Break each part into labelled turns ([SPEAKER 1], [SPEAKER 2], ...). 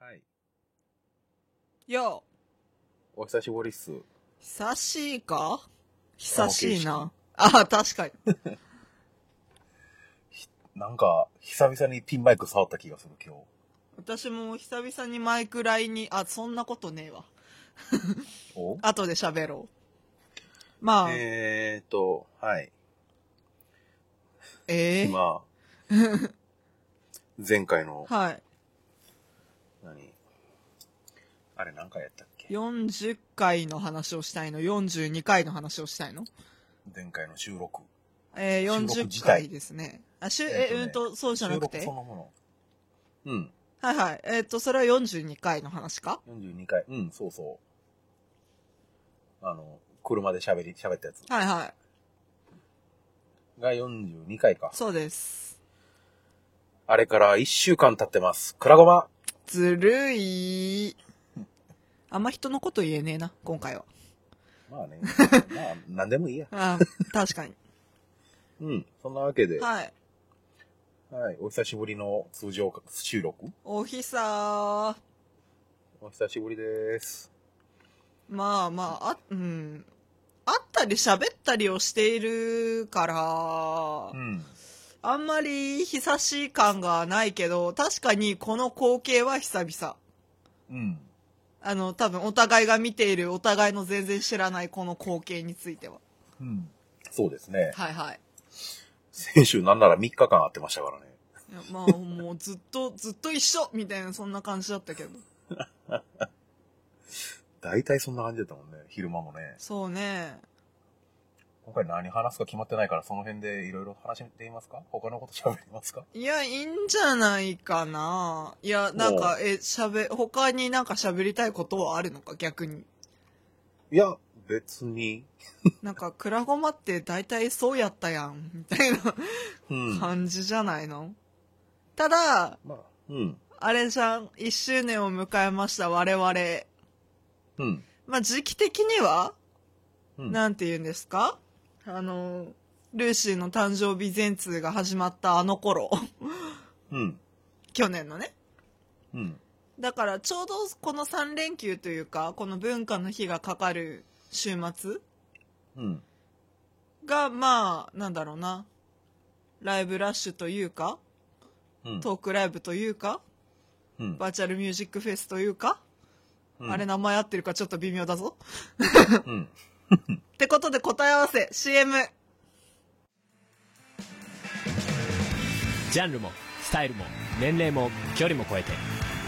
[SPEAKER 1] はい。
[SPEAKER 2] よ
[SPEAKER 1] お久しぶりっす。
[SPEAKER 2] う、久しいか久しいな。ああ、確かに。
[SPEAKER 1] なんか、久々にピンマイク触った気がする、今日。
[SPEAKER 2] 私も久々にマイクラインに、あ、そんなことねえわ。
[SPEAKER 1] お
[SPEAKER 2] 後で喋ろう。まあ、え
[SPEAKER 1] えーと、はい。
[SPEAKER 2] え
[SPEAKER 1] 今、前回の、
[SPEAKER 2] はい。
[SPEAKER 1] 何あれ何回やったっけ
[SPEAKER 2] 40回の話をしたいの ?42 回の話をしたいの
[SPEAKER 1] 前回の収録。
[SPEAKER 2] えー、
[SPEAKER 1] 収録自体
[SPEAKER 2] 40回ですね。あ、しゅ、
[SPEAKER 1] え
[SPEAKER 2] え
[SPEAKER 1] っとね
[SPEAKER 2] うんと、そうじゃなくて
[SPEAKER 1] 収録そ。のもの。うん。
[SPEAKER 2] はいはい。えっ、と、それは42回の話か
[SPEAKER 1] 42回。うん、そうそう。あの、車で喋り、喋ったやつ
[SPEAKER 2] はいはい。
[SPEAKER 1] が42回か。
[SPEAKER 2] そうです。
[SPEAKER 1] あれから1週間経ってます。くらごま
[SPEAKER 2] ずるい。あんま人のこと言えねえな、今回は。
[SPEAKER 1] まあ ね。まあ、なんでもいいや。
[SPEAKER 2] あ確かに。
[SPEAKER 1] うん。そんなわけで、
[SPEAKER 2] はい。
[SPEAKER 1] はい。お久しぶりの通常収録
[SPEAKER 2] おひさ
[SPEAKER 1] お久しぶりです。
[SPEAKER 2] ー。まあまあ、あ、うん。会ったり喋ったりをしているか
[SPEAKER 1] うん。
[SPEAKER 2] ら、あんまり久しい感がないけど、確かにこの光景は久々。
[SPEAKER 1] うん。
[SPEAKER 2] あの、多分お互いが見ている、お互いの全然知らないこの光景については。
[SPEAKER 1] うん。そうですね。
[SPEAKER 2] はいはい。
[SPEAKER 1] 先週なんなら3日間会ってましたからね。
[SPEAKER 2] いやまあ、もうずっと、ずっと一緒みたいな、そんな感じだったけど。
[SPEAKER 1] 大体そんな感じだったもんね。昼間もね。
[SPEAKER 2] そうね。
[SPEAKER 1] 今回何話すか決まってないから、その辺でいろいろ話していますか他のこと喋りますか
[SPEAKER 2] いや、いいんじゃないかな。いや、なんか、え、喋、他になんか喋りたいことはあるのか、逆に。
[SPEAKER 1] いや、別に。
[SPEAKER 2] なんか、クラゴマって大体そうやったやん、 みたいな
[SPEAKER 1] うん。ま
[SPEAKER 2] 感じじゃないの、ただ、
[SPEAKER 1] あ、うん。
[SPEAKER 2] あれじゃん、1周年を迎えました、我々。
[SPEAKER 1] うん。
[SPEAKER 2] まあ、時期的には、
[SPEAKER 1] うん
[SPEAKER 2] なんて言うんですかあの、ルーシーの誕生日全通が始まったあの頃、
[SPEAKER 1] うん。
[SPEAKER 2] 去年のね。
[SPEAKER 1] うん。
[SPEAKER 2] だからちょうどこの3連休というかこの文化の日がかかる週末
[SPEAKER 1] うん。
[SPEAKER 2] がまあなんだろうなライブラッシュというか
[SPEAKER 1] うん。
[SPEAKER 2] トークライブというか
[SPEAKER 1] うん。
[SPEAKER 2] バーチャルミュージックフェスというか、あれ名前合ってるかちょっと微妙だぞ。
[SPEAKER 1] うん。
[SPEAKER 2] ってことで答え合わせ CM
[SPEAKER 3] ジャンルもスタイルも年齢も距離も超えて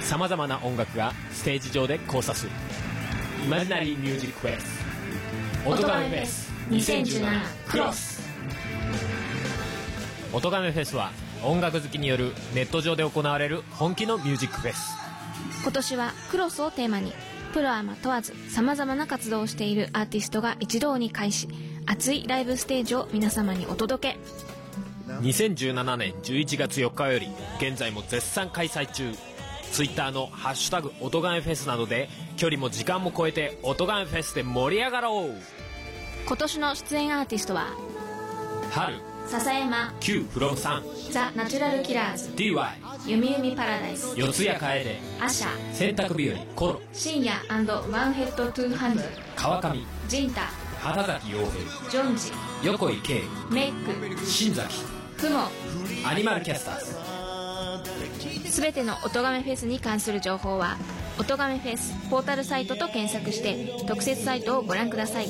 [SPEAKER 3] さまざまな音楽がステージ上で交差するイマジナリーミュージックフェス音ガメフェス2017クロス音ガメフェスは音楽好きによるネット上で行われる本気のミュージックフェス
[SPEAKER 4] 今年はクロスをテーマにプロアマ問わずさまざまな活動をしているアーティストが一堂に会し熱いライブステージを皆様にお届け
[SPEAKER 3] 2017年11月4日より現在も絶賛開催中 Twitter の「ハッシュタグ音ガメフェス」などで距離も時間も超えて音ガメフェスで盛り上がろう
[SPEAKER 4] 今年の出演アーティストは
[SPEAKER 3] 春
[SPEAKER 4] 笹山
[SPEAKER 3] Q フロムさん
[SPEAKER 4] ザ・ナチュラル・キラーズ
[SPEAKER 3] DY
[SPEAKER 4] ゆみゆみパラダイス
[SPEAKER 3] 四谷楓
[SPEAKER 4] アシャ
[SPEAKER 3] 洗濯日和コロ
[SPEAKER 4] 深夜ワンヘッド・トゥ・ハンド
[SPEAKER 3] 川上
[SPEAKER 4] ジンタ
[SPEAKER 3] 畑崎陽
[SPEAKER 4] ジョンジ
[SPEAKER 3] 平横井圭
[SPEAKER 4] メイク
[SPEAKER 3] 新崎
[SPEAKER 4] フモ
[SPEAKER 3] アニマルキャスターズ
[SPEAKER 4] すべての音がめフェスに関する情報は音がめフェスポータルサイトと検索して特設サイトをご覧ください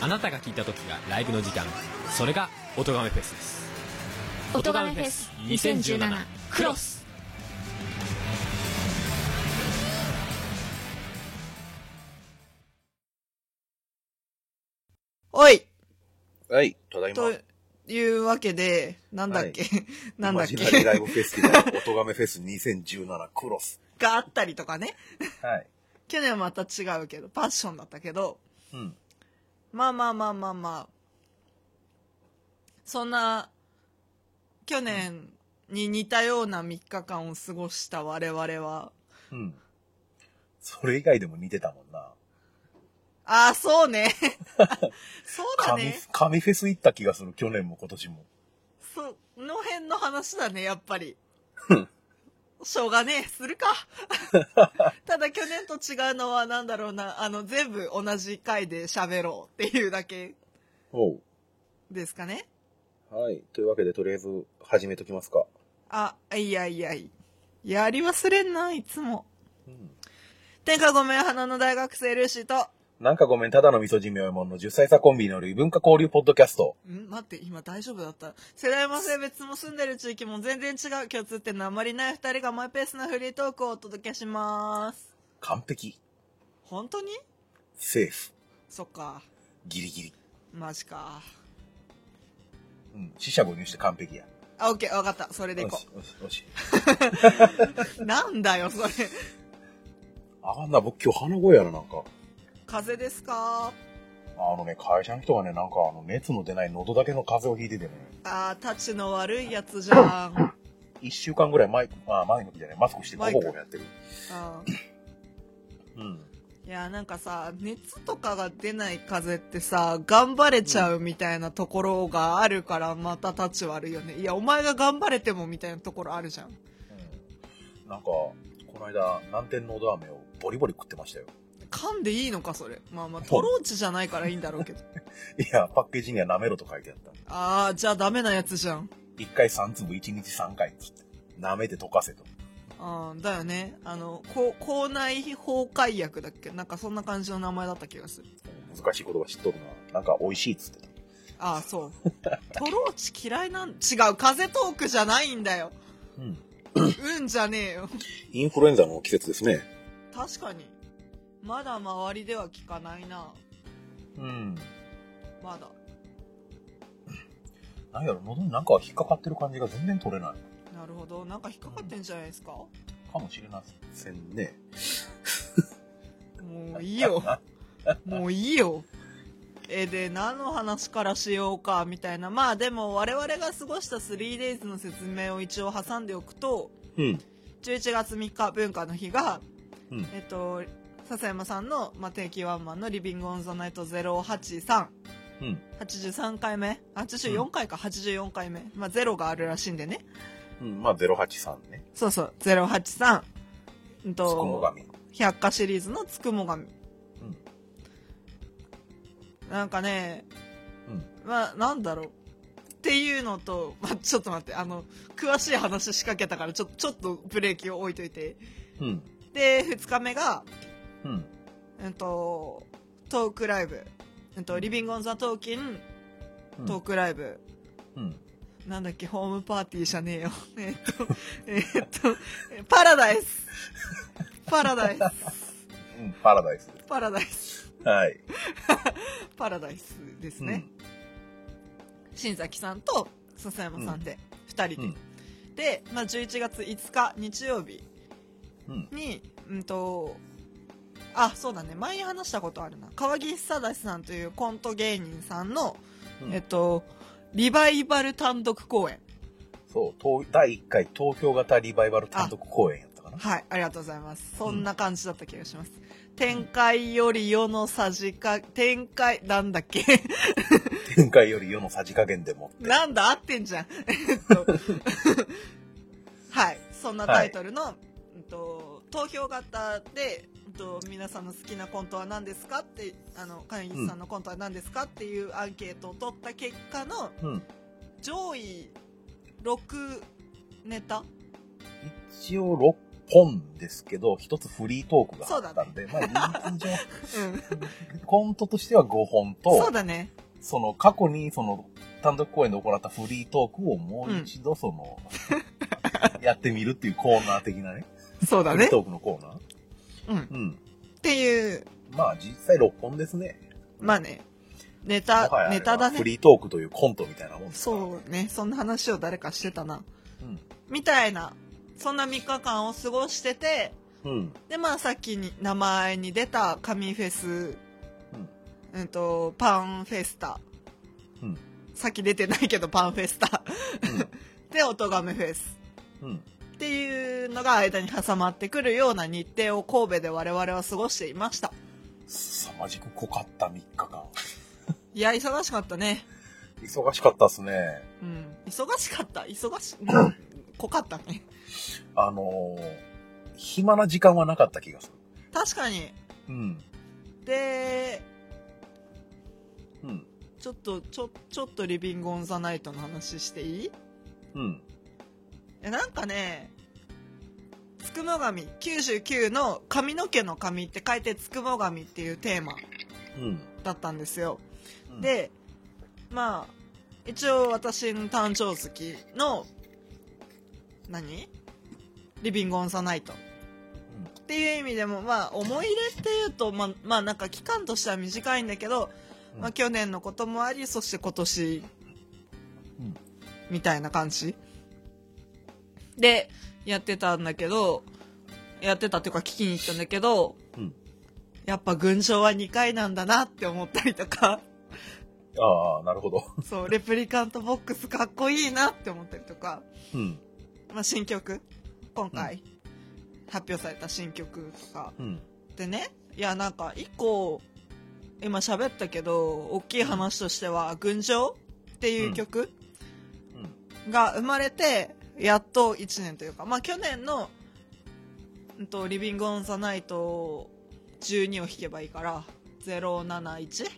[SPEAKER 3] あなたが聞いた時がライブの時間それが「音とがめフェス」です
[SPEAKER 4] 音とがめフェス2017クロス
[SPEAKER 2] おい
[SPEAKER 1] はい、ただいま。
[SPEAKER 2] というわけでなんだっけ、 なんだっ
[SPEAKER 1] イマジナリーライブ
[SPEAKER 2] け
[SPEAKER 1] フェスティバル、音亀フェス2017クロス。
[SPEAKER 2] があったりとかね
[SPEAKER 1] はい。
[SPEAKER 2] 去年はまた違うけどパッションだったけど
[SPEAKER 1] うん。
[SPEAKER 2] まあまあまあまあまあ。そんな、去年に似たような3日間を過ごした我々は、
[SPEAKER 1] うん。それ以外でも似てたもんな。
[SPEAKER 2] ああ、そうね。そうだ
[SPEAKER 1] 神
[SPEAKER 2] ね。、
[SPEAKER 1] 神フェス行った気がする、去年も今年も。
[SPEAKER 2] その 辺の話だね、やっぱり。しょうがねえ、するか。と違うのはなんだろうな、あの、全部同じ回で喋ろうっていうだけ
[SPEAKER 1] おう。
[SPEAKER 2] ですかね。
[SPEAKER 1] はい。というわけで、とりあえず始めときますか。
[SPEAKER 2] あ、いやいやいや。やり忘れんな、いつも。
[SPEAKER 1] うん。
[SPEAKER 2] 天下ごめん花の大学生ルーシーと、
[SPEAKER 1] なんかごめん、ただの味噌じみおえもんの10歳差コンビによる異文化交流ポッドキャスト。
[SPEAKER 2] ん待って、今大丈夫だった。世代も性別も住んでる地域も全然違う共通点のあまりない二人がマイペースなフリートークをお届けします。
[SPEAKER 1] 完璧。
[SPEAKER 2] 本当に
[SPEAKER 1] セーフ。
[SPEAKER 2] そっか。
[SPEAKER 1] ギリギリ。
[SPEAKER 2] マジか。
[SPEAKER 1] うん。死者誤入して完璧や。
[SPEAKER 2] あ、オッケー、わかった。それでい
[SPEAKER 1] よ
[SPEAKER 2] こ
[SPEAKER 1] し、よし、よし。
[SPEAKER 2] う。なんだよ、それ。
[SPEAKER 1] あんな、僕今日鼻声やな、なんか。
[SPEAKER 2] 風邪ですか
[SPEAKER 1] あのね、会社の人がね、なんかあの、熱の出ない喉だけの風邪をひいててね、
[SPEAKER 2] あー、タチの悪いやつじゃん。
[SPEAKER 1] 一週間ぐらいマイク、まあ、マイクじゃない、マスクしてゴ
[SPEAKER 2] マイ
[SPEAKER 1] ホ
[SPEAKER 2] ク
[SPEAKER 1] ゴホやってる。
[SPEAKER 2] あ
[SPEAKER 1] うん。
[SPEAKER 2] ーいや、なんかさ、熱とかが出ない風邪ってさ、頑張れちゃうみたいなところがあるから、またタチ悪いよね。いや、お前が頑張れてもみたいなところあるじゃん。
[SPEAKER 1] うん。なんか、この間、南天のど飴をボリボリ食ってましたよ。
[SPEAKER 2] 噛んでいいのかそれまあまあトローチじゃないからいいんだろうけど
[SPEAKER 1] いや、パッケージには舐めろと書いてあった。
[SPEAKER 2] ああじゃあダメなやつじゃん
[SPEAKER 1] 一回三粒、一日三回っつって。舐めて溶かせと。
[SPEAKER 2] あーだよねあのこ口内崩壊薬だっけなんかそんな感じの名前だった気がする
[SPEAKER 1] うん難しい言葉知っとるな。なんか美味しいっつってた。
[SPEAKER 2] ああそうトローチ嫌いなん違う風トークじゃないんだよ
[SPEAKER 1] うん。
[SPEAKER 2] うんじゃねえよ
[SPEAKER 1] インフルエンザの季節ですね。
[SPEAKER 2] 確かにまだ周りでは聞かないな
[SPEAKER 1] うん。
[SPEAKER 2] まだ
[SPEAKER 1] なんやろ、喉になんか引っかかってる感じが全然取れない。
[SPEAKER 2] なるほどなんか引っかかってんじゃないですか、
[SPEAKER 1] かもしれませんね。
[SPEAKER 2] もうい いよ。もういいよ。え、で、何の話からしようか、みたいな。まあでも、我々が過ごした 3days の説明を一応挟んでおくと、
[SPEAKER 1] うん。
[SPEAKER 2] 11月3日文化の日が、
[SPEAKER 1] うん
[SPEAKER 2] えっと、笹山さんの、まあ、定期ワンマンのリビングオンザナイト083。
[SPEAKER 1] うん。
[SPEAKER 2] 83回目 ?84 回か、84回目。まあ、ゼロがあるらしいんでね。
[SPEAKER 1] うん、まあ、083ね。
[SPEAKER 2] そうそう、083。うんと
[SPEAKER 1] つくもがみ。
[SPEAKER 2] 百科シリーズのつくもがみ、なんかね
[SPEAKER 1] うん。
[SPEAKER 2] まあなんだろうっていうのと、まあ、ちょっと待ってあの詳しい話仕掛けたからちょちょっとブレーキを置いといて
[SPEAKER 1] うん。
[SPEAKER 2] で2日目が、
[SPEAKER 1] うん。
[SPEAKER 2] うん、とトークライブ、うん、とリビング・オン・ザ・トーキントークライブ、
[SPEAKER 1] うん。
[SPEAKER 2] なんだっけホームパーティーじゃねえよ えっとえっとパラダイスパラダイス
[SPEAKER 1] うん。パラダイス。
[SPEAKER 2] パラダイス
[SPEAKER 1] はい。
[SPEAKER 2] パラダイスですね、新崎さんと笹山さんで2
[SPEAKER 1] う
[SPEAKER 2] 人
[SPEAKER 1] ん。
[SPEAKER 2] で、まあ、11月5日日曜日
[SPEAKER 1] うん。
[SPEAKER 2] にうんとあそうだね前に話したことあるな川岸久志さんというコント芸人さんの、
[SPEAKER 1] うん
[SPEAKER 2] えっとリバイバル単独公演
[SPEAKER 1] そう、東第1回東京型リバイバル単独公演やったかな。
[SPEAKER 2] はいありがとうございますそんな感じだった気がします、展開より世のさじか展開なんだっけ
[SPEAKER 1] 展開より世のさじ加減でもって。
[SPEAKER 2] なんだ合ってんじゃん。えっとはい。そんなタイトルの、うんと投票型で、うんと皆さんの好きなコントは何ですかって、あの、会員さんのコントは何ですかっていうアンケートを取った結果の
[SPEAKER 1] うん。
[SPEAKER 2] 上位6ネタ
[SPEAKER 1] 一応6本ですけど、一つフリートークがあったんで、まあ、人気上、
[SPEAKER 2] うん。
[SPEAKER 1] コントとしては5本と、
[SPEAKER 2] そうだね。
[SPEAKER 1] その過去にその単独公演で行ったフリートークをもう一度その、 やってみるっていうコーナー的なね。
[SPEAKER 2] そうだ
[SPEAKER 1] フリ
[SPEAKER 2] ね
[SPEAKER 1] ー。トークのコーナー。
[SPEAKER 2] うん。っ
[SPEAKER 1] うん。
[SPEAKER 2] ていう、
[SPEAKER 1] まあ実際6本ですね。
[SPEAKER 2] まあね、ネ
[SPEAKER 1] もはや
[SPEAKER 2] タ、
[SPEAKER 1] あれ
[SPEAKER 2] ネ
[SPEAKER 1] は
[SPEAKER 2] タだね
[SPEAKER 1] フ。リートークというコントみたいなもんですから
[SPEAKER 2] そうね。そんな話を誰かしてたな。
[SPEAKER 1] うん。
[SPEAKER 2] みたいな、そんな3日間を過ごしてて、
[SPEAKER 1] うん。
[SPEAKER 2] で、まあさっきに名前に出た紙フェス、うん、と、パンフェスタ。
[SPEAKER 1] うん
[SPEAKER 2] さっき出てないけどパンフェスタ。で、おとがめフェス。
[SPEAKER 1] うん。うん。
[SPEAKER 2] っていうのが間に挟まってくるような日程を神戸で我々は過ごしていました。
[SPEAKER 1] 凄まじく濃かった3日間。
[SPEAKER 2] いや、忙しかったね。
[SPEAKER 1] 忙しかったっすね。
[SPEAKER 2] うん。忙しかった。忙し、うん、 濃かったね。
[SPEAKER 1] あのー、暇な時間はなかった気がする。
[SPEAKER 2] 確確かに
[SPEAKER 1] うん。
[SPEAKER 2] で
[SPEAKER 1] うん。
[SPEAKER 2] ちょっとちょちょっとリビング・オン・ザ・ナイトの話していい
[SPEAKER 1] うん。
[SPEAKER 2] えなんかねつくも神99の髪の毛の髪って書いてつくも神っていうテーマ
[SPEAKER 1] うん。
[SPEAKER 2] だったんですよ、
[SPEAKER 1] うん、
[SPEAKER 2] でまあ一応私の誕生月の何リビング・オン・ザ・ナイトっていう意味でもまあ思い入れっていうとまあまあなんか期間としては短いんだけど、
[SPEAKER 1] うん
[SPEAKER 2] まあ、去年のこともありそして今年、
[SPEAKER 1] うん
[SPEAKER 2] みたいな感じでやってたんだけどやってたっていうか聞きに行ったんだけど
[SPEAKER 1] うん。
[SPEAKER 2] やっぱ群青は2回なんだなって思ったりとか
[SPEAKER 1] ああ、なるほど。
[SPEAKER 2] そうレプリカントボックスかっこいいなって思ったりとか、
[SPEAKER 1] うん。
[SPEAKER 2] まあ、新曲今回発表された新曲とか。
[SPEAKER 1] うん。
[SPEAKER 2] でねいやなんか一個今喋ったけど大きい話としては「群青」っていう曲
[SPEAKER 1] うん。
[SPEAKER 2] が生まれてやっと1年というかまあ去年の「うんとリビング・オン・ザ・ナイト」12を弾けばいいから071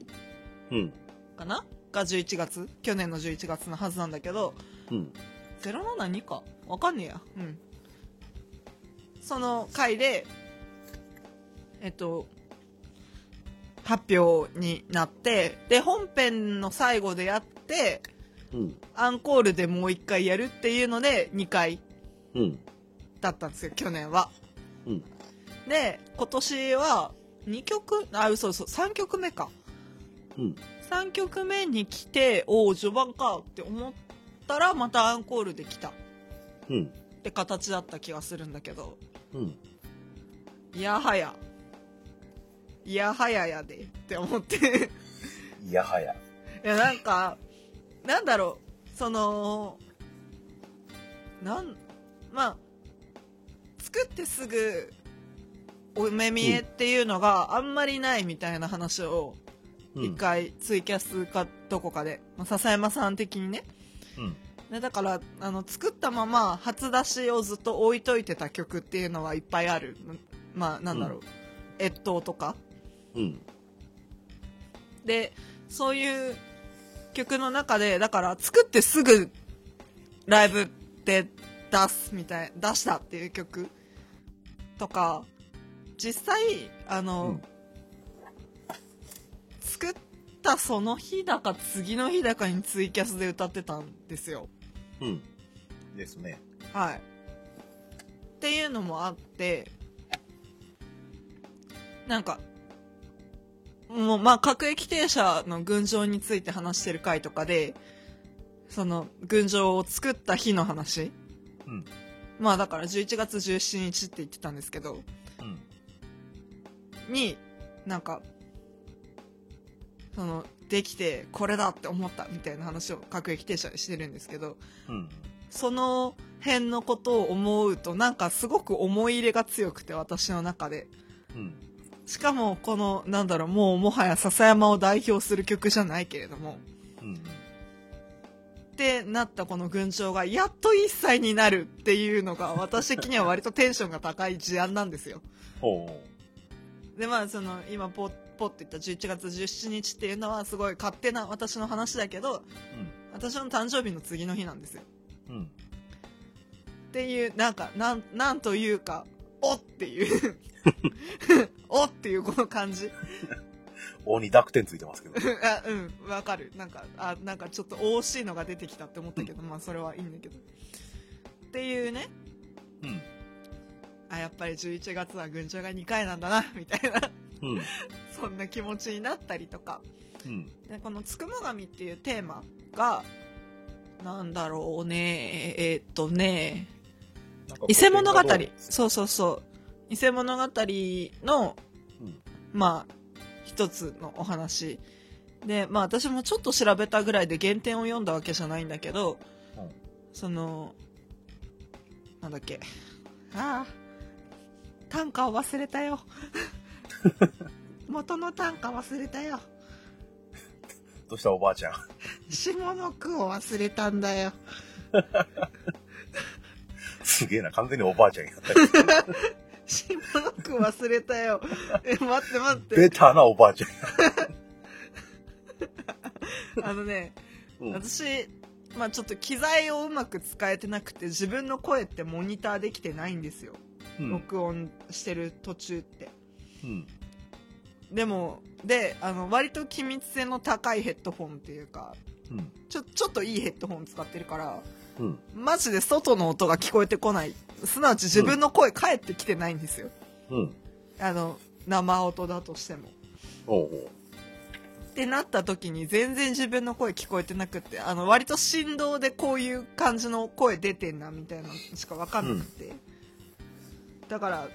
[SPEAKER 1] うん。
[SPEAKER 2] かなが11月去年の11月のはずなんだけど
[SPEAKER 1] うん。
[SPEAKER 2] 072かわかんねえやうんその回でえっと発表になってで本編の最後でやって
[SPEAKER 1] うん。
[SPEAKER 2] アンコールでもう1回やるっていうので2回
[SPEAKER 1] うん。
[SPEAKER 2] だったんですよ去年は
[SPEAKER 1] うん。
[SPEAKER 2] で今年は2曲あ嘘嘘3曲目か
[SPEAKER 1] うん。
[SPEAKER 2] 3曲目に来ておお序盤かって思ったらまたアンコールで来たっ
[SPEAKER 1] うん。
[SPEAKER 2] て形だった気がするんだけど
[SPEAKER 1] うん。
[SPEAKER 2] いやはや。いやはややでって思って。
[SPEAKER 1] いやはや。
[SPEAKER 2] いや、なんか、なんだろう、その、なん、まあ、作ってすぐ、お目見えっていうのがあんまりないみたいな話を、
[SPEAKER 1] うん
[SPEAKER 2] 一回ツイキャスかどこかで、まあ笹山さん的にね。
[SPEAKER 1] うん。
[SPEAKER 2] ねだから、あの、作ったまま初出しをずっと置いといてた曲っていうのはいっぱいある。まあ、なんだろう、越冬とか。
[SPEAKER 1] うん。
[SPEAKER 2] でそういう曲の中でだから作ってすぐライブで出すみたい出したっていう曲とか実際あの、
[SPEAKER 1] うん
[SPEAKER 2] 作ったその日だか次の日だかにツイキャスで歌ってたんですよ
[SPEAKER 1] うん。ですね。
[SPEAKER 2] はいっていうのもあってなんかもうまあ各駅停車の群青について話してる回とかでその群青を作った日の話
[SPEAKER 1] うん。
[SPEAKER 2] まあだから11月17日って言ってたんですけど
[SPEAKER 1] うん。
[SPEAKER 2] になんかそのできてこれだって思ったみたいな話を各駅停車でしてるんですけど
[SPEAKER 1] うん。
[SPEAKER 2] その辺のことを思うとなんかすごく思い入れが強くて私の中で
[SPEAKER 1] うん。
[SPEAKER 2] しかもこのなんだろうもうもはや笹山を代表する曲じゃないけれども
[SPEAKER 1] うん。
[SPEAKER 2] ってなったこの群青がやっと1歳になるっていうのが私的には割とテンションが高い事案なんですよ
[SPEAKER 1] ほう。
[SPEAKER 2] でまあその今ポッポッて言った11月17日っていうのはすごい勝手な私の話だけど私の誕生日の次の日なんですよ
[SPEAKER 1] うん。うん。
[SPEAKER 2] っていうなんかなんなんというかおっていう おっていうこの感じ
[SPEAKER 1] おに濁点ついてますけど。
[SPEAKER 2] あうんわかるなんかあなんかちょっと惜しいのが出てきたって思ったけどまあそれはいいんだけどっていうね
[SPEAKER 1] うん。
[SPEAKER 2] あやっぱり11月は群青が2回なんだなみたいな
[SPEAKER 1] うん。
[SPEAKER 2] そんな気持ちになったりとか
[SPEAKER 1] うん。
[SPEAKER 2] でこの「つくも神」っていうテーマがなんだろうねえーっとね伊勢物語そうそうそう伊勢物語の、
[SPEAKER 1] うん
[SPEAKER 2] まあ一つのお話でまあ私もちょっと調べたぐらいで原点を読んだわけじゃないんだけど、
[SPEAKER 1] うん
[SPEAKER 2] そのなんだっけああ短歌を忘れた よ元の短歌忘れたよ
[SPEAKER 1] どうしたおばあちゃん。
[SPEAKER 2] 下の句を忘れたんだよ
[SPEAKER 1] すげえな、完全におばあちゃんやった。
[SPEAKER 2] 下の句く忘れたよ。え、待って待って
[SPEAKER 1] ベ。タなおばあちゃん。
[SPEAKER 2] あのね、
[SPEAKER 1] うん
[SPEAKER 2] 私、まあちょっと機材をうまく使えてなくて、自分の声ってモニターできてないんですよ。
[SPEAKER 1] うん。
[SPEAKER 2] 録音してる途中って。
[SPEAKER 1] うん。
[SPEAKER 2] でも、で、あの、割と機密性の高いヘッドホンっていうか、
[SPEAKER 1] うん。
[SPEAKER 2] ちょ、ちょっといいヘッドホン使ってるから、
[SPEAKER 1] うん。
[SPEAKER 2] マジで外の音が聞こえてこない。すなわち自分の声返ってきてないんですよ。
[SPEAKER 1] うん。
[SPEAKER 2] あの、生音だとしても。
[SPEAKER 1] おうおう。
[SPEAKER 2] ってなった時に全然自分の声聞こえてなくって、あの、割と振動でこういう感じの声出てんなみたいなのしかわかんなくて。だから、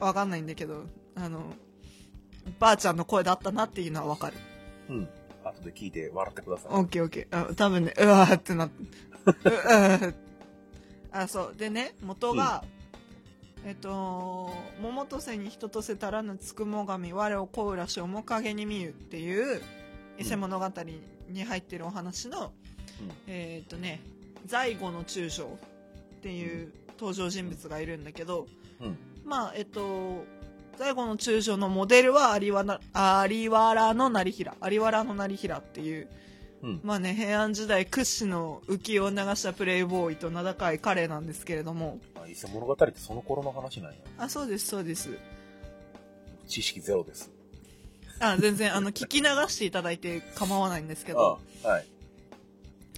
[SPEAKER 2] わかんないんだけど、あの、ばあちゃんの声だったなっていうのはわかる。
[SPEAKER 1] うん。後で聞いて笑ってください。
[SPEAKER 2] オッケーオッケー。あ多分ね、うわーってなって。ううわーあ、そう。でね、元が、えっと、桃とせに人とせたらぬつくもがみ、我をこうらし面影に見ゆっていう、伊勢物語に入ってるお話の、
[SPEAKER 1] うん
[SPEAKER 2] えっとね、在後の中将っていう登場人物がいるんだけど、
[SPEAKER 1] うん
[SPEAKER 2] まあ、えっと、在後の中将のモデルは有原有原の成平、有原の成平っていう、
[SPEAKER 1] うん。
[SPEAKER 2] まあね、平安時代屈指の浮世を流したプレイボーイと名高い彼なんですけれども。
[SPEAKER 1] あ伊勢物語ってその頃の話なんや。
[SPEAKER 2] あ、そうです、そうです。
[SPEAKER 1] 知識ゼロです。
[SPEAKER 2] あ、全然、あの、聞き流していただいて構わないんですけど。
[SPEAKER 1] あはい。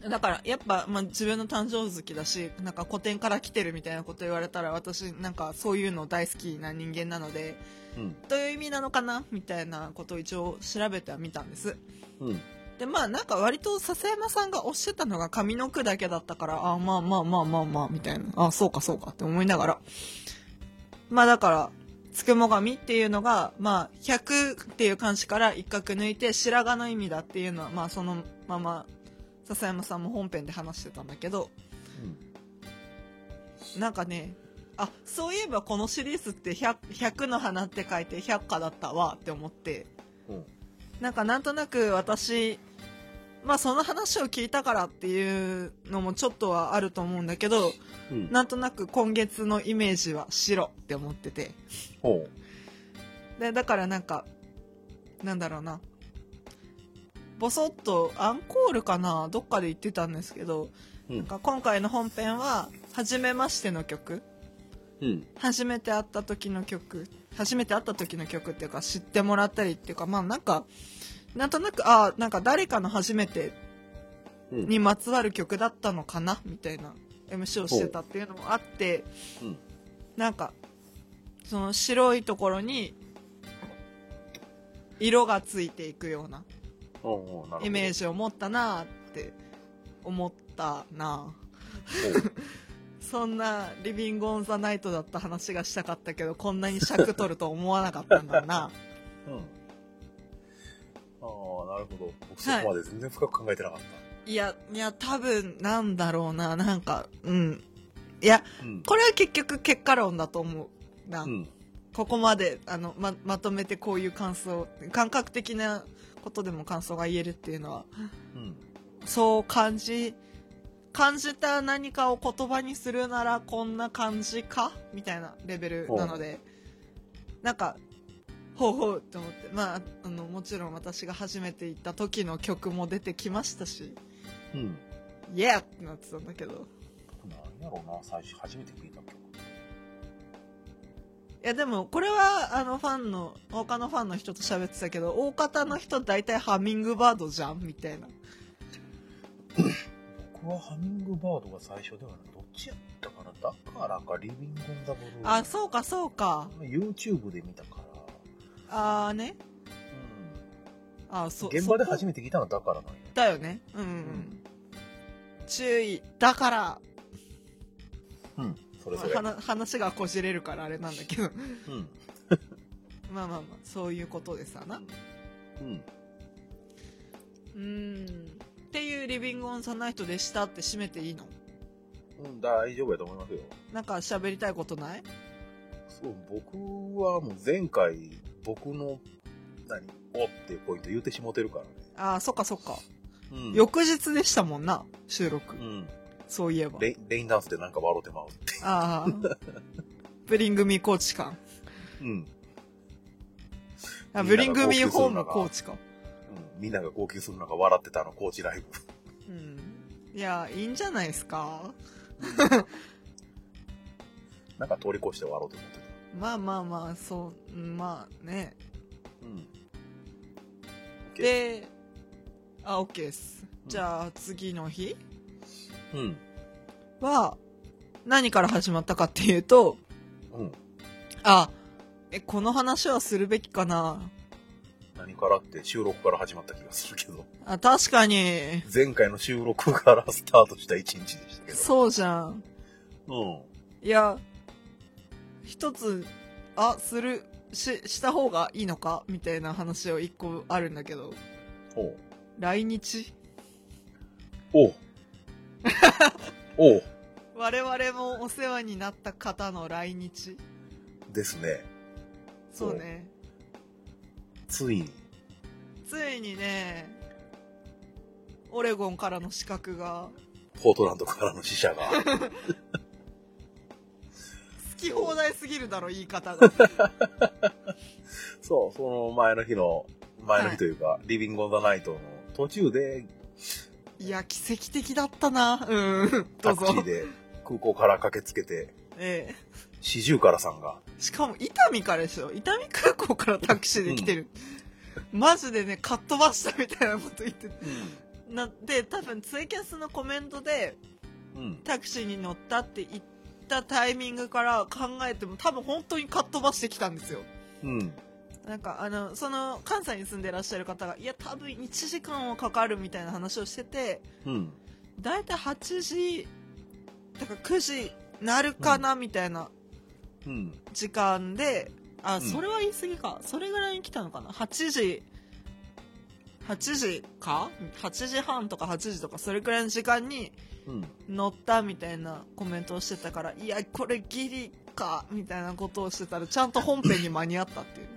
[SPEAKER 2] だから、やっぱ、まあ自分の誕生月だし、なんか古典から来てるみたいなこと言われたら、私、なんかそういうの大好きな人間なので、
[SPEAKER 1] うん。
[SPEAKER 2] どういう意味なのかなみたいなことを一応調べてはみたんです。
[SPEAKER 1] うん。
[SPEAKER 2] で、まあなんか割と笹山さんがおっしゃったのが上の句だけだったから、あまあまあまあまあまあ、みたいな。あそうかそうかって思いながら。まあだから、つくも神っていうのが、まあ、100っていう漢詞から一角抜いて白髪の意味だっていうのは、まあそのまま、笹山さんも本編で話してたんだけど、なんかね、あ、そういえばこのシリーズって100、100の花って書いて100花だったわって思って、
[SPEAKER 1] うん。
[SPEAKER 2] なんかなんとなく私、まあその話を聞いたからっていうのもちょっとはあると思うんだけど、
[SPEAKER 1] うん。
[SPEAKER 2] なんとなく今月のイメージは白って思ってて。
[SPEAKER 1] ほう。
[SPEAKER 2] で、だからなんか、なんだろうな。ぼそっとアンコールかなどっかで言ってたんですけど、
[SPEAKER 1] うん
[SPEAKER 2] なんか今回の本編は、初めましての曲
[SPEAKER 1] うん。
[SPEAKER 2] 初めて会った時の曲初めて会った時の曲っていうか知ってもらったりっていうかまあなんかなんとなくああなんか誰かの初めて
[SPEAKER 1] うん
[SPEAKER 2] にまつわる曲だったのかなみたいな MC をしてたっていうのもあって
[SPEAKER 1] うん
[SPEAKER 2] なんかその白いところに色がついていくような
[SPEAKER 1] おうおうなるほど。
[SPEAKER 2] イメージを持ったなあって思ったなあ そんなリビングオンザナイトだった話がしたかったけど、こんなに尺取ると思わなかったんだな。
[SPEAKER 1] ほう。うん。ああ、なるほど。僕そこまで全然深く考えてなかっ
[SPEAKER 2] いや、いや、多分なんだろうな、なんか、うん。いや、
[SPEAKER 1] た。うん。
[SPEAKER 2] これは結局結果論だと思うな。
[SPEAKER 1] うん。
[SPEAKER 2] ここまで、あの、ま、まとめてこういう感想、感覚的なことでも感想が言えるっていうのは、
[SPEAKER 1] うん。
[SPEAKER 2] そう感じ、感じた何かを言葉にするならこんな感じかみたいなレベルなので、なんか、ほうほうって思って、まあ、あの、もちろん私が初めて行った時の曲も出てきましたし、
[SPEAKER 1] うん。
[SPEAKER 2] イエーってなってたんだけど。
[SPEAKER 1] なんやろうな、最初初めて聞いた曲。
[SPEAKER 2] いやでも、これは、あの、ファンの、他のファンの人と喋ってたけど、大方の人大体ハミングバードじゃんみたいな。
[SPEAKER 1] 僕はハミングバードが最初ではなくどっちやったかなだからかリビング・オン・ザ・ブルー
[SPEAKER 2] あ、そうか、そうか。
[SPEAKER 1] YouTube で見たから、
[SPEAKER 2] あーね。
[SPEAKER 1] う
[SPEAKER 2] あ、そ
[SPEAKER 1] ん、現場で
[SPEAKER 2] そこ
[SPEAKER 1] 初めて聞いたのはだからなんや
[SPEAKER 2] だよね。うんうんうん。注意。だから、
[SPEAKER 1] うんそれ
[SPEAKER 2] ま
[SPEAKER 1] ぞ
[SPEAKER 2] あ
[SPEAKER 1] れ、
[SPEAKER 2] 話話がこじれるからあれなんだけど。
[SPEAKER 1] うん
[SPEAKER 2] まあまあまあ、そういうことでさな。
[SPEAKER 1] うん
[SPEAKER 2] うーん。っていうリビングオンサナイトでしたって締めていいの
[SPEAKER 1] うん、大丈夫やと思いますよ
[SPEAKER 2] なんか喋りたいことない
[SPEAKER 1] そう僕はもう前回僕の何おっていうポイント言うてしもてるからね、
[SPEAKER 2] ああ、そっかそっか。
[SPEAKER 1] うん、
[SPEAKER 2] 翌日でしたもんな、収録
[SPEAKER 1] う。ん
[SPEAKER 2] そういえば。
[SPEAKER 1] レイレイン ダンスでなんか笑うてまうって
[SPEAKER 2] ああ。ブリングミコーチ感。
[SPEAKER 1] うん
[SPEAKER 2] あブリングミーホー
[SPEAKER 1] みんなが
[SPEAKER 2] ム
[SPEAKER 1] 号
[SPEAKER 2] コー
[SPEAKER 1] 泣
[SPEAKER 2] チか。
[SPEAKER 1] うんみんなが号泣する中笑ってたあのコーチライブ。
[SPEAKER 2] うん。いや、いいんじゃないですか。
[SPEAKER 1] なんか通り越して笑おうと思ってた。
[SPEAKER 2] まあまあまあ、そう、うんまあね。
[SPEAKER 1] うん。OK
[SPEAKER 2] で、あ、OK です。じゃあ、次の日
[SPEAKER 1] うん。
[SPEAKER 2] は、何から始まったかっていうと、
[SPEAKER 1] うん。
[SPEAKER 2] あ、え、この話はするべきかな。
[SPEAKER 1] 何からって収録から始まった気がするけど。
[SPEAKER 2] あ、確かに、
[SPEAKER 1] 前回の収録からスタートした一日でしたけど。
[SPEAKER 2] そうじゃん。
[SPEAKER 1] うん。
[SPEAKER 2] いや、一つ、あ、する、し、した方がいいのかみたいな話を一個あるんだけど、
[SPEAKER 1] ほう。
[SPEAKER 2] 来日
[SPEAKER 1] おう。おう。
[SPEAKER 2] 我々もお世話になった方の来日
[SPEAKER 1] ですね。
[SPEAKER 2] そうね。
[SPEAKER 1] ついに。
[SPEAKER 2] ついにね、オレゴンからの資格が、
[SPEAKER 1] ポートランドからの死者が。
[SPEAKER 2] 好き放題すぎるだろ、言い方 が。
[SPEAKER 1] そう、その前の日の、前の日というか、リビング・オン・ザ・ナイトの途中で、
[SPEAKER 2] いや、奇跡的だったな。うん、ど
[SPEAKER 1] タク
[SPEAKER 2] う
[SPEAKER 1] シー
[SPEAKER 2] ぞ。
[SPEAKER 1] で空港から駆けつけて、
[SPEAKER 2] え
[SPEAKER 1] 四十からさんが、
[SPEAKER 2] え。しかも、伊丹からでしょ。伊丹空港からタクシーで来てる。マジでね、かっ飛ばしたみたいなこと言っててなで、多分ツイキャスのコメントで、
[SPEAKER 1] うん。
[SPEAKER 2] タクシーに乗ったって言ったタイミングから考えても、多分本当にかっ飛ばしてきたんですよ。
[SPEAKER 1] うん。
[SPEAKER 2] なんかあのその関西に住んでらっしゃる方がいや多分1時間はかかるみたいな話をしてて
[SPEAKER 1] うん。
[SPEAKER 2] だいたい8時だから9時なるかなみたいな
[SPEAKER 1] うん。
[SPEAKER 2] 時間で、あ
[SPEAKER 1] ん
[SPEAKER 2] それは言い過ぎか、それぐらいに来たのかな8時8時か8時半とか8時とかそれくらいの時間に
[SPEAKER 1] うん。
[SPEAKER 2] 乗ったみたいなコメントをしてたからいやこれギリかみたいなことをしてたらちゃんと本編に間に合ったっていう。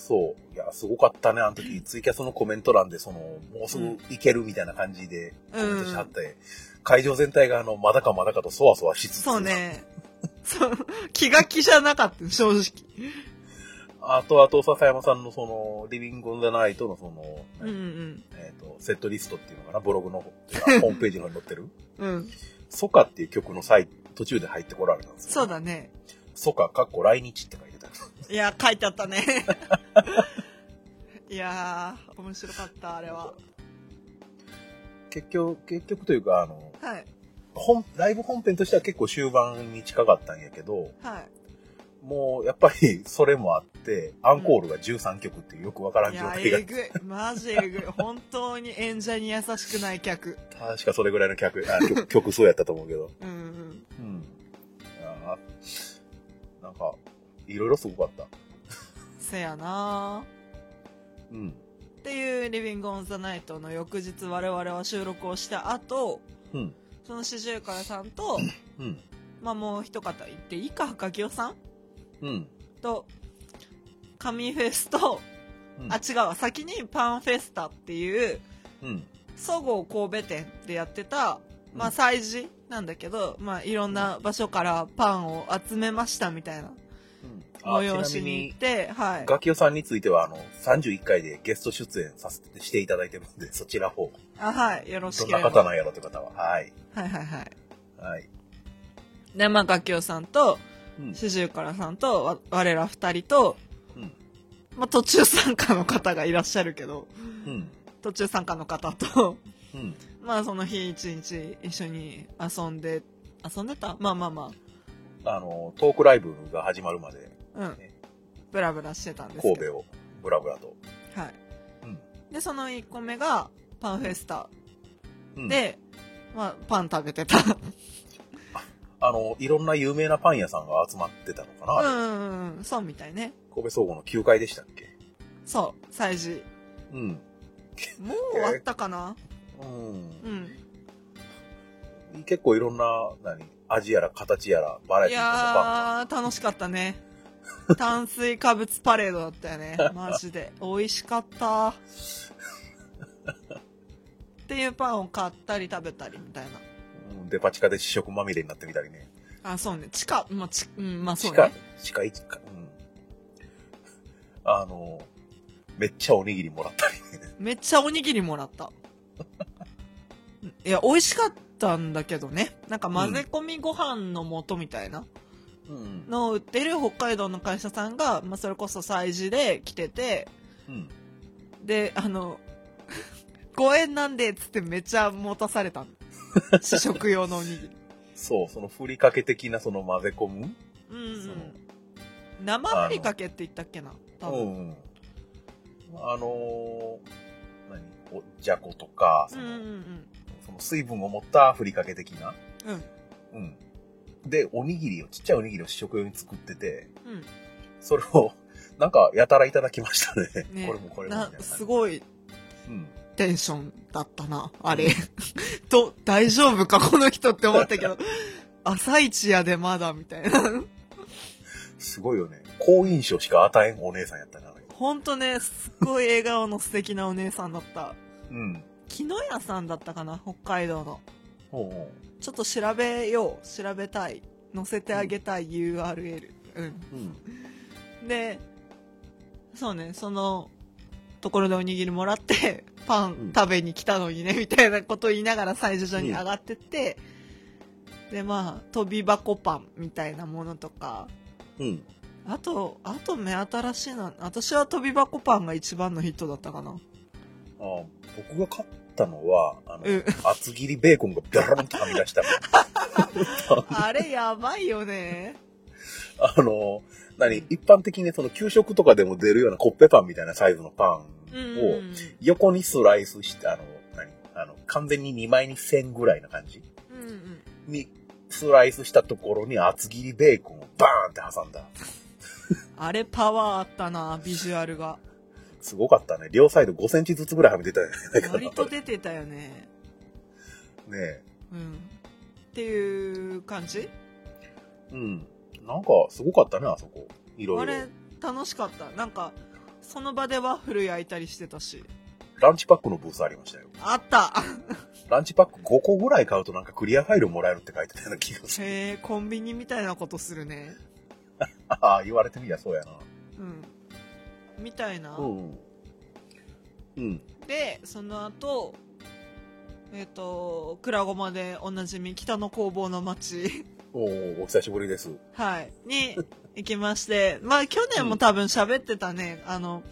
[SPEAKER 1] そう。いや、すごかったね、あの時。ツイキャスのコメント欄で、その、もうすぐ行けるみたいな感じで、コメントしてはって、会場全体が、あの、まだかまだかとそわそわしつつ、
[SPEAKER 2] そう。ね。そう、気が気じゃなかった、正直。
[SPEAKER 1] あと、あと、笹山さんの、その、リビング・オン・ザ・ナイトの、その、
[SPEAKER 2] うんうん
[SPEAKER 1] えっ、と、セットリストっていうのかな、ブログの、あホームページの方に載ってる。
[SPEAKER 2] うん。うん。
[SPEAKER 1] ソカっていう曲の際、途中で入ってこられたんですよ
[SPEAKER 2] そうだね。
[SPEAKER 1] ソカ、かっこ来日って書いてた。
[SPEAKER 2] いや、書いてあったね。 いやー、面白かった、あれは。
[SPEAKER 1] 結局、結局というか、あの、
[SPEAKER 2] はい、
[SPEAKER 1] 本、ライブ本編としては結構終盤に近かったんやけど、
[SPEAKER 2] は
[SPEAKER 1] もう、やっぱり、それもあって、アンコールが13曲っていうよくわから
[SPEAKER 2] い。
[SPEAKER 1] ん
[SPEAKER 2] い
[SPEAKER 1] 状
[SPEAKER 2] や、
[SPEAKER 1] 態が
[SPEAKER 2] え、ぐ い。マジえぐい。本当に演者に優しくない客。
[SPEAKER 1] 確かそれぐらいの曲、あ曲 曲そうやったと思うけど。
[SPEAKER 2] うんうん。
[SPEAKER 1] うん。あーなんか、いろいろすごかった。
[SPEAKER 2] せやな
[SPEAKER 1] うん。
[SPEAKER 2] ー。っていう、リビングオンザナイトの翌日我々は収録をした後、
[SPEAKER 1] うん。
[SPEAKER 2] その四十からさんと、
[SPEAKER 1] うん。
[SPEAKER 2] まあもう一方行っていいか、ガキオさん
[SPEAKER 1] うん。
[SPEAKER 2] と、神フェスと、
[SPEAKER 1] うん
[SPEAKER 2] あ、違うわ、先にパンフェスタっていう、
[SPEAKER 1] うん。
[SPEAKER 2] そごう神戸店でやってた、まあ、
[SPEAKER 1] うん
[SPEAKER 2] 催事なんだけど、まあ、いろんな場所からパンを集めましたみたいな
[SPEAKER 1] あ
[SPEAKER 2] 催
[SPEAKER 1] ちな
[SPEAKER 2] し
[SPEAKER 1] み
[SPEAKER 2] に
[SPEAKER 1] に
[SPEAKER 2] 行っ、て、はい。
[SPEAKER 1] ガキオさんについては、あの、31回でゲスト出演させて、していただいてるんで、そ ちら方、
[SPEAKER 2] あ、はい。よろし
[SPEAKER 1] どん
[SPEAKER 2] けれ
[SPEAKER 1] な
[SPEAKER 2] ば。
[SPEAKER 1] 方なんやろという方は、はい。
[SPEAKER 2] はいはいはい。
[SPEAKER 1] はい。
[SPEAKER 2] で、まあ、ガキオさんと、
[SPEAKER 1] うん。
[SPEAKER 2] シジュウカラさんと、わ我ら二人と、
[SPEAKER 1] うん。
[SPEAKER 2] まあ、途中参加の方がいらっしゃるけど、
[SPEAKER 1] うん。
[SPEAKER 2] 途中参加の方と、
[SPEAKER 1] うん。
[SPEAKER 2] まあ、その日一日一緒に遊んで、遊んでたまあまあま
[SPEAKER 1] あの、トークライブが始まるまで、
[SPEAKER 2] あ。うん。ブラブラしてたんですけど。
[SPEAKER 1] 神戸を、ブラブラと。
[SPEAKER 2] はい。
[SPEAKER 1] うん
[SPEAKER 2] で、その1個目が、パンフェスタ
[SPEAKER 1] うん、
[SPEAKER 2] で、まあ、パン食べてた。
[SPEAKER 1] あの、いろんな有名なパン屋さんが集まってたのか
[SPEAKER 2] うん
[SPEAKER 1] な、
[SPEAKER 2] うんうん、そうみたいね。
[SPEAKER 1] 神戸総合の9階でしたっけ
[SPEAKER 2] そう、催事。
[SPEAKER 1] うん。
[SPEAKER 2] もう終わったかな、
[SPEAKER 1] う
[SPEAKER 2] うん。
[SPEAKER 1] ん。結構いろんな、何、味やら形やら、バラエ
[SPEAKER 2] い
[SPEAKER 1] ティーのパン
[SPEAKER 2] やー、楽しかったね。炭水化物パレードだったよね。 マジで。美味しかった。っていうパンを買ったり食べたりみたいな。
[SPEAKER 1] が、うんデパ地下で試食まみれになってみたりね。
[SPEAKER 2] あ、そうね。地下、まあ、ち、うん、まあそ
[SPEAKER 1] 地
[SPEAKER 2] う
[SPEAKER 1] 下
[SPEAKER 2] ね。、
[SPEAKER 1] 地下一か、うん。あの、めっちゃおにぎりもらったりね。
[SPEAKER 2] めっちゃおにぎりもらった。 いや、美味しかったんだけどね。なんか混ぜ込みご飯の素みたいな
[SPEAKER 1] うん。
[SPEAKER 2] のを売ってる北海道の会社さんが、まあ、それこそ催事で来てて、
[SPEAKER 1] うん。
[SPEAKER 2] で、あの、5円なんでっつってめっちゃ持たされたの。 試食用のおにぎり。
[SPEAKER 1] そう、そのふりかけ的なその混ぜ込む。
[SPEAKER 2] うん、
[SPEAKER 1] そう
[SPEAKER 2] うん。生ふりかけって言ったっけな多分。
[SPEAKER 1] ん。あのー、何おじゃことか、そ
[SPEAKER 2] うんう
[SPEAKER 1] の、
[SPEAKER 2] んうん。
[SPEAKER 1] その水分を持ったふりかけ的な。
[SPEAKER 2] うん。
[SPEAKER 1] うん。で、おにぎりを、ちっちゃいおにぎりを試食用に作ってて、
[SPEAKER 2] うん。
[SPEAKER 1] それを、 なんか、やたらいただきましたね。
[SPEAKER 2] ね
[SPEAKER 1] これもこれもみ
[SPEAKER 2] な
[SPEAKER 1] たいな感じ。
[SPEAKER 2] すごい
[SPEAKER 1] うん。
[SPEAKER 2] テンションだったな、あれ。 と、大丈夫か、この人って思ったけど、 朝一やでまだ、みたいな。
[SPEAKER 1] すごいよね。好印象しか与えんお姉さんやったな。
[SPEAKER 2] ほんとね、すっごい笑顔の素敵なお姉さんだった。
[SPEAKER 1] うん。
[SPEAKER 2] 木の屋さんだったかな、北海道の。
[SPEAKER 1] ほうほ
[SPEAKER 2] ちょっと調べよう、調べたい。載せてあげたい URL。う
[SPEAKER 1] う。うん。
[SPEAKER 2] ん。で、そうね、その、ところでおにぎりもらって、 パ
[SPEAKER 1] うん
[SPEAKER 2] ン食べに来たのにね、みたいなこと言いながら最初に上がってって、で、まあ、飛び箱パンみたいなものとか、
[SPEAKER 1] うん。
[SPEAKER 2] あと、あと目新しいな、私は飛び箱パンが一番のヒットだった かな。
[SPEAKER 1] あ僕が買ったのは、あの、
[SPEAKER 2] うん
[SPEAKER 1] 厚切りベーコンがビャロンとはみ出した。
[SPEAKER 2] あれやばいよね。
[SPEAKER 1] あの、何一般的にその給食とかでも出るようなコッペパンみたいなサイズのパン
[SPEAKER 2] うん
[SPEAKER 1] を、横にスライスして、あの、何あの、完全に2枚に線ぐらいな感じ
[SPEAKER 2] うんうん。
[SPEAKER 1] に、スライスしたところに厚切りベーコンをバーンって挟んだ。
[SPEAKER 2] あれパワーあったな、ビジュアル が。
[SPEAKER 1] すごかったね。両サイド5センチずつぐらいはみ出たんじゃないかな。
[SPEAKER 2] 割と出てたよね。
[SPEAKER 1] ねえ。
[SPEAKER 2] うん。っていう感じ
[SPEAKER 1] うん。なんか、すごかったね、あそこ。いろ
[SPEAKER 2] あ
[SPEAKER 1] いろ
[SPEAKER 2] れ。、楽しかった。なんか、その場でワッフル焼いたりしてたし。
[SPEAKER 1] ランチパックのブースありましたよ。
[SPEAKER 2] あった
[SPEAKER 1] ランチパック5個ぐらい買うとなんかクリアファイルもらえるって書いてたような気が する。
[SPEAKER 2] へえ、コンビニみたいなことするね。
[SPEAKER 1] ああ、言われてみりゃそうやな。
[SPEAKER 2] うん。みたいな。
[SPEAKER 1] ん。うん。
[SPEAKER 2] で、その後、えっ、と、倉駒でおなじみ北の工房の町、
[SPEAKER 1] おーお久しぶりです。
[SPEAKER 2] はい、に行きまして、まあ去年も多分喋ってたね、あの、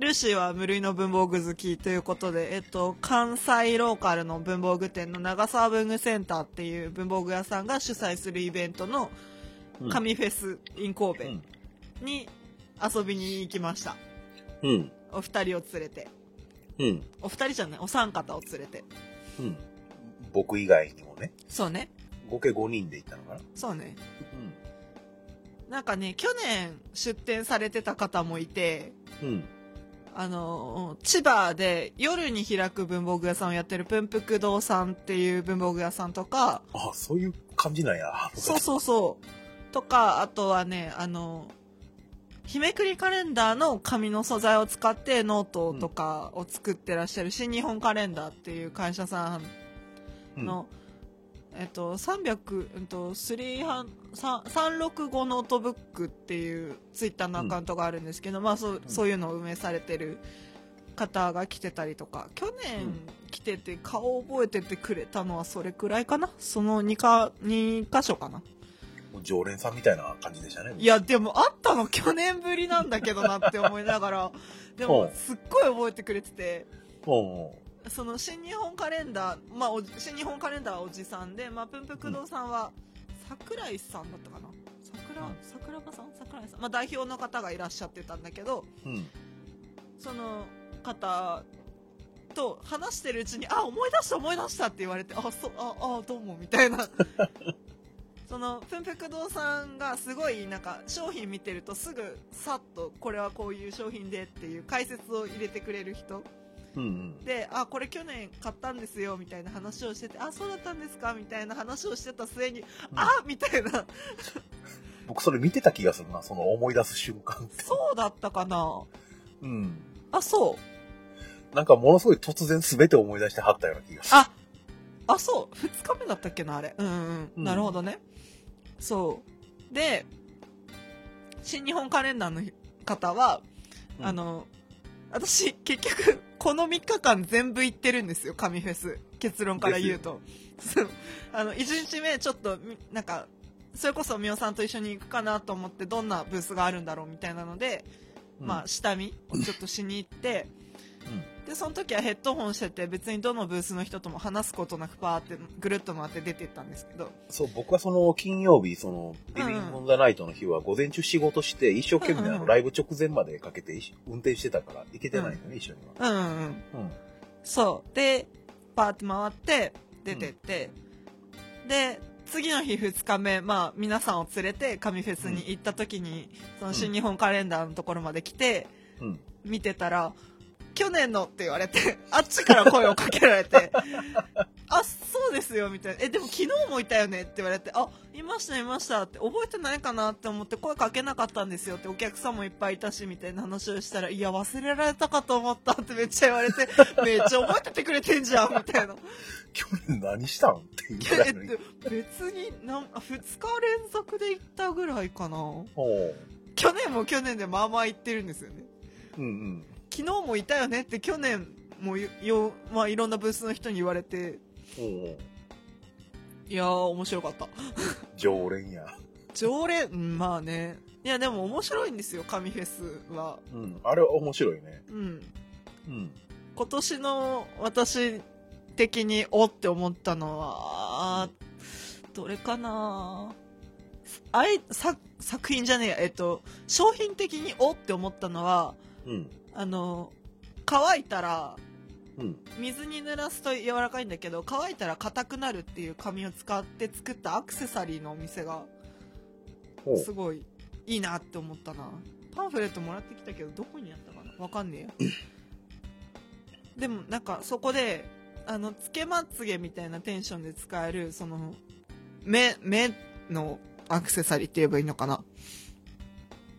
[SPEAKER 2] ルーシーは無類の文房具好きということで、えっと、関西ローカルの文房具店の長沢文具センターっていう文房具屋さんが主催するイベントの
[SPEAKER 1] うん
[SPEAKER 2] 神フェス in 神
[SPEAKER 1] う
[SPEAKER 2] 戸
[SPEAKER 1] ん。
[SPEAKER 2] に遊びに行きました。
[SPEAKER 1] うん。
[SPEAKER 2] お二人を連れて。
[SPEAKER 1] うん。
[SPEAKER 2] お二人じゃない、お三方を連れて。
[SPEAKER 1] うん。僕以外にもね、
[SPEAKER 2] そうね。
[SPEAKER 1] 合計5人で行ったのかな。
[SPEAKER 2] そうね。なんかね、去年出店されてた方もいて、
[SPEAKER 1] うん。うん。
[SPEAKER 2] あの、千葉で夜に開く文房具屋さんをやってる文福堂さんっていう文房具屋さんとか、
[SPEAKER 1] ああ、そういう感じなんや。
[SPEAKER 2] そうそうそう、とか、あとはね、あの、日めくりカレンダーの紙の素材を使ってノートとかを作ってらっしゃる新日本カレンダーっていう会社さん
[SPEAKER 1] うん。
[SPEAKER 2] の、えっと、300、うんと、3はんさん365ノートブックっていうツイッターのアカウントがあるんですけど、まあそう、そういうのを運営されてる方が来てたりとか、去
[SPEAKER 1] うん
[SPEAKER 2] 年来てて顔を覚えててくれたのはそれくらいかなその2か、2箇所かな
[SPEAKER 1] もう常連さんみたいな感じでしたね。
[SPEAKER 2] いや、でもあったの去年ぶりなんだけどなって思いながら、で
[SPEAKER 1] う
[SPEAKER 2] も
[SPEAKER 1] ん
[SPEAKER 2] すっごい覚えてくれてて、
[SPEAKER 1] うんうん。
[SPEAKER 2] その新日本カレンダー、まあ、おじ新日本カレンダーはおじさんで、まあ、ぷんぷく堂さんは桜井さんだったかな桜
[SPEAKER 1] うん
[SPEAKER 2] 桜庭さん桜井さん、まあ、代表の方がいらっしゃってたんだけど
[SPEAKER 1] うん。
[SPEAKER 2] その方と話してるうちに「あ思い出した思い出した」って言われて「あそうああどうも」みたいな そのぷんぷく堂さんがすごいなんか商品見てるとすぐさっと「これはこういう商品で」っていう解説を入れてくれる人
[SPEAKER 1] うんうん。
[SPEAKER 2] で、あ、これ去年買ったんですよ、みたいな話をしてて、あ、そうだったんですかみたいな話をしてた末に、あみたいな、
[SPEAKER 1] 僕それ見てた気がするな、その思い出す瞬間って。
[SPEAKER 2] そうだったかな
[SPEAKER 1] うん。
[SPEAKER 2] あ、そう。
[SPEAKER 1] なんかものすごい突然全て思い出してはったような気がする。
[SPEAKER 2] あ、あ、そう。二日目だったっけな、あれ。うんうん。
[SPEAKER 1] うん
[SPEAKER 2] なるほどね。そう。で、新日本カレンダーの方は、
[SPEAKER 1] うん
[SPEAKER 2] あの、私、結局、この3日間全部行ってるんですよ、神フェス。結論から言うと。そう。あの、1日目、ちょっと、みなんか、それこそ、みおさんと一緒に行くかなと思って、どんなブースがあるんだろうみたいなので、まあ、下見をちょっとしに行って、で、その時はヘッドホンしてて、別にどのブースの人とも話すことなく、パーって、ぐるっと回って出てったんですけど、
[SPEAKER 1] そう、僕はその金曜日、その、リビング・オン・ザ・ナイトの日は午前中仕事して、一生懸命あ
[SPEAKER 2] うんう
[SPEAKER 1] の
[SPEAKER 2] ん
[SPEAKER 1] ライブ直前までかけていし運転してたから、行けてないのね、一緒には。
[SPEAKER 2] うんうんう
[SPEAKER 1] う
[SPEAKER 2] ん。
[SPEAKER 1] ん。
[SPEAKER 2] そう。で、パーって回って、出てって、で、次の日2日目、まあ、皆さんを連れて、神フェスに行った時に、その新日本カレンダーのところまで来て、
[SPEAKER 1] うん。
[SPEAKER 2] 見てたら、去年のって言われて、 あっちから声をかけられて、あ、そうですよ、みたいな。え、でも昨日もいたよねって言われて、あ、いました、いましたって、覚えてないかなって思って声かけなかったんですよって、お客さんもいっぱいいたし、みたいな話をしたら、いや、忘れられたかと思ったってめっちゃ言われて、めっちゃ覚えててくれてんじゃん、みたいな。
[SPEAKER 1] 去年何したんって言うぐら
[SPEAKER 2] え
[SPEAKER 1] い
[SPEAKER 2] っ
[SPEAKER 1] のに。
[SPEAKER 2] と、別になん、あ2日連続で行ったぐらいかな。
[SPEAKER 1] おう
[SPEAKER 2] 去年も去年でまあまあ行ってるんですよね。
[SPEAKER 1] うんうん。
[SPEAKER 2] 昨日もいたよねって去年もよよ、まあ、いろんなブースの人に言われて
[SPEAKER 1] おうおう
[SPEAKER 2] いやー面白かった
[SPEAKER 1] 常連や。
[SPEAKER 2] 常連うんまあねいやでも面白いんですよ神フェスは
[SPEAKER 1] うん。あれは面白いね。
[SPEAKER 2] うん
[SPEAKER 1] うん。
[SPEAKER 2] 今年の私的におって思ったのはあーどれかなあいさ作品じゃねえやえっと商品的におって思ったのは
[SPEAKER 1] うん。
[SPEAKER 2] あの乾いたら
[SPEAKER 1] うん。
[SPEAKER 2] 水に濡らすと柔らかいんだけど乾いたら硬くなるっていう紙を使って作ったアクセサリーのお店が
[SPEAKER 1] おう
[SPEAKER 2] すごいいいなって思ったなパンフレットもらってきたけどどこにあったかなわかんねえ やでもなんかそこであのつけまつげみたいなテンションで使えるその目目のアクセサリーって言えばいいのかな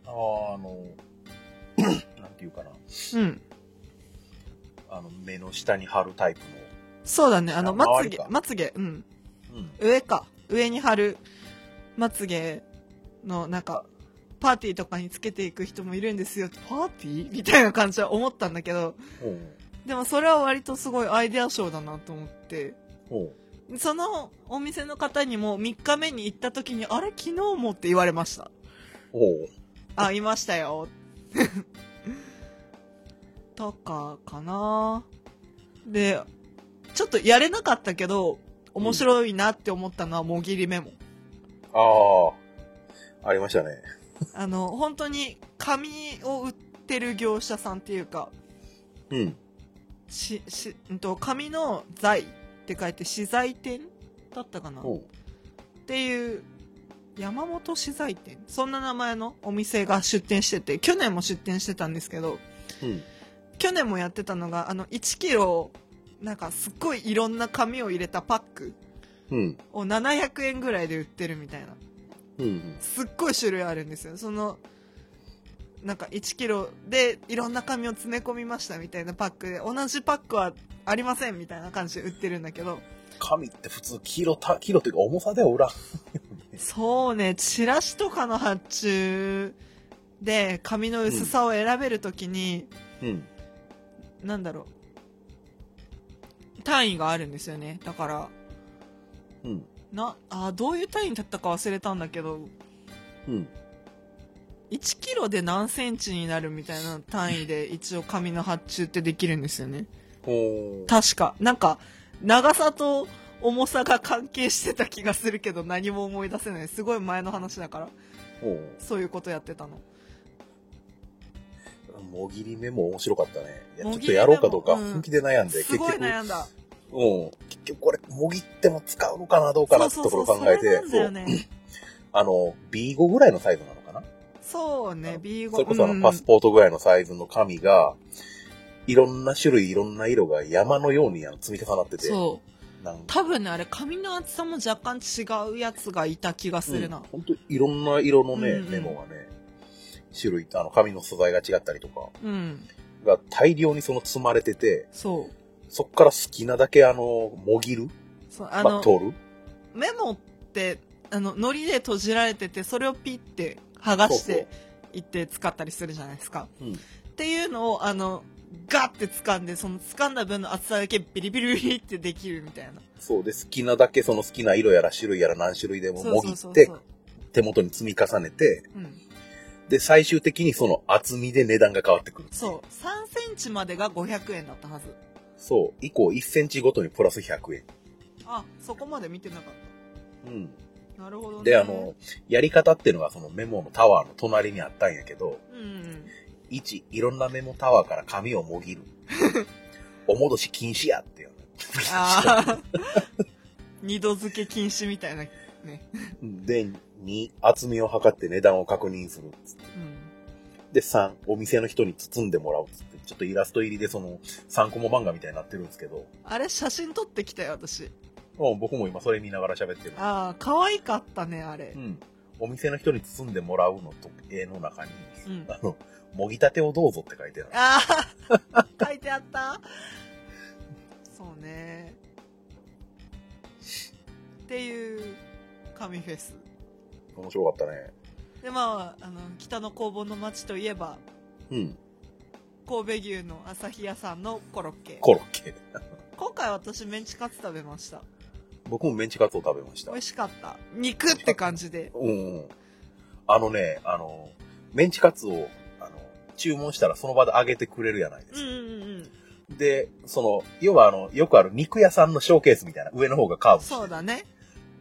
[SPEAKER 1] あーあの、 なんていうかな。
[SPEAKER 2] うん
[SPEAKER 1] あの、目の下に貼るタイプ
[SPEAKER 2] そうだねあ
[SPEAKER 1] あ
[SPEAKER 2] のま
[SPEAKER 1] 周
[SPEAKER 2] つ
[SPEAKER 1] り
[SPEAKER 2] げ
[SPEAKER 1] か
[SPEAKER 2] まつげうん
[SPEAKER 1] の。うん。
[SPEAKER 2] 上か上に貼るまつげのなんかパーティーとかにつけていく人もいるんですよパーティーみたいな感じは思ったんだけど
[SPEAKER 1] おう
[SPEAKER 2] でもそれは割とすごいアイデア賞だなと思って
[SPEAKER 1] おう
[SPEAKER 2] そのお店の方にも3日目に行った時にあれ昨日もって言われました
[SPEAKER 1] おう
[SPEAKER 2] あいましたよとかかなでちょっとやれなかったけど面白いなって思ったのはもぎりメモ
[SPEAKER 1] ああ、ありましたね。
[SPEAKER 2] あの、本当に紙を売ってる業者さんっていうか、
[SPEAKER 1] うん。
[SPEAKER 2] し、し、うんと、紙の材って書いて、資材店だったかなっ
[SPEAKER 1] おう
[SPEAKER 2] ていう、山本資材店そんな名前のお店が出店してて、去年も出店してたんですけど、
[SPEAKER 1] うん。
[SPEAKER 2] 去年もやってたのが、あの、1キロ、なんかすっごいいろんな紙を入れたパック
[SPEAKER 1] うん。
[SPEAKER 2] を700円ぐらいで売ってるみたいな。
[SPEAKER 1] うん。
[SPEAKER 2] すっごい種類あるんですよそのなんか1キロでいろんな紙を詰め込みましたみたいなパックで同じパックはありませんみたいな感じで売ってるんだけど
[SPEAKER 1] 紙って普通、キロた、キロというか重さでは売らん。
[SPEAKER 2] そうねチラシとかの発注で紙の薄さを選べるときに、
[SPEAKER 1] うん。
[SPEAKER 2] なんだろう単位があるんですよねだから
[SPEAKER 1] うん。
[SPEAKER 2] なあどういう単位だったか忘れたんだけど
[SPEAKER 1] うん。
[SPEAKER 2] 1キロで何センチになるみたいな単位で一応紙の発注ってできるんですよね
[SPEAKER 1] ほー
[SPEAKER 2] 確かなんか長さと重さが関係してた気がするけど何も思い出せないすごい前の話だから
[SPEAKER 1] ほう。
[SPEAKER 2] そういうことやってたの
[SPEAKER 1] もぎり目も面白かったね。いやちょ
[SPEAKER 2] も
[SPEAKER 1] っ
[SPEAKER 2] ぎりメモ
[SPEAKER 1] とやろうかどうか
[SPEAKER 2] うん
[SPEAKER 1] 本気で悩んで、
[SPEAKER 2] すごい
[SPEAKER 1] 結
[SPEAKER 2] 悩んだ
[SPEAKER 1] 局、うん。結局これ、もぎっても使うのかな、どうかな
[SPEAKER 2] そ
[SPEAKER 1] っ
[SPEAKER 2] う
[SPEAKER 1] て
[SPEAKER 2] そ
[SPEAKER 1] と
[SPEAKER 2] う
[SPEAKER 1] こ
[SPEAKER 2] そ
[SPEAKER 1] ろを考
[SPEAKER 2] うそ
[SPEAKER 1] え
[SPEAKER 2] れ
[SPEAKER 1] て
[SPEAKER 2] な、んだ
[SPEAKER 1] そ
[SPEAKER 2] よ
[SPEAKER 1] う。
[SPEAKER 2] ね
[SPEAKER 1] あの、B5 ぐらいのサイズなのかな
[SPEAKER 2] そうね B5
[SPEAKER 1] それこそあの、パスポートぐらいのサイズの紙が、いろんな種類、いろんな色が山のようにあの積み重なってて、
[SPEAKER 2] そう
[SPEAKER 1] なんか
[SPEAKER 2] 多分ねあれ紙の厚さも若干違うやつがいた気がするな、
[SPEAKER 1] うん、本当いろんな色のね、
[SPEAKER 2] うんうん
[SPEAKER 1] メモがね、種類、あの、紙の素材が違ったりとか、
[SPEAKER 2] うん、
[SPEAKER 1] が大量にその積まれてて、
[SPEAKER 2] そう
[SPEAKER 1] そっから好きなだけあの、もぎる
[SPEAKER 2] そう
[SPEAKER 1] ま
[SPEAKER 2] あ
[SPEAKER 1] あ、
[SPEAKER 2] の、
[SPEAKER 1] 取る
[SPEAKER 2] メモってあの糊で閉じられててそれをピッて剥がして
[SPEAKER 1] そう
[SPEAKER 2] 行って使ったりするじゃないですか。
[SPEAKER 1] うん。
[SPEAKER 2] っていうのをあのガッて掴んでその掴んだ分の厚さだけビリビリビリってできるみたいな
[SPEAKER 1] そうで、好きなだけその好きな色やら種類やら何種類でも
[SPEAKER 2] そう
[SPEAKER 1] も
[SPEAKER 2] そ
[SPEAKER 1] ぎ
[SPEAKER 2] うそう
[SPEAKER 1] っ
[SPEAKER 2] そ
[SPEAKER 1] て
[SPEAKER 2] う、
[SPEAKER 1] 手元に積み重ねて、
[SPEAKER 2] うん、
[SPEAKER 1] で、最終的にその厚みで値段が変わってくる。
[SPEAKER 2] そう3センチまでが500円だったはず
[SPEAKER 1] そう。以降1センチごとにプラス100円。
[SPEAKER 2] あそこまで見てなかっ
[SPEAKER 1] うん。
[SPEAKER 2] たなるほど、ね、
[SPEAKER 1] で、あの、やり方っていうのがそのメモのタワーの隣にあったんやけど、
[SPEAKER 2] うんうん
[SPEAKER 1] 1、いろんなメモタワーから紙をもぎ る。お戻し禁止やっていうの。
[SPEAKER 2] ああ 二度漬け禁止みたいなね
[SPEAKER 1] で、2、厚みを測って値段を確認するっつって。
[SPEAKER 2] うん
[SPEAKER 1] で、3、お店の人に包んでもらうっつって。ちょっとイラスト入りでその3コマ漫画みたいになってるんですけど、
[SPEAKER 2] あれ写真撮ってきたよ私
[SPEAKER 1] うん僕も今それ見ながら喋ってる。
[SPEAKER 2] ああ可愛かったねあれ
[SPEAKER 1] うん。お店の人に包んでもらうのと、絵の中に、
[SPEAKER 2] うん
[SPEAKER 1] あの、もぎたてをどうぞって書いてある。
[SPEAKER 2] ああ書いてあったそうねっていう神フェス
[SPEAKER 1] 面白かったね。
[SPEAKER 2] でまああの北の工房の町といえば
[SPEAKER 1] うん。
[SPEAKER 2] 神戸牛の朝日屋さんのコロッケ
[SPEAKER 1] コロッケ。
[SPEAKER 2] 今回私メンチカツ食べました
[SPEAKER 1] 僕もメンチカツを食べました
[SPEAKER 2] 美。味しかった肉って感じで
[SPEAKER 1] うんうん。あのね、あの、メンチカツを、あの、注文したらその場で揚げてくれるじゃないです
[SPEAKER 2] うん
[SPEAKER 1] か。
[SPEAKER 2] うんうん
[SPEAKER 1] で、その、要はあの、よくある肉屋さんのショーケースみたいな、上の方がカーブして
[SPEAKER 2] そうだね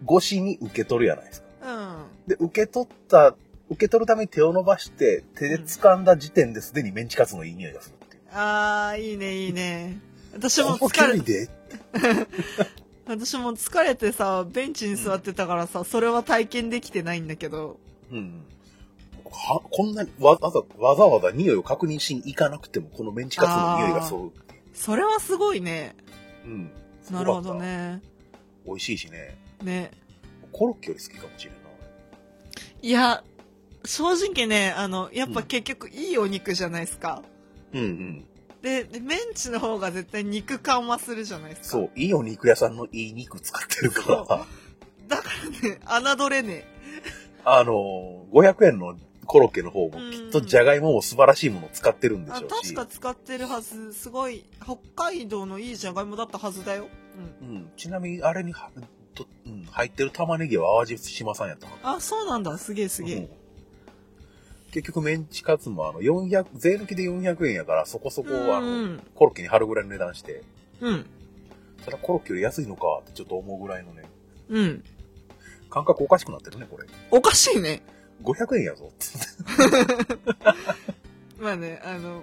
[SPEAKER 1] 越しに受け取るじゃないですか。
[SPEAKER 2] うん
[SPEAKER 1] で、受け取った、受け取るために手を伸ばして、手で掴んだ時点ですでにメンチカツのいい匂いがするっていう。
[SPEAKER 2] あーいいねいいね私も
[SPEAKER 1] ここ距
[SPEAKER 2] 疲れ
[SPEAKER 1] 離で
[SPEAKER 2] 私も疲れてさベンチに座ってたからさ、それは体験できてないんだけど
[SPEAKER 1] うん。はこんなにわわざわざわざ匂いを確認しに行かなくても、このメンチカツの匂いがする。
[SPEAKER 2] それはすごいね
[SPEAKER 1] うん。すご
[SPEAKER 2] な
[SPEAKER 1] かった
[SPEAKER 2] るほど。ね
[SPEAKER 1] 美味しいしね。
[SPEAKER 2] ね
[SPEAKER 1] コロッケより好きかもしれん
[SPEAKER 2] いや正直ねあのやっぱ
[SPEAKER 1] うん
[SPEAKER 2] 結局いいお肉じゃないですか、
[SPEAKER 1] ない。うんうん。
[SPEAKER 2] ででメンチの方が絶対肉感はするじゃないですか
[SPEAKER 1] そう、いいお肉屋さんのいい肉使ってるから、
[SPEAKER 2] だからね侮れね
[SPEAKER 1] あの、500円のコロッケの方もきっとじゃがいもも素晴らしいものを使ってるん
[SPEAKER 2] え
[SPEAKER 1] で
[SPEAKER 2] あ
[SPEAKER 1] しょう
[SPEAKER 2] 確
[SPEAKER 1] し。
[SPEAKER 2] か使ってるはずすごい北海道のいいじゃがいもだったはずだよ、うん、
[SPEAKER 1] うん、ちなみにあれには、とうん、入ってる玉ねぎは淡路島産やったかな。
[SPEAKER 2] あそうなんだすげえすげえ、
[SPEAKER 1] うん結局メンチカツもあの400、税抜きで400円やからそこそこあ
[SPEAKER 2] う
[SPEAKER 1] の
[SPEAKER 2] ん、
[SPEAKER 1] コロッケに貼るぐらいの値段して、
[SPEAKER 2] うん
[SPEAKER 1] ただコロッケより安いのかってちょっと思うぐらいのね、
[SPEAKER 2] うん
[SPEAKER 1] 感覚おかしくなってるね、これ。
[SPEAKER 2] おかしいね
[SPEAKER 1] 500円やぞって。
[SPEAKER 2] まあね、あの、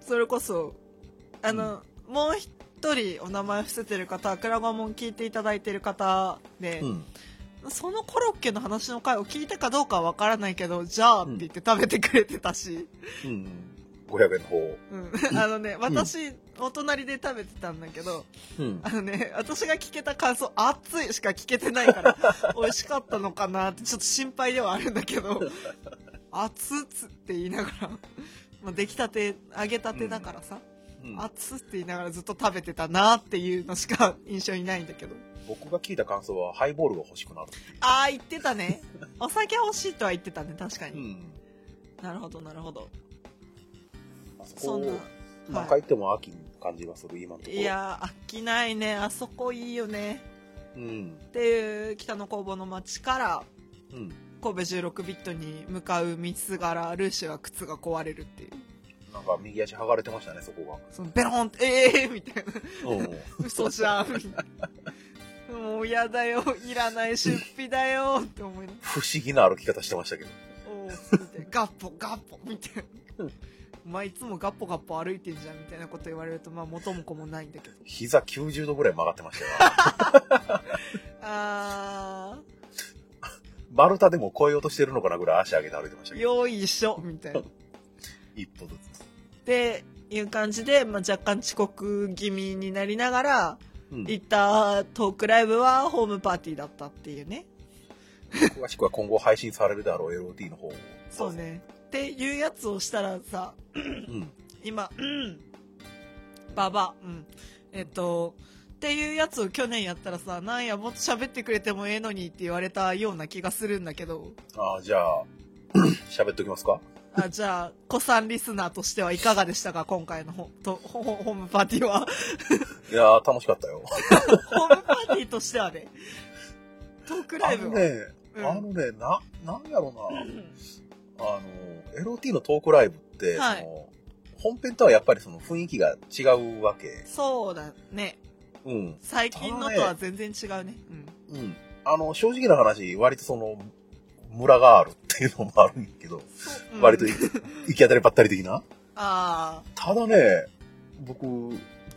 [SPEAKER 2] それこそ、あの、もう一人お名前を伏せてる方、くらごもん聞いていただいてる方で、
[SPEAKER 1] うん。
[SPEAKER 2] そのコロッケの話の回を聞いたかどうかはわからないけど、じゃあっ
[SPEAKER 1] う
[SPEAKER 2] て
[SPEAKER 1] ん
[SPEAKER 2] 言って食べてくれてたし、
[SPEAKER 1] うん。500円の方。
[SPEAKER 2] うん、 あのね、私、お隣で食べてたんだけど、
[SPEAKER 1] うん。
[SPEAKER 2] あのね、私が聞けた感想、熱いしか聞けてない から、美味しかったのかなって、ちょっと心配ではあるんだけ ど、熱っつって言いながら、まあ、出来たて、揚げたてだからさ、
[SPEAKER 1] うん
[SPEAKER 2] 熱って言いながらずっと食べてたなっていうのしか印象にないんだけど
[SPEAKER 1] 僕が聞いた感想はハイボールが欲しくなる。
[SPEAKER 2] ああ言ってた ねお酒欲しいとは言ってたね確か
[SPEAKER 1] う
[SPEAKER 2] に、
[SPEAKER 1] ん。
[SPEAKER 2] なるほどなるほど
[SPEAKER 1] あそ
[SPEAKER 2] そんな
[SPEAKER 1] こ、何
[SPEAKER 2] は
[SPEAKER 1] 回行っても秋の感じがする、今のとこ
[SPEAKER 2] い、
[SPEAKER 1] ろ。
[SPEAKER 2] いやー飽きないねあそこいいよね
[SPEAKER 1] うん。
[SPEAKER 2] っていう北の工房の町から
[SPEAKER 1] うん。
[SPEAKER 2] 神戸16ビットに向かう道すがらルーシーは靴が壊れるっていう
[SPEAKER 1] なんか右足剥がれてましたね、そこが。
[SPEAKER 2] そのベロンってええー、みた いな
[SPEAKER 1] うん。
[SPEAKER 2] 嘘じゃんみたいなもう嫌だよいらない出費だよって思いながら
[SPEAKER 1] 不思議な歩き方してましたけど。
[SPEAKER 2] おーみたいな ガッポガッポみたいな。お前いつもガッポガッポ歩いてんじゃんみたいなこと言われると、まあ元も子もないんだけど。
[SPEAKER 1] 膝90度ぐらい曲がってましたよ。
[SPEAKER 2] あ
[SPEAKER 1] 丸太でも越えようとしてるのかなぐらい足上げて歩いてました
[SPEAKER 2] ー、
[SPEAKER 1] けど。
[SPEAKER 2] よいしょみたいな。
[SPEAKER 1] 一歩ずつ。
[SPEAKER 2] っていう感じで、まあ若干遅刻気味になりながら、
[SPEAKER 1] うん、
[SPEAKER 2] 行ったトークライブはホームパーティーだったっていうね。
[SPEAKER 1] 詳しくは今後配信されるであろう LOT の方を。
[SPEAKER 2] そう。ね。っていうやつをしたらさ、
[SPEAKER 1] うん。
[SPEAKER 2] 今、うん、ババ、うん、えっと、っていうやつを去年やったらさ、なんや、もっと喋ってくれてもええのにって言われたような気がするんだけど、
[SPEAKER 1] ああ、じゃあ、喋っときますか
[SPEAKER 2] あじゃあ、子さんリスナーとしてはいかがでしたか今回のホとホホホームパーティーは。
[SPEAKER 1] いやー、楽しかったよ。
[SPEAKER 2] ホームパーティーとしてはね、トークラ
[SPEAKER 1] あ
[SPEAKER 2] イブ
[SPEAKER 1] の
[SPEAKER 2] は。
[SPEAKER 1] ね、
[SPEAKER 2] うん
[SPEAKER 1] あのね、な、なんやろ
[SPEAKER 2] う
[SPEAKER 1] な、
[SPEAKER 2] ん
[SPEAKER 1] あの、LOT のトークライブって、
[SPEAKER 2] はい
[SPEAKER 1] その本編とはやっぱりその雰囲気が違うわけ。
[SPEAKER 2] そうだね。
[SPEAKER 1] うん。
[SPEAKER 2] 最近のとは全然違うね。うん。
[SPEAKER 1] うん。あの、正直な話、割とその、ムラがあるっていうのもあるんやけど、
[SPEAKER 2] そううん
[SPEAKER 1] 割とい行き当たりばったり的な。
[SPEAKER 2] あ
[SPEAKER 1] ただね、僕、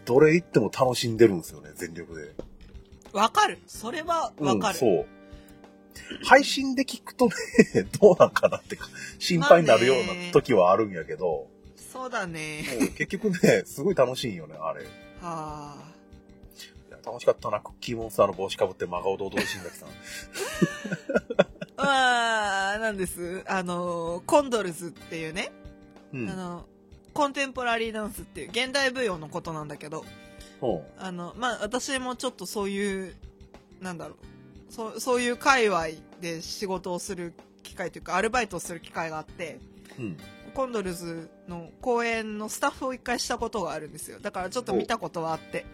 [SPEAKER 1] どれ行っても楽しんでるんですよね、全力で。
[SPEAKER 2] あ、わかる。それはわか
[SPEAKER 1] うん、
[SPEAKER 2] る。
[SPEAKER 1] そう。配信で聞くとね、 どうなんかなってか心配になるよう
[SPEAKER 2] まあね
[SPEAKER 1] な時はあるんやけど、
[SPEAKER 2] そうだね。
[SPEAKER 1] もう結局ね、すごい楽しいんよね、あれ。い
[SPEAKER 2] はあ。
[SPEAKER 1] や楽しかったな、クッキーモンスターの帽子かぶって真顔堂々新崎さ ん。
[SPEAKER 2] あーなんです。あの、コンドルズっていうね、
[SPEAKER 1] う
[SPEAKER 2] あ
[SPEAKER 1] ん。
[SPEAKER 2] の、コンテンポラリーダンスっていう現代舞踊のことなんだけど、
[SPEAKER 1] うん
[SPEAKER 2] あの、まあ、私もちょっとそういう、なんだろう、そう、そういう界隈で仕事をする機会というか、アルバイトをする機会があって、
[SPEAKER 1] うん。
[SPEAKER 2] コンドルズの公演のスタッフを一回したことがあるんですよ。だからちょっと見たことはあって。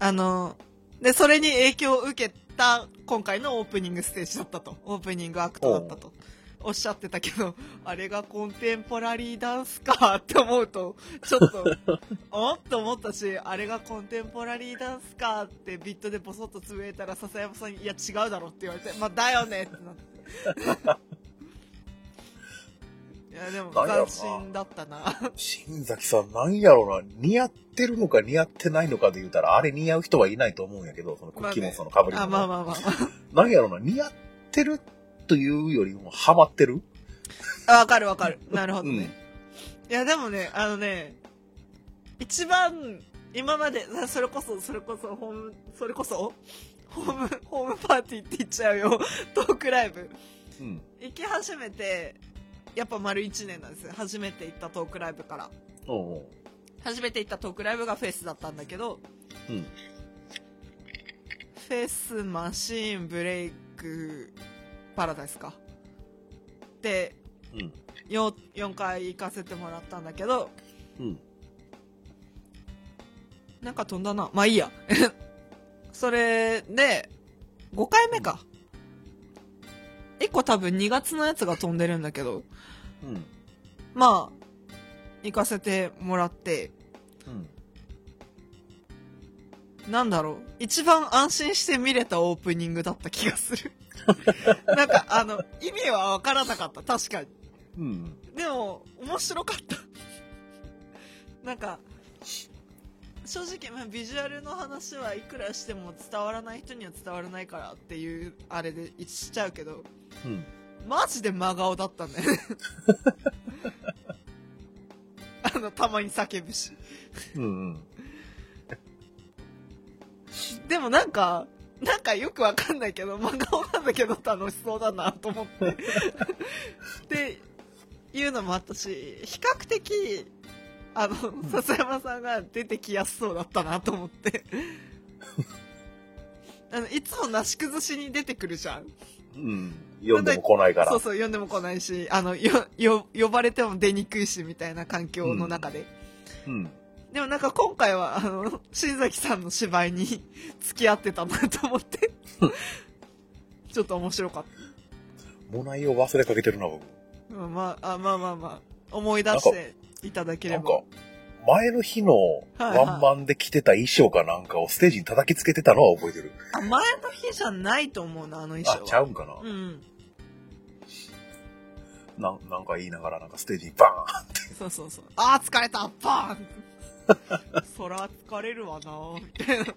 [SPEAKER 2] あの、で、それに影響を受けた今回のオープニングステージだったと。オープニングアクトだったと。おっしゃってたけど、あれがコンテンポラリーダンスかって思うと、ちょっと、おって思ったし、あれがコンテンポラリーダンスかってビットでボソッとつぶえたら笹山さんに、いや違うだろって言われて、まあだよねってなって。いや、でも
[SPEAKER 1] なんやろ
[SPEAKER 2] 斬
[SPEAKER 1] な
[SPEAKER 2] 新だったな。
[SPEAKER 1] 新崎さん、なんやろな、似合ってるのか似合ってないのかで言うたら、あれ似合う人はいないと思うんやけど、そのクッキーモンスターの被り
[SPEAKER 2] あ、
[SPEAKER 1] 物。
[SPEAKER 2] まあまあまあ
[SPEAKER 1] なんやろな、似合ってるというよりも、ハマってる
[SPEAKER 2] あ。わかるわかる。なるほどね。いや、でもね、あのね、一番、今まで、あそれこそ、それこそ、ホーム、それこそ、ホーム、ホームパーティーって言っちゃうよ。トークライブ。
[SPEAKER 1] うん。
[SPEAKER 2] 行き始めて、やっぱ丸1年なんですよ。初めて行ったトークライブから。
[SPEAKER 1] うんうん。
[SPEAKER 2] 初めて行ったトークライブがフェスだったんだけど、
[SPEAKER 1] うん
[SPEAKER 2] フェスマシーンブレイクパラダイスかで
[SPEAKER 1] うん。
[SPEAKER 2] 4, 4回行かせてもらったんだけど
[SPEAKER 1] うん。
[SPEAKER 2] なんか飛んだなまあいいや それで5回目か1個多分2月のやつが飛んでるんだけど
[SPEAKER 1] うん。
[SPEAKER 2] まあ行かせてもらって
[SPEAKER 1] うん。
[SPEAKER 2] なんだろう。一番安心して見れたオープニングだった気がする。 なんか、あの、意味はわからなかった。確かに。
[SPEAKER 1] うん。
[SPEAKER 2] でも、面白かった。なんか、正直、まあ、ビジュアルの話はいくらしても伝わらない人には伝わらないからっていう、あれでしちゃうけど、
[SPEAKER 1] うん。
[SPEAKER 2] マジで真顔だったね。 あの、たまに叫ぶし。
[SPEAKER 1] うん。
[SPEAKER 2] でもなんか、なんかよくわかんないけど、真顔なんだけど楽しそうだなと思って。っていうのもあったし、比較的、あの、笹山さんが出てきやすそうだったなと思って。あの、いつもなし崩しに出てくるじゃん。
[SPEAKER 1] うん。読んでも来ないから。
[SPEAKER 2] そうそう、呼んでも来ないし、あの、よ、よ、呼ばれても出にくいし、みたいな環境の中で。
[SPEAKER 1] うん。
[SPEAKER 2] でもなんか今回は、あの、新崎さんの芝居に 付き合ってたなと思って。 ちょっと面白かっ
[SPEAKER 1] もないを忘れかけてるな、僕。
[SPEAKER 2] た。うんまあ、あまあまあまあ、思い出していただけれ
[SPEAKER 1] なん
[SPEAKER 2] ば
[SPEAKER 1] か。、前の日の
[SPEAKER 2] いはい
[SPEAKER 1] ワンマンで着てた衣装かなんかをステージに叩きつけてたのは覚えてる。
[SPEAKER 2] あ、前の日じゃないと思うな、あの衣
[SPEAKER 1] あ
[SPEAKER 2] 装、
[SPEAKER 1] ちゃ
[SPEAKER 2] は。
[SPEAKER 1] うんかな、
[SPEAKER 2] うん。
[SPEAKER 1] なんなんか言いながら、なんかステージにバーン
[SPEAKER 2] そうそうそう。あー疲れたバーン そら疲れるわなみたいな。っ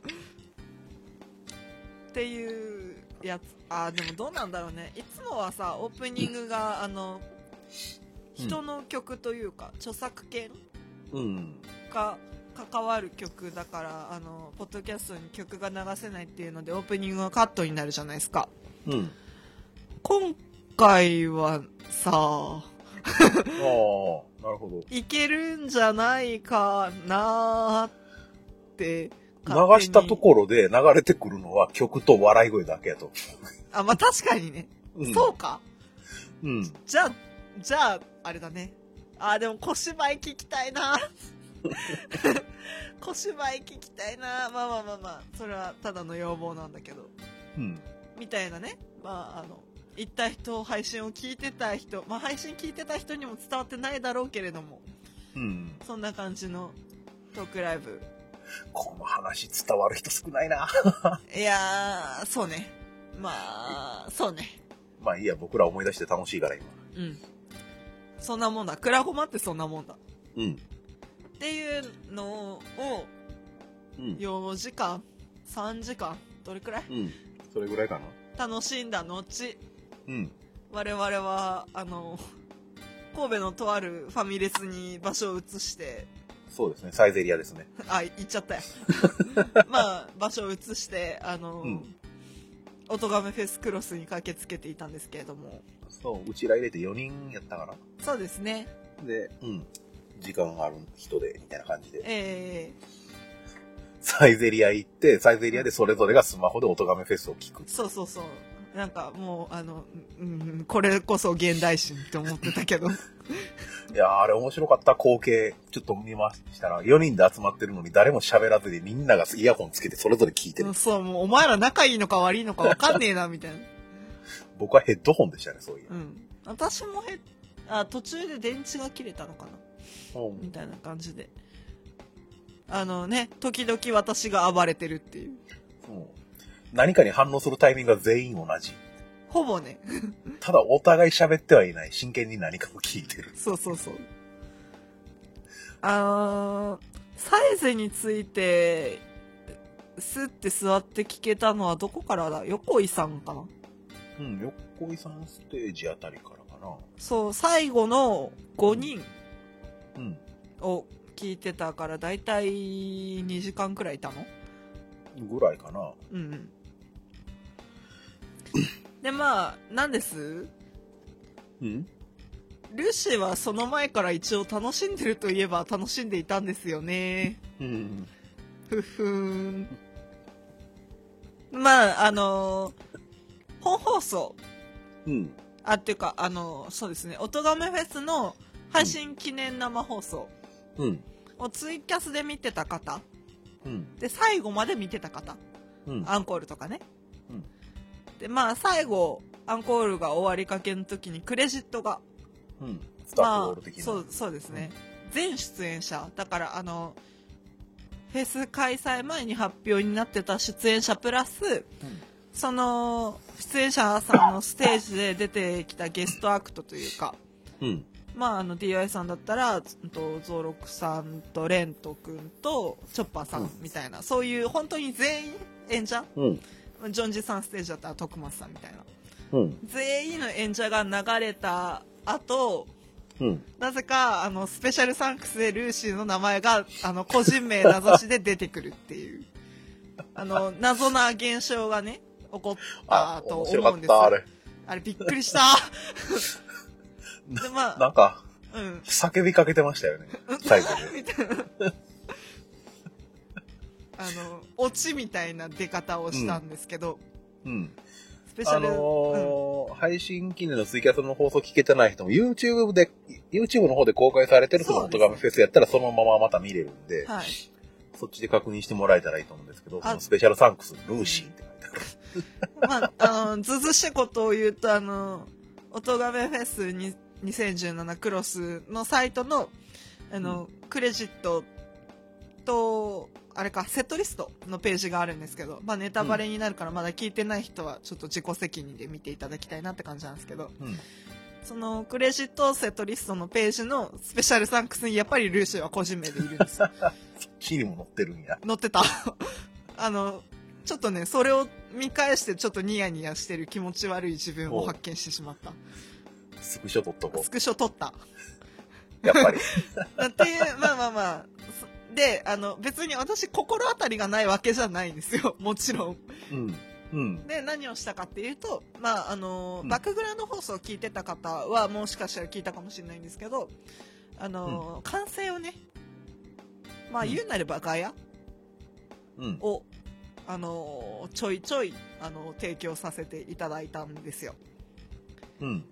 [SPEAKER 2] ていうやつ。あーでもどうなんだろうね。いつもはさ、オープニングが、あの、
[SPEAKER 1] うん
[SPEAKER 2] 人の曲というか、著作権
[SPEAKER 1] うん。
[SPEAKER 2] が関わる曲だから、あの、ポッドキャストに曲が流せないっていうので、オープニングがカットになるじゃないですか。
[SPEAKER 1] うん。
[SPEAKER 2] 今回はさ、
[SPEAKER 1] ああ、なるほど。
[SPEAKER 2] いけるんじゃないかなーって
[SPEAKER 1] 流したと
[SPEAKER 2] ろ
[SPEAKER 1] ころで流れてくるのは曲と笑い声だけやと。
[SPEAKER 2] あまあ確かにね、
[SPEAKER 1] うん
[SPEAKER 2] そうか
[SPEAKER 1] うん。
[SPEAKER 2] じゃあじゃああれだね。あー、でも小芝居聞きたいな。 小芝居聞きたいな。まあまあまあまあ、それはただの要望なんだけど。
[SPEAKER 1] うん。
[SPEAKER 2] みたいなね。まあ、あの、行った人、配信を聞いてた人、まあ配信聞いてた人にも伝わってないだろうけれども、
[SPEAKER 1] うん。
[SPEAKER 2] そんな感じのトークライブ。
[SPEAKER 1] この話伝わる人少ないな。
[SPEAKER 2] いやー、そうね。まあ、そうね。
[SPEAKER 1] まあいいや、僕ら思い出して楽しいから今。
[SPEAKER 2] うん。そんなもんだ。クラゴマってそんなもんだ。
[SPEAKER 1] うん。
[SPEAKER 2] っていうのを、
[SPEAKER 1] うん。
[SPEAKER 2] 4時間、3時間、どれくらい
[SPEAKER 1] うん。それぐらいかな。
[SPEAKER 2] 楽しんだ後、
[SPEAKER 1] うん。
[SPEAKER 2] 我々は、あの、神戸のとあるファミレスに場所を移して、
[SPEAKER 1] そうですね。サイゼリアですね。
[SPEAKER 2] あ、行っちゃ ったよ。まあ、場所を移して、あの、
[SPEAKER 1] うん
[SPEAKER 2] おとがめフェスクロスに駆けつけていたんですけれども。
[SPEAKER 1] そう、うちら入れて4人やったかな。
[SPEAKER 2] そうですね。
[SPEAKER 1] で、うん。時間ある人で、みたいな感じで。
[SPEAKER 2] えー、
[SPEAKER 1] サイゼリア行って、サイゼリアでそれぞれがスマホで音めフェスを聞く。
[SPEAKER 2] そうそうそう。なんかもう、あの、うん、これこそ現代史って思ってたけど。
[SPEAKER 1] いやーあれ面白かった光景。ちょっと見ましたら、4人で集まってるのに誰も喋らずにみんながイヤホンつけてそれぞれ聞いてる。
[SPEAKER 2] そう、もうお前ら仲いいのか悪いのかわかんねえな、みたいな。
[SPEAKER 1] 僕はヘッドホンでしたね、そういう
[SPEAKER 2] う。ん。私もへ、あ、途中で電池が切れたのかなみたいな感じで。あのね、時々私が暴れてるっていう。
[SPEAKER 1] うん何かに反応するタイミングが全員同じ。
[SPEAKER 2] ほぼね。
[SPEAKER 1] ただお互い喋ってはいない。真剣に何かを聞いてる。
[SPEAKER 2] そうそうそう。あのーサイズについて、スッて座って聞けたのはどこからだ横井さんかな
[SPEAKER 1] うん、横井さんステージあたりからかな。
[SPEAKER 2] そう、最後の5人
[SPEAKER 1] うん。
[SPEAKER 2] を聞いてたから、だいたい2時間くらいいたの
[SPEAKER 1] ぐらいかな。
[SPEAKER 2] うんうん。で、まあ、なんです
[SPEAKER 1] うん
[SPEAKER 2] ルーシーはその前から一応楽しんでるといえば楽しんでいたんですよね。
[SPEAKER 1] うん。
[SPEAKER 2] ふっふーん。まあ、あのー本放送、
[SPEAKER 1] うん。
[SPEAKER 2] あ、っていうか、あのーそうですね、おとがめフェスの配信記念生放送
[SPEAKER 1] うん。
[SPEAKER 2] をツイキャスで見てた方、
[SPEAKER 1] うん。
[SPEAKER 2] で、最後まで見てた方、
[SPEAKER 1] うん。
[SPEAKER 2] アンコールとかね。
[SPEAKER 1] うん
[SPEAKER 2] で、まあ、最後、アンコールが終わりかけの時にクレジットが、
[SPEAKER 1] うん。スタッフ
[SPEAKER 2] ま
[SPEAKER 1] ロー
[SPEAKER 2] あ
[SPEAKER 1] ル的、な。
[SPEAKER 2] そう、そうですね。全出演者、だから、あの、フェス開催前に発表になってた出演者プラス、
[SPEAKER 1] うん
[SPEAKER 2] その、出演者さんのステージで出てきたゲストアクトというか、
[SPEAKER 1] うん。
[SPEAKER 2] まあ、あの、DIY さんだったら、うんと、ゾウロクさんと、レント君と、チョッパーさんみたいな、そういう、本当に全員演者
[SPEAKER 1] うん。
[SPEAKER 2] ジョンジさんステージだったら徳松さんみたいな
[SPEAKER 1] うん。
[SPEAKER 2] 全員の演者が流れた後
[SPEAKER 1] うん。
[SPEAKER 2] なぜかあのスペシャルサンクスでルーシーの名前があの個人名名指しで出てくるっ ていうあの謎な現象がね起こった
[SPEAKER 1] あ、
[SPEAKER 2] と
[SPEAKER 1] 面
[SPEAKER 2] 思
[SPEAKER 1] 白か
[SPEAKER 2] うん
[SPEAKER 1] っ
[SPEAKER 2] ですよ
[SPEAKER 1] た、あれ。
[SPEAKER 2] あれびっくりした でまあ
[SPEAKER 1] なんか、
[SPEAKER 2] うん
[SPEAKER 1] 叫びかけてましたよ ね。最後で。
[SPEAKER 2] みたいなあのオチみたいな出方をしたんですけど、
[SPEAKER 1] うん。
[SPEAKER 2] スペシ
[SPEAKER 1] あ
[SPEAKER 2] ャル、
[SPEAKER 1] のー配信記念のツイキャスの放送聞けてない人も YouTube で、YouTube の方で公開されてるその
[SPEAKER 2] そうです
[SPEAKER 1] 音めフェスやったらそのまままた見れるんで、
[SPEAKER 2] うんはい
[SPEAKER 1] そっちで確認してもらえたらいいと思うんですけど、
[SPEAKER 2] あ
[SPEAKER 1] そのスペシャルサンクス、ルーシーって書いてある。
[SPEAKER 2] まあ、あの、ずうずうしいことを言うと、あの、おとがめフェスに2017クロスのサイトの、あの、クレジットと、あれか、セットリストのページがあるんですけど、まあネタバレになるからまだ聞いてない人はちょっと自己責任で見ていただきたいなって感じなんですけど、
[SPEAKER 1] うん。
[SPEAKER 2] そのクレジットセットリストのページのスペシャルサンクスにやっぱりルーシーは個人名でいるんですよ。
[SPEAKER 1] キリも載ってるんや。
[SPEAKER 2] 載ってた。 あの、ちょっとね、それを見返してちょっとニヤニヤしてる気持ち悪い自分を発見してしまった。
[SPEAKER 1] スクショ撮っとこ
[SPEAKER 2] スクショ撮った。
[SPEAKER 1] う。やっぱ り。
[SPEAKER 2] っていう、まあまあまあ。そで、あの、別に私心当たりがないわけじゃないんですよ。もちろん。
[SPEAKER 1] うん。うん。
[SPEAKER 2] で、何をしたかっていうと、まあ、あの、
[SPEAKER 1] うん
[SPEAKER 2] バックグラウンド放送を聞いてた方は、もしかしたら聞いたかもしれないんですけど、あの、完成をね、まあ
[SPEAKER 1] うん
[SPEAKER 2] 言うなればガヤ
[SPEAKER 1] うん。
[SPEAKER 2] を、あのーちょいちょい、あのー提供させていただいたんですよ。
[SPEAKER 1] うん。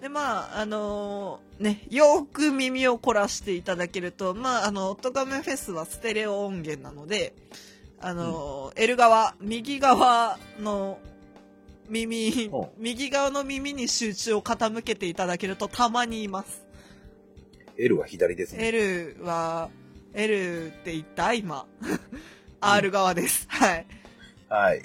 [SPEAKER 2] でまああのーねよく耳を凝らしていただけるとまああの「オトガメフェス」はステレオ音源なのであのー、L 側右側の耳
[SPEAKER 1] ほ
[SPEAKER 2] 右側の耳に集中を傾けていただけるとたまにいます。
[SPEAKER 1] L は左ですね。
[SPEAKER 2] L は L って言った今 R 側です、はい
[SPEAKER 1] はい。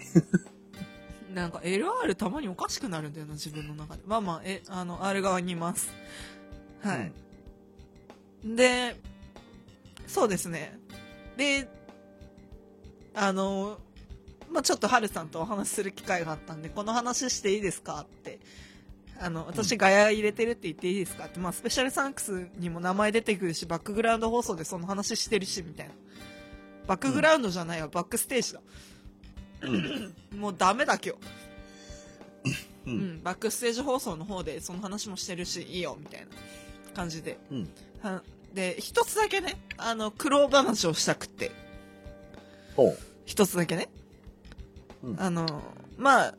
[SPEAKER 2] なんか LR たまにおかしくなるんだよな自分の中でまあまあえあの R 側にいますはい、で、そうですね。で、あの、まあ、ちょっとハルさんとお話しする機会があったんで、この話していいですかって。あの、私ガヤ入れてるって言っていいですかって、まあ、スペシャルサンクスにも名前出てくるし、バックグラウンド放送でその話してるし、みたいな。バックグラウンドじゃないわ、バックステージだ。もうダメだ今日。
[SPEAKER 1] う
[SPEAKER 2] うんん、バックステージ放送の方でその話もしてるし、いいよ、みたいな感じで。
[SPEAKER 1] うん。うん。
[SPEAKER 2] はで、一つだけね、あの、苦労話をしたくて、
[SPEAKER 1] ほう。
[SPEAKER 2] 一つだけね。
[SPEAKER 1] うん
[SPEAKER 2] あの、まあ、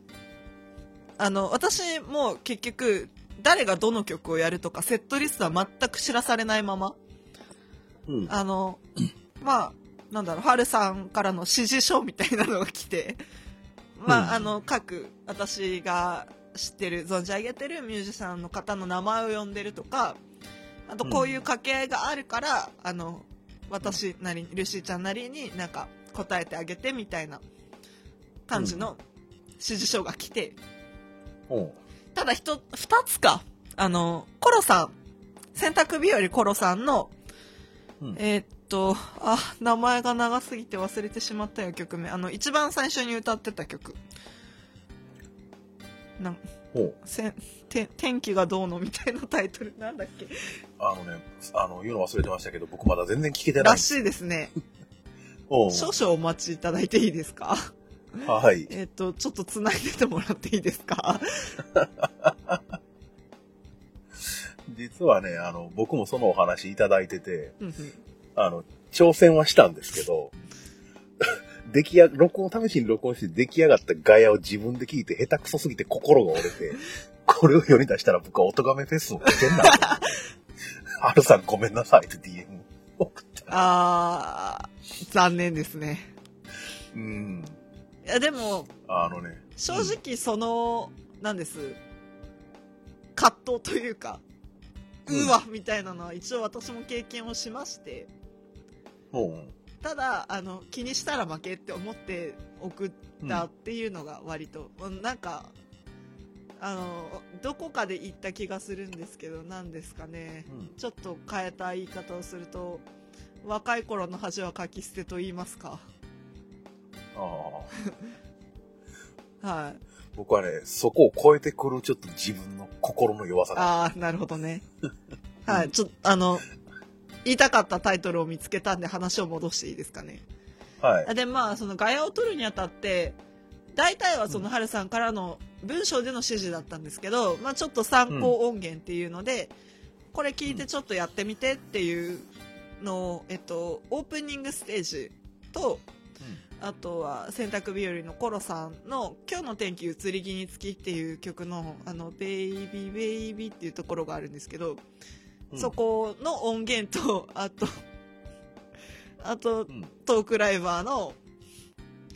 [SPEAKER 2] あの、私も結局、誰がどの曲をやるとか、セットリストは全く知らされないまま、
[SPEAKER 1] うん。
[SPEAKER 2] あの、まあ、なんだろう、はるさんからの指示書みたいなのが来て、まあ、
[SPEAKER 1] うん
[SPEAKER 2] あの、各、私が知ってる、存じ上げてるミュージシャンの方の名前を呼んでるとか、あと、こういう掛け合いがあるから、あの、私なりに、ルーシーちゃんなりになんか答えてあげてみたいな感じの指示書が来て、
[SPEAKER 1] ほ
[SPEAKER 2] ただ一つ、二つか。あの、コロさん。洗濯日和コロさんの、
[SPEAKER 1] うん
[SPEAKER 2] えーっと、あ、名前が長すぎて忘れてしまったよ、曲名。あの、一番最初に歌ってた曲。なん
[SPEAKER 1] う。ほう。
[SPEAKER 2] せんて天気がどうのみたいなタイトルなんだっけ
[SPEAKER 1] あのね、あの、言うの忘れてましたけど、僕まだ全然聞けてない
[SPEAKER 2] ら。しいですね
[SPEAKER 1] ほう。
[SPEAKER 2] 少々お待ちいただいていいですか
[SPEAKER 1] はい。
[SPEAKER 2] えーっとちょっとつないでてもらっていいですか
[SPEAKER 1] 実はね、あの、僕もそのお話いただいてて、
[SPEAKER 2] うんうん
[SPEAKER 1] あの、挑戦はしたんですけど、 出来や、録音、試しに録音して出来上がったガヤを自分で聞いて下手くそすぎて心が折れて、これを世に出したら僕は音亀フェスを来てんなと思って。 ハルさんごめんなさいって DM 送った。
[SPEAKER 2] あー残念ですね
[SPEAKER 1] うん。
[SPEAKER 2] いやでも
[SPEAKER 1] あのね。
[SPEAKER 2] 正直その、なんです葛藤というか、う
[SPEAKER 1] うん
[SPEAKER 2] わみたいなのは一応私も経験をしまして
[SPEAKER 1] うん。
[SPEAKER 2] ただあの気にしたら負けって思って送ったっていうのが割と、うんなんかあのどこかで言った気がするんですけど何ですかね
[SPEAKER 1] うん
[SPEAKER 2] ちょっと変えた言い方をすると若い頃の恥はかき捨てと言いますか
[SPEAKER 1] ああ
[SPEAKER 2] はい
[SPEAKER 1] 僕はね、そこを超えてくるちょっと自分の心の弱さが。
[SPEAKER 2] ああ、なるほどね。はい、ちょっと、あの、言いたかったタイトルを見つけたんで話を戻していいですかね。
[SPEAKER 1] はい。
[SPEAKER 2] あで、まあ、そのガヤを取るにあたって、大体はその春さんからの文章での指示だったんですけど、まあちょっと参考音源っていうので、これ聞いてちょっとやってみてっていうのを、えっと、オープニングステージと、あとは洗濯日和のコロさんの「今日の天気移り気につき」っていう曲の「あのベイビーベイビー」っていうところがあるんですけど、
[SPEAKER 1] うん
[SPEAKER 2] そ。この音源と あとあ
[SPEAKER 1] う
[SPEAKER 2] と
[SPEAKER 1] ん。
[SPEAKER 2] トークライバーの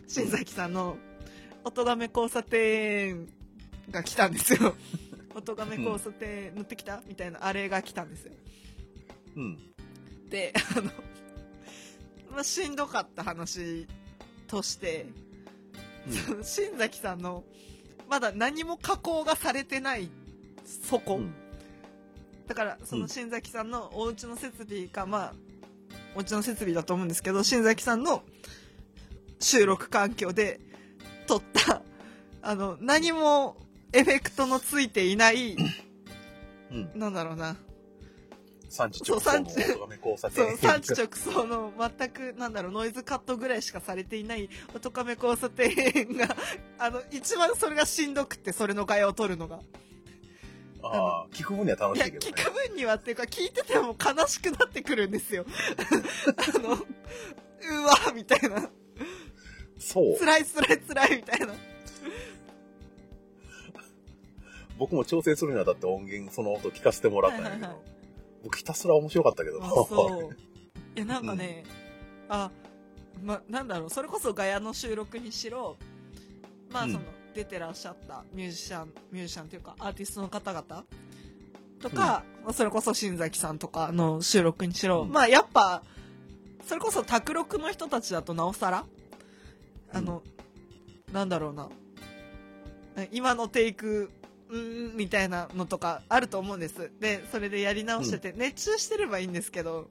[SPEAKER 2] 新崎さんの「おとがめ交差点」が来たんで すよ「おとがめ交差点乗ってきた?」みたいなあれが来たんですよ
[SPEAKER 1] うん。
[SPEAKER 2] であの、まあ、しんどかった話としてその新崎さんのまだ何も加工がされてないそこ、
[SPEAKER 1] うん。
[SPEAKER 2] だからそうの
[SPEAKER 1] ん
[SPEAKER 2] 新崎さんのお家の設備かまあお家の設備だと思うんですけど新崎さんの収録環境で撮ったあの何もエフェクトのついていない
[SPEAKER 1] うん。
[SPEAKER 2] なんだろうな
[SPEAKER 1] 産地直送の音亀交差
[SPEAKER 2] そう
[SPEAKER 1] 点。
[SPEAKER 2] 産地直送の全くなんだろうノイズカットぐらいしかされていない「おとかめ交差点が」あの一番それがしんどくてそれのガヤを取るのが
[SPEAKER 1] ああ、聞く分には楽
[SPEAKER 2] い
[SPEAKER 1] し
[SPEAKER 2] や
[SPEAKER 1] いけど
[SPEAKER 2] 聞
[SPEAKER 1] ね。
[SPEAKER 2] く分にはっていうか聞いてても悲しくなってくるんですよ あのうわみたいな
[SPEAKER 1] そう。
[SPEAKER 2] 辛い辛い辛いみたいな
[SPEAKER 1] 僕も調整するにあたって音源その音聞かせてもらったんやけど、
[SPEAKER 2] はいはいは
[SPEAKER 1] 僕ひたすら面白かったけど
[SPEAKER 2] あ
[SPEAKER 1] な、
[SPEAKER 2] そういやなんかね、あまなんだろうそれこそガヤの収録にしろまあ
[SPEAKER 1] うん
[SPEAKER 2] その、出てらっしゃったミュージシャンミュージシャンというかアーティストの方々とか、まあそれこそ新崎さんとかの収録にし
[SPEAKER 1] う
[SPEAKER 2] ろ、
[SPEAKER 1] ん
[SPEAKER 2] まあやっぱそれこそ卓録の人たちだとなおさらあの、なんだろうな今のテイクうーんみたいなのとかあると思うんですでそれでやり直してて、熱中してればいいんですけど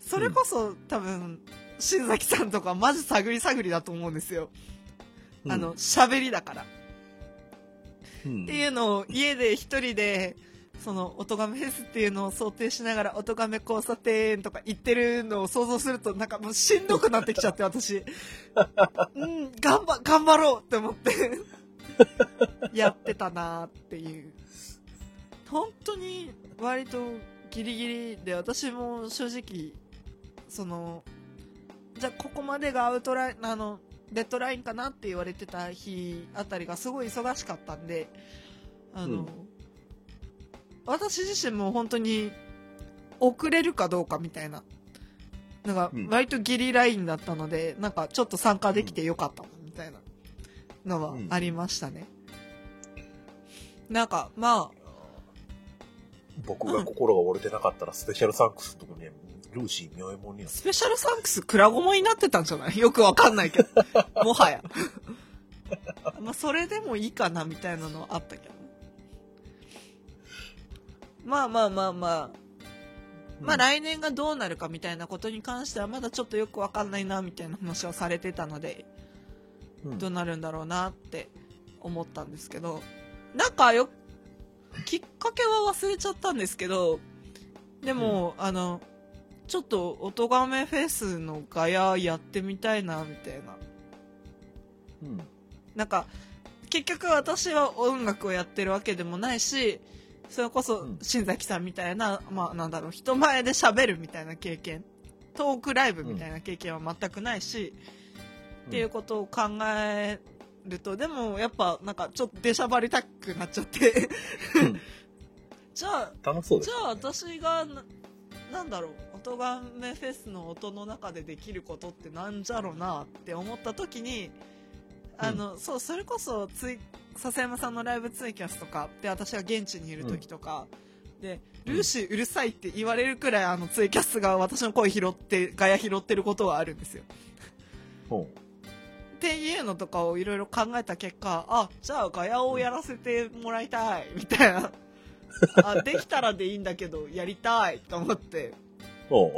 [SPEAKER 2] それこそ、多分新崎さんとかマジ探り探りだと思うんですよ、
[SPEAKER 1] うん
[SPEAKER 2] あの、喋りだから、
[SPEAKER 1] うん
[SPEAKER 2] っていうのを家で一人でその音がめフェスっていうのを想定しながら音がめ交差点とか行ってるのを想像するとなんかもうしんどくなってきちゃっ て私うん頑張頑張ろうって思って やってたなーっていう本当に割とギリギリで私も正直そのじゃあここまでがアウトラインあのデッドラインかなって言われてた日あたりがすごい忙しかったんであの、
[SPEAKER 1] うん
[SPEAKER 2] 私自身も本当に遅れるかどうかみたいななんか
[SPEAKER 1] うん
[SPEAKER 2] 割とギリラインだったので、なんかちょっと参加できてよかったなみたいなのはありましたね、なんかま
[SPEAKER 1] 僕が心が折れてなかったらスペシャルサンクスのとこにねルーシー妙右衛門にな
[SPEAKER 2] あスペシャルサンクスクラゴモになってたんじゃない よくわかんないけどもはや まあそれでもいいかなみたいなのはあったけどまあまあまあまあまあ来年がどうなるかみたいなことに関してはまだちょっとよくわかんないなみたいな話をされてたので
[SPEAKER 1] うん
[SPEAKER 2] どうなるんだろうなって思ったんですけどなんかよきっかけは忘れちゃったんですけどでも、あのちょっと音がめフェスのガヤやってみたいなみたいな
[SPEAKER 1] うん
[SPEAKER 2] なんか結局私は音楽をやってるわけでもないしそれこそ
[SPEAKER 1] うん
[SPEAKER 2] 新崎さんみたいな、まあなんだろう人前で喋るみたいな経験トークライブみたいな経験は全くないし、っていうことを考えるとでもやっぱなんかちょっと出しゃばりたくなっちゃって
[SPEAKER 1] うん
[SPEAKER 2] じゃあ
[SPEAKER 1] 楽しそうで
[SPEAKER 2] じ
[SPEAKER 1] す
[SPEAKER 2] ゃあ私がななんだろう音がめフェスの音の中でできることってなんじゃろうなって思った時にあの、そうそれこそつい笹山さんのライブツイキャスとかで私が現地にいる時とか、で
[SPEAKER 1] うん
[SPEAKER 2] ルーシーうるさいって言われるくらいあのツイキャスが私の声拾ってガヤ拾ってることはあるんですよ
[SPEAKER 1] うん
[SPEAKER 2] っていうのとかをいろいろ考えた結果あじゃあガヤをやらせてもらいたいみたいなあできたらでいいんだけどやりたいと思って
[SPEAKER 1] おう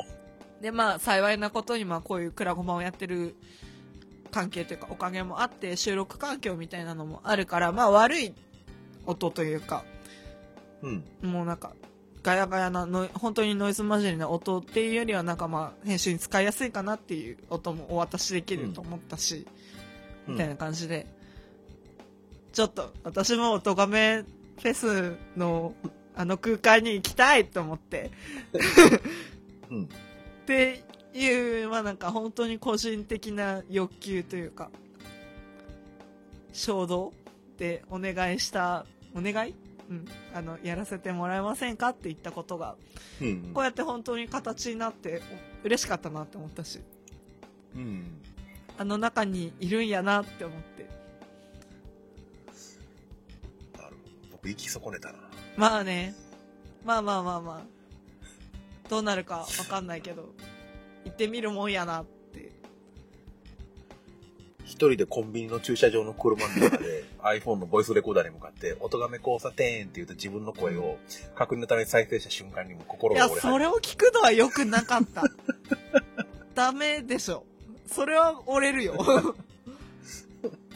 [SPEAKER 2] でまあ幸いなことにまあこういうクラゴマをやってる関係というかおかげもあって収録環境みたいなのもあるからまあ悪い音というか
[SPEAKER 1] うん
[SPEAKER 2] もうなんかガヤガヤなノイ本当にノイズ混じりな音っていうよりはなんかまあ編集に使いやすいかなっていう音もお渡しできると思った
[SPEAKER 1] う
[SPEAKER 2] し、
[SPEAKER 1] ん
[SPEAKER 2] みたいな感じで、ちょっと私も音がめフェスのあの空間に行きたいと思って、
[SPEAKER 1] うん
[SPEAKER 2] っていう、まあなんか本当に個人的な欲求というか、衝動でお願いした、お願いうん。あの、やらせてもらえませんかって言ったことが、
[SPEAKER 1] うん
[SPEAKER 2] こうやって本当に形になってお嬉しかったなって思ったし、
[SPEAKER 1] うん
[SPEAKER 2] あの中にいるんやなって思って。
[SPEAKER 1] なるほど僕行き損ねたな
[SPEAKER 2] まあね。まあまあまあまあ。どうなるかわかんないけど、行ってみるもんやなって。
[SPEAKER 1] 一人でコンビニの駐車場の車の中で iPhone のボイスレコーダーに向かって「音がめ交差点」って言うと自分の声を確認のために再生した瞬間にもう
[SPEAKER 2] い
[SPEAKER 1] 心が
[SPEAKER 2] や、
[SPEAKER 1] 折れ始
[SPEAKER 2] そ
[SPEAKER 1] め
[SPEAKER 2] れを聞くのは良くなかった。 ダメでしょ。それは折れるよ。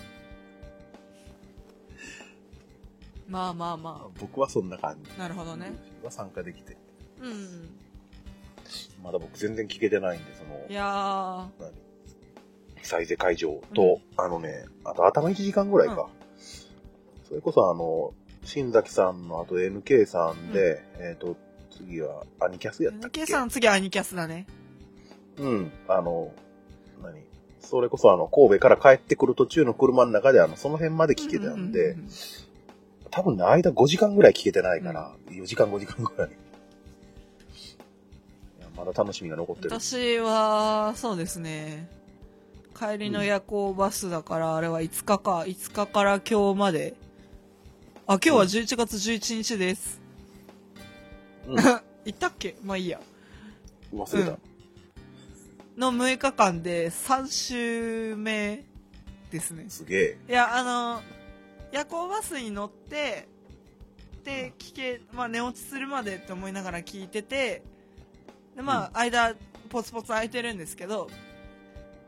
[SPEAKER 2] まあまあま
[SPEAKER 1] 僕はそんな感じ
[SPEAKER 2] あ。なるほどね。
[SPEAKER 1] は参加できて
[SPEAKER 2] うん。
[SPEAKER 1] まだ僕全然聞けてないんでその
[SPEAKER 2] いや
[SPEAKER 1] 何再生会場と、あのねあと頭1時間ぐらいか、それこそあの新崎さんのあと NK さんで、えっ、と次はアニキャスやったっ
[SPEAKER 2] ー。
[SPEAKER 1] け
[SPEAKER 2] NK さん次アニキャスだね。
[SPEAKER 1] うん、あの、何それこそあの、神戸から帰ってくる途中の車の中で、あの、その辺まで聞けたんで、
[SPEAKER 2] うううう
[SPEAKER 1] 多分ね、間5時間ぐらい聞けてないから、4時間5時間ぐらい。いやまだ楽しみが残ってる。
[SPEAKER 2] 私はそうですね帰りの夜行バスだからあれは5日か5日から今日まであ今日は11月11日 です、
[SPEAKER 1] うん
[SPEAKER 2] 言ったっけまあいいや
[SPEAKER 1] 忘れた。
[SPEAKER 2] うんの6日間で3週目ですね
[SPEAKER 1] すげえ。
[SPEAKER 2] いやあの夜行バスに乗ってで聞け、まあ、寝落ちするまでって思いながら聞いててでまあ、間ポツポツ空いてるんですけど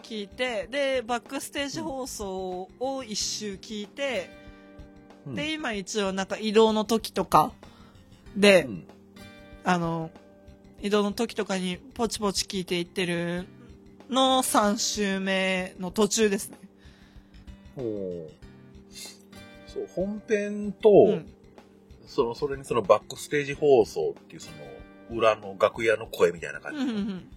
[SPEAKER 2] 聞いてでバックステージ放送を一周聞いて、
[SPEAKER 1] うん
[SPEAKER 2] で今一応なんか移動の時とかで、
[SPEAKER 1] うん。
[SPEAKER 2] あの移動の時とかにポチポチ聞いていってるの3週目の途中ですね。
[SPEAKER 1] おーそう、本編と、
[SPEAKER 2] うん
[SPEAKER 1] その、それにそのバックステージ放送っていうその、裏の楽屋の声みたいな感
[SPEAKER 2] う
[SPEAKER 1] じ。
[SPEAKER 2] んうん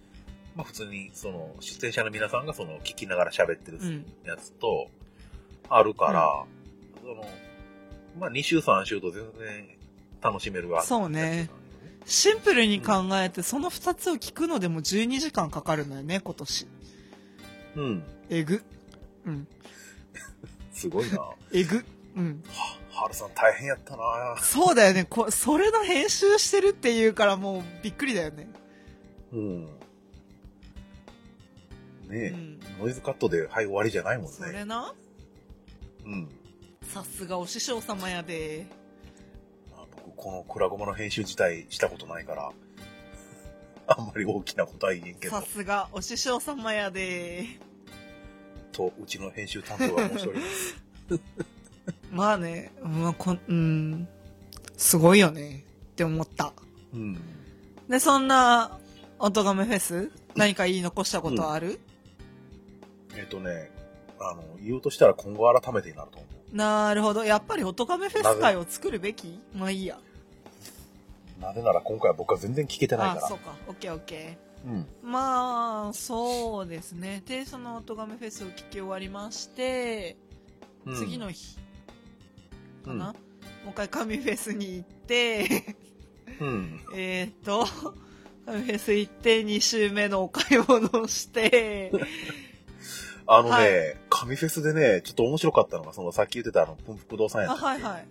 [SPEAKER 1] まあ普通に、その、出演者の皆さんがその、聞きながら喋ってる
[SPEAKER 2] うんうん
[SPEAKER 1] やつと、あるから、その、まあ2週3週と全然楽しめるわ。
[SPEAKER 2] そうね。シンプルに考えて、その2つを聞くのでも12時間かかるのよね、今年。
[SPEAKER 1] うん。
[SPEAKER 2] えぐ。うん。
[SPEAKER 1] すごいな。
[SPEAKER 2] えぐ。うん。
[SPEAKER 1] ハルさん大変やったな
[SPEAKER 2] そうだよね。こそれの編集してるっていうからもうびっくりだよね。
[SPEAKER 1] うん。
[SPEAKER 2] う
[SPEAKER 1] ねえ、
[SPEAKER 2] ん。
[SPEAKER 1] ノイズカットで、はい、終わりじゃないもん
[SPEAKER 2] それ
[SPEAKER 1] ね。
[SPEAKER 2] な、
[SPEAKER 1] うん。
[SPEAKER 2] さすがお師匠様やで。
[SPEAKER 1] まあ僕、このクラゴマの編集自体したことないから、 あんまり大きなことは言えんけど
[SPEAKER 2] さ、すがお師匠様やで。
[SPEAKER 1] と、うちの編集担当は申 しております。
[SPEAKER 2] まあね、まあ、こんうん。すごいよね。って思った。
[SPEAKER 1] うん。
[SPEAKER 2] で、そんな、おとがめフェス何か言い残したことはある、
[SPEAKER 1] えっ、とね、あの、言うとしたら今後改めてになると思う。
[SPEAKER 2] なるほど。やっぱりオトガメフェス会を作るべきまあいいや。
[SPEAKER 1] なぜなら今回は僕は全然聞けてない
[SPEAKER 2] あ
[SPEAKER 1] から。
[SPEAKER 2] そうか。オッケーオッケ
[SPEAKER 1] うん。
[SPEAKER 2] ー。まあ、そうですね。で、そのオトガメフェスを聞き終わりまして、
[SPEAKER 1] うん
[SPEAKER 2] 次の日
[SPEAKER 1] う
[SPEAKER 2] かな、
[SPEAKER 1] ん
[SPEAKER 2] もう一回神フェスに行って、
[SPEAKER 1] うん。
[SPEAKER 2] えーっと、神フェス行って2週目のお買い物をして、
[SPEAKER 1] あのね、
[SPEAKER 2] はい
[SPEAKER 1] 神フェスでね、ちょっと面白かったのが、そのさっき言ってたあの、プンプク堂さんや
[SPEAKER 2] あ、
[SPEAKER 1] ったっ
[SPEAKER 2] は
[SPEAKER 1] け
[SPEAKER 2] いはい。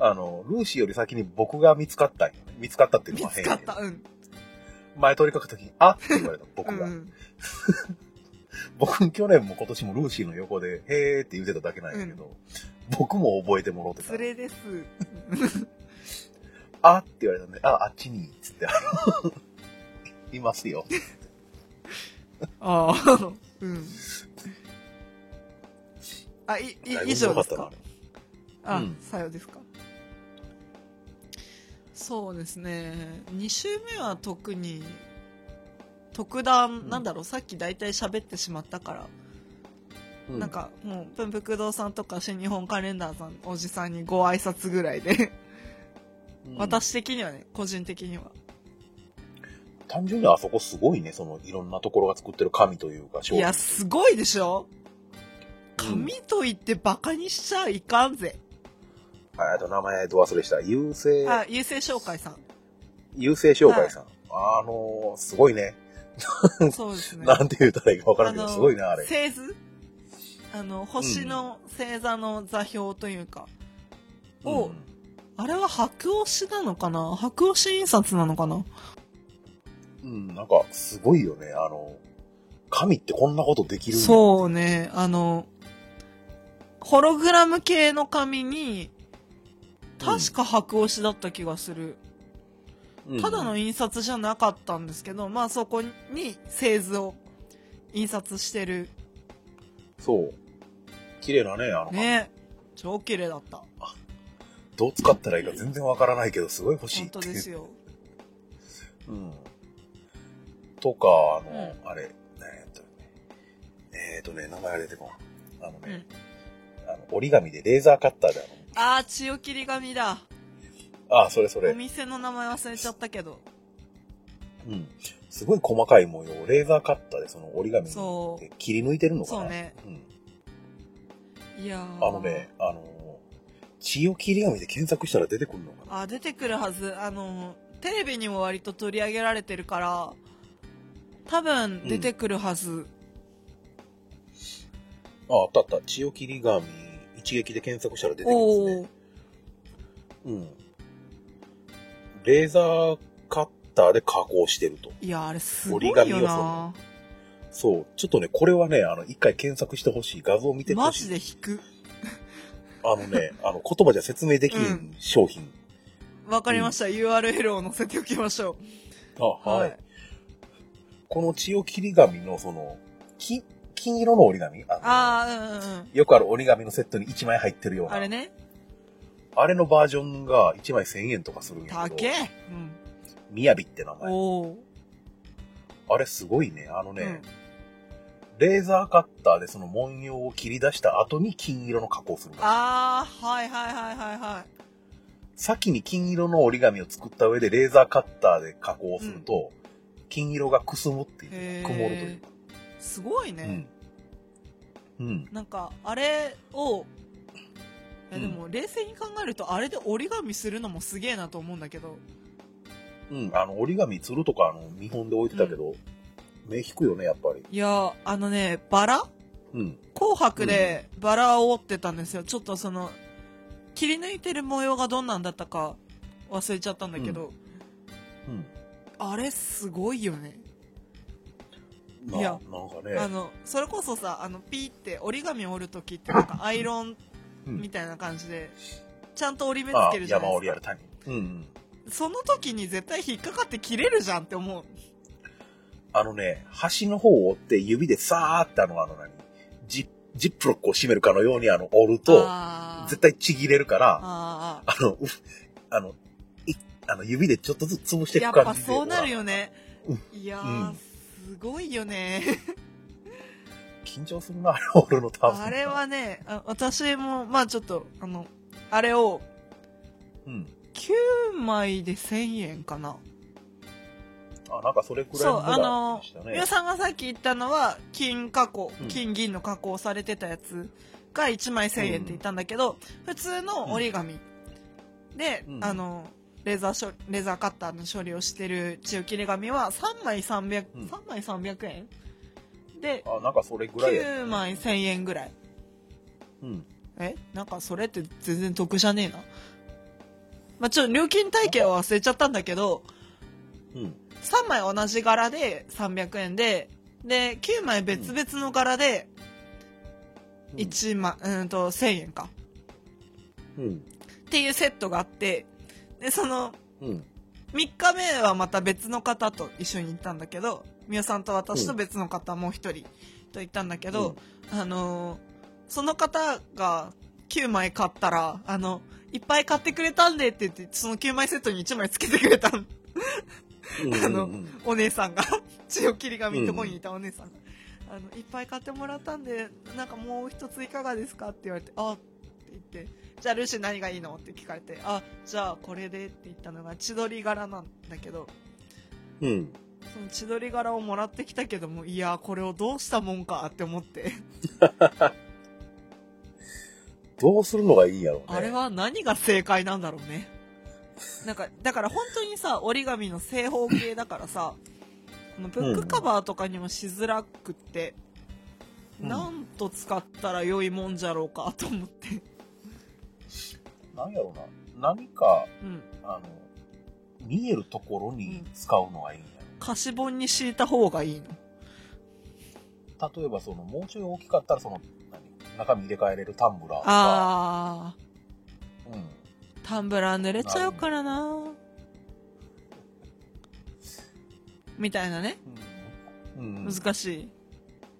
[SPEAKER 1] あの、ルーシーより先に僕が見つかったんよね。見つかったっていうの
[SPEAKER 2] 見
[SPEAKER 1] は
[SPEAKER 2] つ
[SPEAKER 1] 変
[SPEAKER 2] か
[SPEAKER 1] や
[SPEAKER 2] っ
[SPEAKER 1] けど
[SPEAKER 2] た。うん。
[SPEAKER 1] 前通りかかった時に、あって言われた、
[SPEAKER 2] う
[SPEAKER 1] 僕が。
[SPEAKER 2] ん。
[SPEAKER 1] 僕、去年も今年もルーシーの横で、へーって言ってただけなんやけど、僕も覚えてもろうてた
[SPEAKER 2] 連。れです。
[SPEAKER 1] あって言われたんで、あ、あっちに、つって、あの いますよ。
[SPEAKER 2] ああ。 うん。あ、い、い、以上です
[SPEAKER 1] だい
[SPEAKER 2] か
[SPEAKER 1] ぶ面白ったな
[SPEAKER 2] あ、
[SPEAKER 1] うん
[SPEAKER 2] さようですか。そうですね。2週目は特に、特段、
[SPEAKER 1] うん
[SPEAKER 2] なんだろう、さっき大体喋ってしまったから、
[SPEAKER 1] う
[SPEAKER 2] なん、かもう、プンプク堂さんとか新日本カレンダーさん、おじさんにご挨拶ぐらいで、
[SPEAKER 1] うん
[SPEAKER 2] 私的にはね、個人的には。
[SPEAKER 1] 単純にあそこすごいね、その、いろんなところが作ってる神というか、商品
[SPEAKER 2] いや、すごいでしょ
[SPEAKER 1] うん
[SPEAKER 2] 紙と言ってバカにしちゃいかんぜ。
[SPEAKER 1] ああと名前ど忘れした。優勢、
[SPEAKER 2] あ、優勢紹介さん。
[SPEAKER 1] 優勢商会さん。あのー、すごいね。
[SPEAKER 2] そうです ね。
[SPEAKER 1] なんて言うたらいいか分からんけど、
[SPEAKER 2] の
[SPEAKER 1] すごいな、あれ。
[SPEAKER 2] 星図あの、星の星座の座標というか、を、
[SPEAKER 1] うん
[SPEAKER 2] あれは白押しなのかな白押し印刷なのかな
[SPEAKER 1] うん、なんか、すごいよね。あの、神ってこんなことできるんや
[SPEAKER 2] そうね、あの、ホログラム系の紙に、確か白押しだった気がする。
[SPEAKER 1] うん
[SPEAKER 2] ただの印刷じゃなかったんですけど、まあそこに製図を印刷してる。
[SPEAKER 1] そう。綺麗なね、あの、
[SPEAKER 2] ね。超綺麗だった。
[SPEAKER 1] どう使ったらいいか全然わからないけど、すごい欲しい
[SPEAKER 2] 本
[SPEAKER 1] って
[SPEAKER 2] 当
[SPEAKER 1] いう。
[SPEAKER 2] ですよ。
[SPEAKER 1] うん。とか、あの、あれ、えーっとね、えーっとね、名前が出てこん。あのね、あの折り紙でレーザーカッターで
[SPEAKER 2] あー、千代切り紙だ。
[SPEAKER 1] あの、あ、それそれ
[SPEAKER 2] お。店の名前忘れちゃったけど。
[SPEAKER 1] うん。すごい細かい模様をレーザーカッターでその折り紙
[SPEAKER 2] そ
[SPEAKER 1] で切り抜いてるのかな
[SPEAKER 2] そうね。
[SPEAKER 1] うん。
[SPEAKER 2] いやー
[SPEAKER 1] あのね、あの、千代切り紙で検索したら出てくるのかな
[SPEAKER 2] あ出てくるはずあのテレビにも割と取り上げられてるから多分出てくるはず、
[SPEAKER 1] あ、あったあった。千代切り紙、一撃で検索したら出てきます
[SPEAKER 2] お
[SPEAKER 1] ね。
[SPEAKER 2] お
[SPEAKER 1] うん。レーザーカッターで加工してると。
[SPEAKER 2] いやあれすごい
[SPEAKER 1] 折り
[SPEAKER 2] よ
[SPEAKER 1] 紙をそ
[SPEAKER 2] な
[SPEAKER 1] そう。ちょっとね、これはね、あの、一回検索してほしい。画像見て
[SPEAKER 2] マ
[SPEAKER 1] ほし
[SPEAKER 2] ジ
[SPEAKER 1] い。
[SPEAKER 2] で引く
[SPEAKER 1] あのね、あの、言葉じゃ説明でき
[SPEAKER 2] うんん
[SPEAKER 1] 商品。
[SPEAKER 2] わかりました、URL を載せておきましょう
[SPEAKER 1] あ、はい。この千代切り紙の、その、き金色の折り紙あの
[SPEAKER 2] ああうんうんうん
[SPEAKER 1] よくある折り紙のセットに1枚入ってるような。
[SPEAKER 2] あれね
[SPEAKER 1] あれのバージョンが1枚1000円とかするんや
[SPEAKER 2] 高
[SPEAKER 1] けど。
[SPEAKER 2] え、
[SPEAKER 1] みやびって名
[SPEAKER 2] うん、
[SPEAKER 1] 前。
[SPEAKER 2] おお
[SPEAKER 1] あれすごいね。あのね、
[SPEAKER 2] うん
[SPEAKER 1] レーザーカッターでその文様を切り出した後に金色の加工するの。
[SPEAKER 2] ああはいはいはいはいは
[SPEAKER 1] 先に金色の折り紙を作った上でレーザーカッターで加工すると、金色がくすむってい
[SPEAKER 2] へ
[SPEAKER 1] う
[SPEAKER 2] ー
[SPEAKER 1] か、曇るというか。
[SPEAKER 2] いすごいね、
[SPEAKER 1] うん。うん。
[SPEAKER 2] なんかあれをいや
[SPEAKER 1] うん
[SPEAKER 2] でも冷静に考えるとあれで折り紙するのもすげえなと思うんだけど
[SPEAKER 1] うん。あの、折り紙、鶴とか、あの、見本で置いてたけど、目引くよね、やっぱり。
[SPEAKER 2] いやあのねバラ
[SPEAKER 1] うん。
[SPEAKER 2] 紅白でバラを折ってたんですよ、ちょっとその切り抜いてる模様がどんなんだったか忘れちゃったんだけど、
[SPEAKER 1] うん。
[SPEAKER 2] あれすごいよね、
[SPEAKER 1] まあ、
[SPEAKER 2] い
[SPEAKER 1] な
[SPEAKER 2] や
[SPEAKER 1] んかね。
[SPEAKER 2] あのそれこそさあのピーって折り紙折る時ってなんかアイロン
[SPEAKER 1] うん
[SPEAKER 2] みたいな感じでちゃんと折り目つ
[SPEAKER 1] あ
[SPEAKER 2] けるじゃな
[SPEAKER 1] 山
[SPEAKER 2] い
[SPEAKER 1] 折りや
[SPEAKER 2] です
[SPEAKER 1] る
[SPEAKER 2] か
[SPEAKER 1] タイミング。うんうん。
[SPEAKER 2] その時に絶対引っかかって切れるじゃんって思う
[SPEAKER 1] あのね、端の方を折って指でさーってあの、あの何、ジジップロックを閉めるかのようにあの、折ると、
[SPEAKER 2] あー
[SPEAKER 1] 絶対ちぎれるから、
[SPEAKER 2] あ
[SPEAKER 1] あの、うあの、いあの指でちょっとずつ潰し
[SPEAKER 2] ー
[SPEAKER 1] てい
[SPEAKER 2] や
[SPEAKER 1] く
[SPEAKER 2] っ
[SPEAKER 1] 感
[SPEAKER 2] ぱ
[SPEAKER 1] じで。
[SPEAKER 2] そうなるよね
[SPEAKER 1] う
[SPEAKER 2] いや
[SPEAKER 1] う
[SPEAKER 2] ー
[SPEAKER 1] ん
[SPEAKER 2] すごいよね
[SPEAKER 1] 緊張するな、あれ折るの多分。
[SPEAKER 2] あれはね、あ私も、まあちょっと、あの、あれを、
[SPEAKER 1] うん。
[SPEAKER 2] 9枚で1000円かな。
[SPEAKER 1] あ、なんかそれくらい
[SPEAKER 2] そう、
[SPEAKER 1] の
[SPEAKER 2] あの
[SPEAKER 1] でした、
[SPEAKER 2] 皆
[SPEAKER 1] ね。
[SPEAKER 2] さんがさっき言ったのは、金加工
[SPEAKER 1] う、ん
[SPEAKER 2] 金銀の加工されてたやつが1枚1000円って言ったんだけど、普通の折り紙で、
[SPEAKER 1] うん
[SPEAKER 2] あの、レーザー処理レーザーカッターの処理をしてる千代切り紙は3枚300、
[SPEAKER 1] うん
[SPEAKER 2] 3枚300円で、
[SPEAKER 1] あ、なんかそれぐらいやね
[SPEAKER 2] 9枚1000円ぐらい。
[SPEAKER 1] うん。
[SPEAKER 2] えなんかそれって全然得じゃねえな。まあ、ちょっと料金体系は忘れちゃったんだけど、
[SPEAKER 1] うん。
[SPEAKER 2] 3枚同じ柄で300円で、で、9枚別々の柄で
[SPEAKER 1] うん
[SPEAKER 2] 1万、うーんと1000円か。
[SPEAKER 1] うん。
[SPEAKER 2] っていうセットがあって、で、その
[SPEAKER 1] うん。
[SPEAKER 2] 3日目はまた別の方と一緒に行ったんだけど、みよさんと私と別の方もう一人と行ったんだけど、あのーその方が9枚買ったら、あの、いっぱい買ってくれたんでって言って、その9枚セットに1枚つけてくれたの
[SPEAKER 1] うん。
[SPEAKER 2] あの
[SPEAKER 1] うんうん
[SPEAKER 2] お姉さんが。 千代切り紙のとこにいたお姉さんが。あの、いっぱい買ってもらったんで、なんかもう一ついかがですかって言われて、あって言って、じゃあルーシー何がいいのって聞かれて、あ、じゃあこれでって言ったのが千鳥柄なんだけど、
[SPEAKER 1] うん。
[SPEAKER 2] その千鳥柄をもらってきたけども、いやー、これをどうしたもんかって思って。
[SPEAKER 1] どうするのがいいんやろうね。
[SPEAKER 2] あれは何が正解なんだろうね。なんか、だから本当にさ、折り紙の正方形だからさ、あのブックカバーとかにもしづらくって、
[SPEAKER 1] うん
[SPEAKER 2] なんと使ったら良いもんじゃろうかと思って。
[SPEAKER 1] なんやろうな。何か、
[SPEAKER 2] うん。
[SPEAKER 1] あの、見えるところに使うのがいいんやろ
[SPEAKER 2] 貸し本に敷いた方がいいの。
[SPEAKER 1] 例えばそのもうちょい大きかったらその何中身入れ替えれるタンブラーとか、
[SPEAKER 2] あ
[SPEAKER 1] うん、
[SPEAKER 2] ー、タンブラー濡れちゃうからなみたいなね。
[SPEAKER 1] うんうん、
[SPEAKER 2] 難しい。い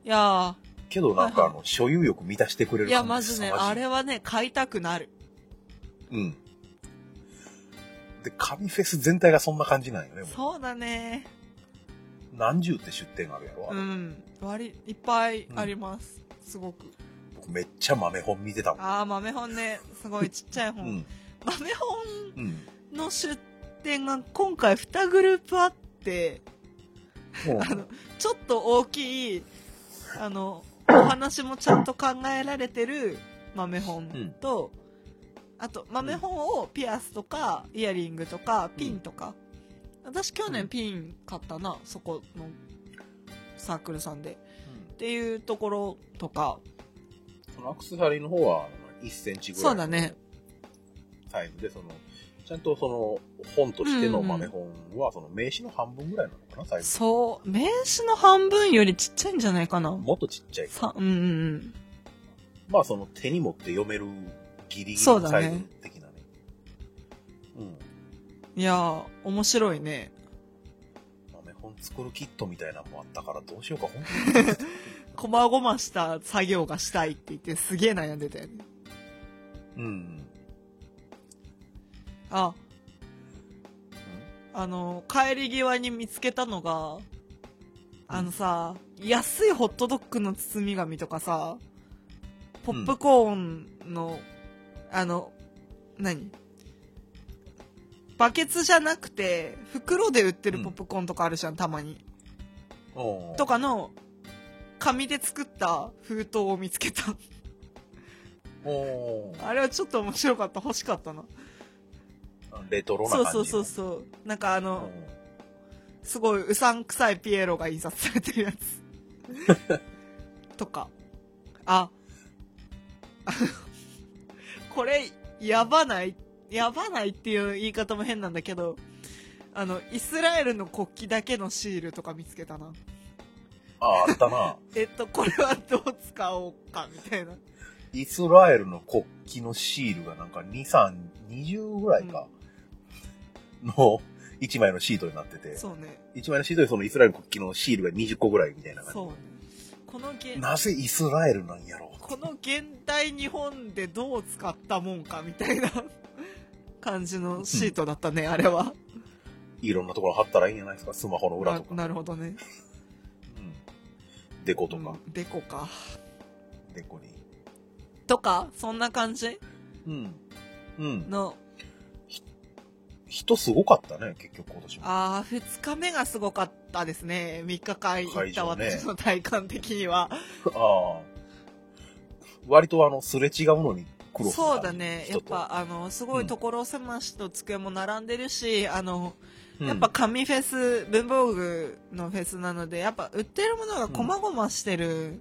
[SPEAKER 2] や
[SPEAKER 1] けどなんか
[SPEAKER 2] は
[SPEAKER 1] あ
[SPEAKER 2] い
[SPEAKER 1] の所有欲満たしてくれ
[SPEAKER 2] ー、
[SPEAKER 1] る
[SPEAKER 2] いや、
[SPEAKER 1] 感
[SPEAKER 2] ま
[SPEAKER 1] じ
[SPEAKER 2] ず
[SPEAKER 1] 凄
[SPEAKER 2] ね、
[SPEAKER 1] まじ
[SPEAKER 2] あれはね、買いたくなる。
[SPEAKER 1] うんで紙フェス全体がそんな感じなんよねもう
[SPEAKER 2] そうだね。
[SPEAKER 1] 何十って出店あるやろ、あ
[SPEAKER 2] う
[SPEAKER 1] れ
[SPEAKER 2] ん。割り、いっぱいあります。すごく。
[SPEAKER 1] 僕めっちゃ豆本見てたもん
[SPEAKER 2] ああ、豆本ね。すごいちっちゃいう本。
[SPEAKER 1] ん
[SPEAKER 2] 豆本
[SPEAKER 1] うん
[SPEAKER 2] の出店が今回2グループあって、
[SPEAKER 1] うん
[SPEAKER 2] あの、ちょっと大きい、あの、お話もちゃんと考えられてる豆本と、あと豆本をピアスとかイヤリングとかピンとか、私去年ピン買ったなそこのサークルさんでっていうところとか
[SPEAKER 1] そのアクセサリーの方は1センチぐら
[SPEAKER 2] そ
[SPEAKER 1] いう
[SPEAKER 2] だ
[SPEAKER 1] の
[SPEAKER 2] ね
[SPEAKER 1] サイズで、その、ちゃんとその本としての豆本は、その名刺の半分ぐらいなのかな、サイズ。
[SPEAKER 2] そう名刺の半分よりちっちゃいんじゃないかな
[SPEAKER 1] もっとちっちゃいか。
[SPEAKER 2] さうんうんうん
[SPEAKER 1] まあその手に持って読めるギリギリ
[SPEAKER 2] そう
[SPEAKER 1] の
[SPEAKER 2] だ
[SPEAKER 1] サ
[SPEAKER 2] ね
[SPEAKER 1] イズ的なね。うん。
[SPEAKER 2] いやー面白いね
[SPEAKER 1] 豆本作るキットみたいなのもあったからどうしようか、本
[SPEAKER 2] こまごました作業がしたいって言ってすげえ悩んでたよね
[SPEAKER 1] 当に。うん。
[SPEAKER 2] ああの帰り際に見つけたのがあのさ安いホットドッグの包み紙とかさポップコーンの、あの何バケツじゃなくて袋で売ってるポップコーンとかあるじゃん、たまに
[SPEAKER 1] おー
[SPEAKER 2] とかの紙で作った封筒を見つけた
[SPEAKER 1] おー
[SPEAKER 2] あれはちょっと面白かった欲しかったな
[SPEAKER 1] レトロな
[SPEAKER 2] そ
[SPEAKER 1] 感
[SPEAKER 2] う
[SPEAKER 1] じ。
[SPEAKER 2] そうそうそうなんかあの、
[SPEAKER 1] うん
[SPEAKER 2] すごいうさんくさいピエロが印刷されてるやつ。とか。あ。 これ、やばない、やばないっていう言い方も変なんだけど、あの、イスラエルの国旗だけのシールとか見つけたな。
[SPEAKER 1] ああ、あったな。
[SPEAKER 2] えっと、これはどう使おうか、みたいな。
[SPEAKER 1] イスラエルの国旗のシールがなんか2、3、20ぐらいか、の1枚のシートになってて、
[SPEAKER 2] そうね。
[SPEAKER 1] 1枚のシートにそのイスラエルの国旗のシールが20個ぐらいみたいな
[SPEAKER 2] そう
[SPEAKER 1] 感
[SPEAKER 2] ね。この
[SPEAKER 1] じ。
[SPEAKER 2] 現、
[SPEAKER 1] なぜイスラエルなんやろう
[SPEAKER 2] この現代日本でどう使ったもんか、みたいな感じのシートだったね、あれは。
[SPEAKER 1] いろんなところ貼ったらいいんじゃないですかスマホの裏とか。
[SPEAKER 2] ななるほどね。
[SPEAKER 1] うんデコとか、
[SPEAKER 2] うんデコか。
[SPEAKER 1] デコに。
[SPEAKER 2] とか、そんな感じ
[SPEAKER 1] うん。うん。
[SPEAKER 2] の、
[SPEAKER 1] 人すごかったね、結局今年も。
[SPEAKER 2] あー、2日目がすごかったですね。3日間行った
[SPEAKER 1] 会場ね
[SPEAKER 2] 私の体感的に
[SPEAKER 1] あ
[SPEAKER 2] は。
[SPEAKER 1] あ。割とあの、すれ違うのに苦労する
[SPEAKER 2] そうだね。や
[SPEAKER 1] 人
[SPEAKER 2] っ
[SPEAKER 1] と、
[SPEAKER 2] ぱ、あの、すごい所狭しと机も並んでるし、あの、
[SPEAKER 1] うん
[SPEAKER 2] やっぱ紙フェス、文房具のフェスなので、やっぱ売ってるものが細々してる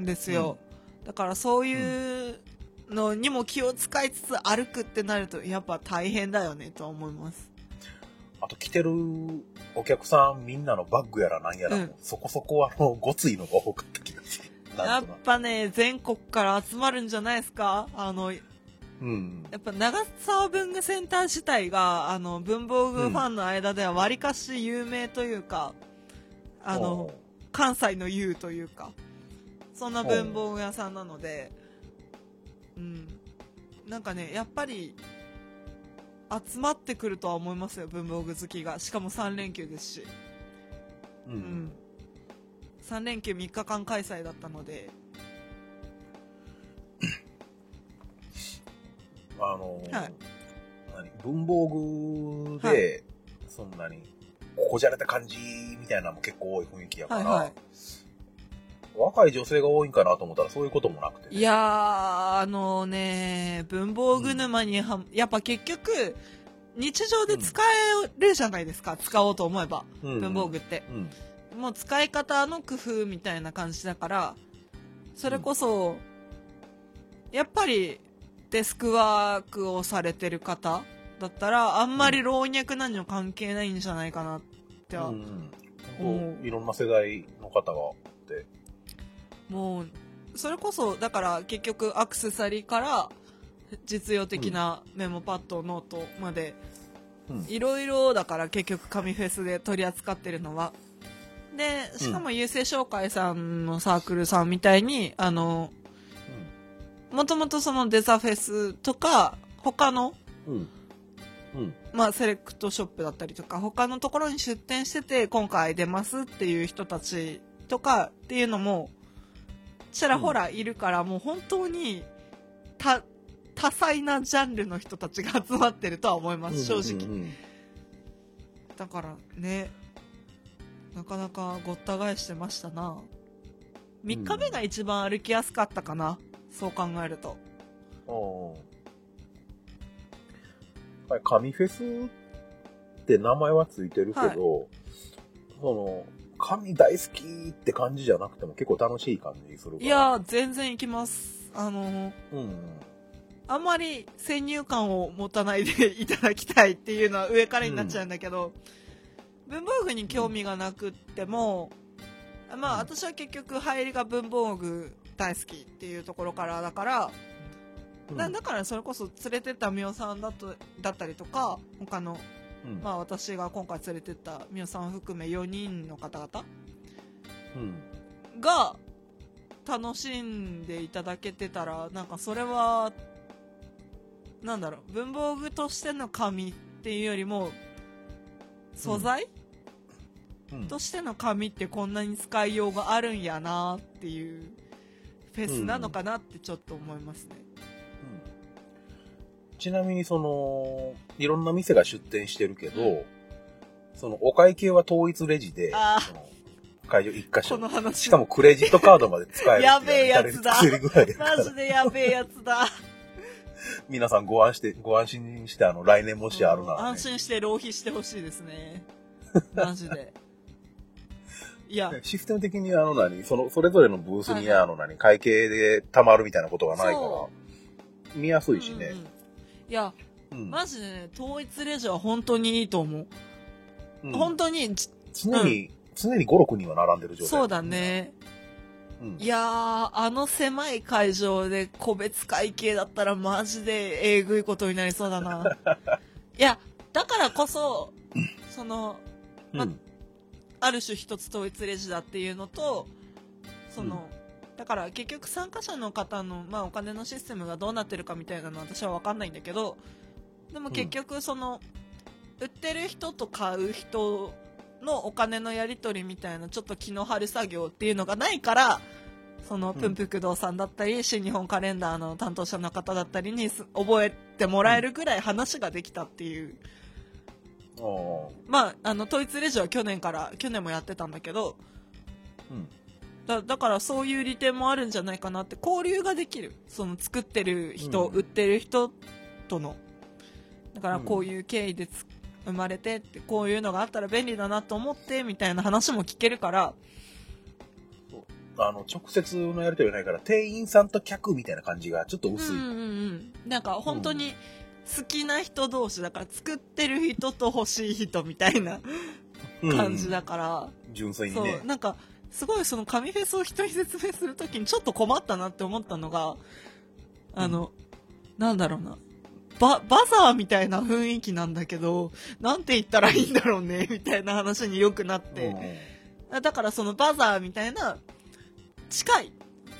[SPEAKER 2] んですよ。だからそういうのにも気を使いつつ歩くってなると、やっぱ大変だよねとは思います。
[SPEAKER 1] あと来てるお客さんみんなのバッグやらなんやらも、
[SPEAKER 2] うん
[SPEAKER 1] そこそこあの、ごついのが多かった気がする。な
[SPEAKER 2] や
[SPEAKER 1] ん
[SPEAKER 2] っ
[SPEAKER 1] となく。
[SPEAKER 2] ぱね、全国から集まるんじゃないですかあの、や
[SPEAKER 1] うん。
[SPEAKER 2] っぱ長沢文具センター自体が、あの、文房具ファンの間ではわりかし有名というか、あの、関西の優というか、そんな文房具屋さんなので、うん。なんかね、やっぱり、集まってくるとは思いますよ、文房具好きが。しかも3連休ですし。
[SPEAKER 1] うん、
[SPEAKER 2] ん3連休3日間開催だったので、
[SPEAKER 1] あの、
[SPEAKER 2] はい
[SPEAKER 1] 何文房具で、
[SPEAKER 2] は
[SPEAKER 1] そんなに、ここじゃれた感じみたいなのも結構多い雰囲気やか
[SPEAKER 2] はい
[SPEAKER 1] ら、
[SPEAKER 2] はい。
[SPEAKER 1] 若い女性が多いんかなと思ったらそういうこともなくてね、
[SPEAKER 2] いやー、あのね、文房具沼には、やっぱ結局、日常で使えるじゃないですか、使おうと思えば、
[SPEAKER 1] うんうん
[SPEAKER 2] 文房具って。
[SPEAKER 1] うん。
[SPEAKER 2] もう使い方の工夫みたいな感じだから、それこそ、やっぱりデスクワークをされてる方だったら、あんまり老若男女関係ないんじゃないかなっては、
[SPEAKER 1] うん
[SPEAKER 2] 思
[SPEAKER 1] う、
[SPEAKER 2] うん
[SPEAKER 1] いろんな世代の方がって、
[SPEAKER 2] もう、それこそ、だから結局アクセサリーから実用的なメモパッド、ノートまで、
[SPEAKER 1] うん
[SPEAKER 2] いろいろだから結局紙フェスで取り扱ってるのは。で、しかも郵政商会さんのサークルさんみたいに、あの、もともとそのデザフェスとか、他の、
[SPEAKER 1] うん、うん、うん、
[SPEAKER 2] まあセレクトショップだったりとか、他のところに出店してて、今回出ますっていう人たちとかっていうのも、ちらほらいるから、もう本当に、た、多彩なジャンルの人たちが集まってるとは思います、正直。
[SPEAKER 1] うんうん
[SPEAKER 2] だからね、なかなかごった返してましたな。3日目が一番歩きやすかったかな、そう考えると。
[SPEAKER 1] おーぱり神フェスって名前はついてるけど、
[SPEAKER 2] はい
[SPEAKER 1] その、神大好きって感じじゃなくても結構楽しい感じするから。
[SPEAKER 2] いやー、全然行きます。あのー、
[SPEAKER 1] うん。
[SPEAKER 2] あんまり先入観を持たないでいただきたいっていうのは上からになっちゃうんだけど、文房具に興味がなくっても、まあ
[SPEAKER 1] うん
[SPEAKER 2] 私は結局入りが文房具大好きっていうところからだから、なだからそれこそ連れてったみおさんだとだったりとか、他の、
[SPEAKER 1] うん、
[SPEAKER 2] まあ私が今回連れてったみおさんを含め4人の方々
[SPEAKER 1] うん。
[SPEAKER 2] が楽しんでいただけてたらなんかそれはなんだろう文房具としての紙っていうよりも素材、
[SPEAKER 1] うん。
[SPEAKER 2] としての紙ってこんなに使いようがあるんやなっていうフェスなのかなってちょっと思いますね、
[SPEAKER 1] ちなみにその、いろんな店が出店してるけど、そのお会計は統一レジで、
[SPEAKER 2] あー
[SPEAKER 1] その会場一箇所
[SPEAKER 2] この。話
[SPEAKER 1] しかもクレジットカードまで使えるっていう。
[SPEAKER 2] やべえやつだ
[SPEAKER 1] 至れり尽くせりぐらいだから
[SPEAKER 2] マジでやべえやつだ
[SPEAKER 1] 皆さんご安して、ご安心して、あの、来年もしあるなら、ね。
[SPEAKER 2] 安心して浪費してほしいですねマ ジでいや
[SPEAKER 1] システム的にあの何その、それぞれのブースに
[SPEAKER 2] はいはい
[SPEAKER 1] あの何会計で溜まるみたいなことがないか
[SPEAKER 2] そ
[SPEAKER 1] ら、見やすいし
[SPEAKER 2] う
[SPEAKER 1] ね
[SPEAKER 2] んうん。いや
[SPEAKER 1] うん
[SPEAKER 2] マジでね、統一レジは本当にいいと思う。
[SPEAKER 1] うん
[SPEAKER 2] 本当に、じ
[SPEAKER 1] 常に、常に5、6人は並んでる状態。
[SPEAKER 2] そうだ。ね。
[SPEAKER 1] うん。
[SPEAKER 2] いやー、あの狭い会場で個別会計だったらマジでえぐいことになりそうだな。いや、だからこそ、その、
[SPEAKER 1] うん
[SPEAKER 2] まある種一つ統一レジだっていうのと、その、だから結局参加者の方の、まあ、お金のシステムがどうなってるかみたいなのは私は分かんないんだけど、でも結局その、売ってる人と買う人のお金のやり取りみたいなちょっと気の張る作業っていうのがないから、その
[SPEAKER 1] うん
[SPEAKER 2] プンプク堂さんだったり、新日本カレンダーの担当者の方だったりにす覚えてもらえるぐらい話ができたっていう。
[SPEAKER 1] あー
[SPEAKER 2] まあ、あの、統一レジは去年から、去年もやってたんだけど、
[SPEAKER 1] うん。
[SPEAKER 2] だだからそういう利点もあるんじゃないかなって交流ができるその作ってる人、
[SPEAKER 1] うん
[SPEAKER 2] 売ってる人とのだから
[SPEAKER 1] うん
[SPEAKER 2] こういう経緯でつ生まれてってこういうのがあったら便利だなと思ってみたいな話も聞けるから
[SPEAKER 1] あの、直接のやりとりはないから、店員さんと客みたいな感じがちょっと
[SPEAKER 2] うん
[SPEAKER 1] 薄い。
[SPEAKER 2] うんうんなんか本当に好きな人同士だから作ってる人と欲しい人みたいな
[SPEAKER 1] うん
[SPEAKER 2] 感じだから、
[SPEAKER 1] 純粋に
[SPEAKER 2] そう
[SPEAKER 1] ね。
[SPEAKER 2] なんかすごいその紙フェスを人に説明するときにちょっと困ったなって思ったのがあの、なんだろうなババザーみたいな雰囲気なんだけどなんて言ったらいいんだろうね みたいな話によくなっ
[SPEAKER 1] うん
[SPEAKER 2] て、だからそのバザーみたいな近い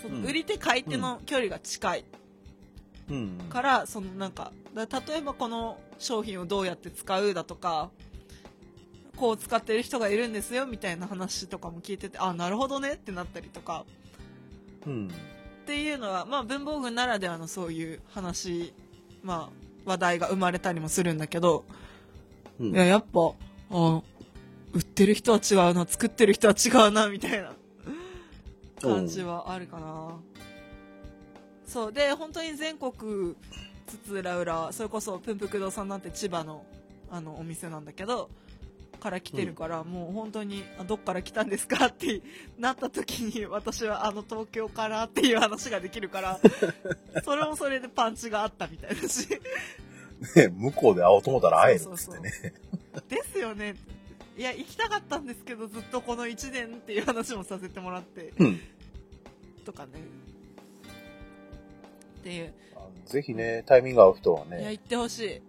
[SPEAKER 2] その売り手買い手の距離が近い
[SPEAKER 1] うん。
[SPEAKER 2] から、そのなんかだ例えばこの商品をどうやって使うだとかこう使ってる人がいるんですよみたいな話とかも聞いててあなるほどねってなったりとか
[SPEAKER 1] うん。
[SPEAKER 2] っていうのは、まあ、文房具ならではのそういう話、まあ、話題が生まれたりもするんだけど、
[SPEAKER 1] うん
[SPEAKER 2] いややっぱあ売ってる人は違うな作ってる人は違うなみたいな感じはあるかなそうで本当に全国津々浦々それこそプンプク堂さんなんて千葉のあのお店なんだけどから来てるから、もう本当にあどっから来たんですかってなった時に私はあの東京からっていう話ができるから それもそれでパンチがあったみたいだし
[SPEAKER 1] ね向こうで会おうと思ったら会えるっつってね。
[SPEAKER 2] ですよねいや行きたかったんですけどずっとこの1年っていう話もさせてもらって
[SPEAKER 1] うん。
[SPEAKER 2] とかねっていう
[SPEAKER 1] あのぜひね、タイミング合う人はい
[SPEAKER 2] や
[SPEAKER 1] ね。
[SPEAKER 2] 行ってほしい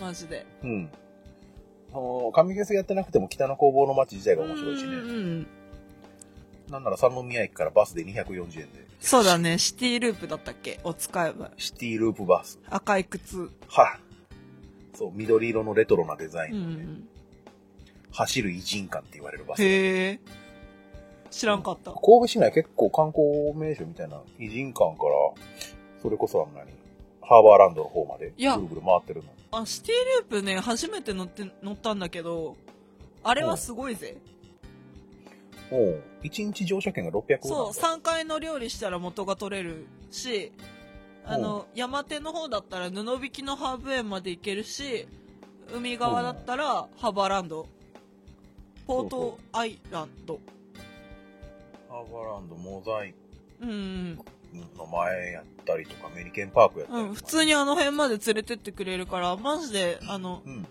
[SPEAKER 2] マジで
[SPEAKER 1] うん。あの上ゲスやってなくても北の工房の街自体が面白いしね。
[SPEAKER 2] うんうんうん
[SPEAKER 1] なんなら三宮駅からバスで240円で、
[SPEAKER 2] そうだねシティループだったっけを使えば
[SPEAKER 1] シティループバス。
[SPEAKER 2] 赤い靴
[SPEAKER 1] はそう、緑色のレトロなデザイ
[SPEAKER 2] うんう
[SPEAKER 1] ン、
[SPEAKER 2] ん
[SPEAKER 1] 走る偉人館って言われるバス。神
[SPEAKER 2] へえ知らんかった
[SPEAKER 1] 戸市内結構観光名所みたいな、偉人館から、それこそあんなに、ハーバーランドの方まで、
[SPEAKER 2] いや
[SPEAKER 1] ぐるぐる回ってるの。
[SPEAKER 2] あシティループね初めて乗って乗ったんだけどあれはすごいぜ
[SPEAKER 1] もう、1日乗車券が600円。
[SPEAKER 2] そう、3階の料理したら元が取れるし、あの、山手の方だったら布引きのハーブ園まで行けるし、海側だったらハーバーランドポートアイランド
[SPEAKER 1] ハーバーランド、モザイ
[SPEAKER 2] うん
[SPEAKER 1] クの前やったりとか、アメリケンパークやったり
[SPEAKER 2] う
[SPEAKER 1] とか。
[SPEAKER 2] ん、普通にあの辺まで連れてってくれるから、マジで、あの
[SPEAKER 1] う、ん。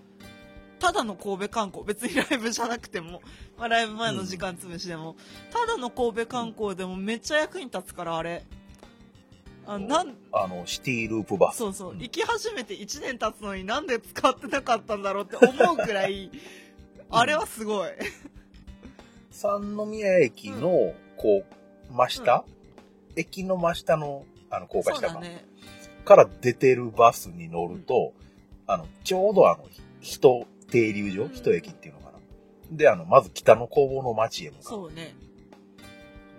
[SPEAKER 2] ただの神戸観光、別にライブじゃなくても、まあ、ライブ前の時間潰しでも、ただの神戸観光でもめっちゃ役に立つから、あれ。あなん、
[SPEAKER 1] あの、シティループバス。
[SPEAKER 2] そうそう、
[SPEAKER 1] ん
[SPEAKER 2] 行き始めて1年経つのになんで使ってなかったんだろうって思うくらい、あれはすごい。
[SPEAKER 1] 三宮駅の、こう、真下、駅の真下の、あの、高架
[SPEAKER 2] そう
[SPEAKER 1] 下
[SPEAKER 2] だ
[SPEAKER 1] か、
[SPEAKER 2] ね。
[SPEAKER 1] から出てるバスに乗ると、あの、ちょうどあの、人停留所、
[SPEAKER 2] うん
[SPEAKER 1] 一駅っていうのかな。で、あの、まず北の工房の町へ向かう。
[SPEAKER 2] そうね。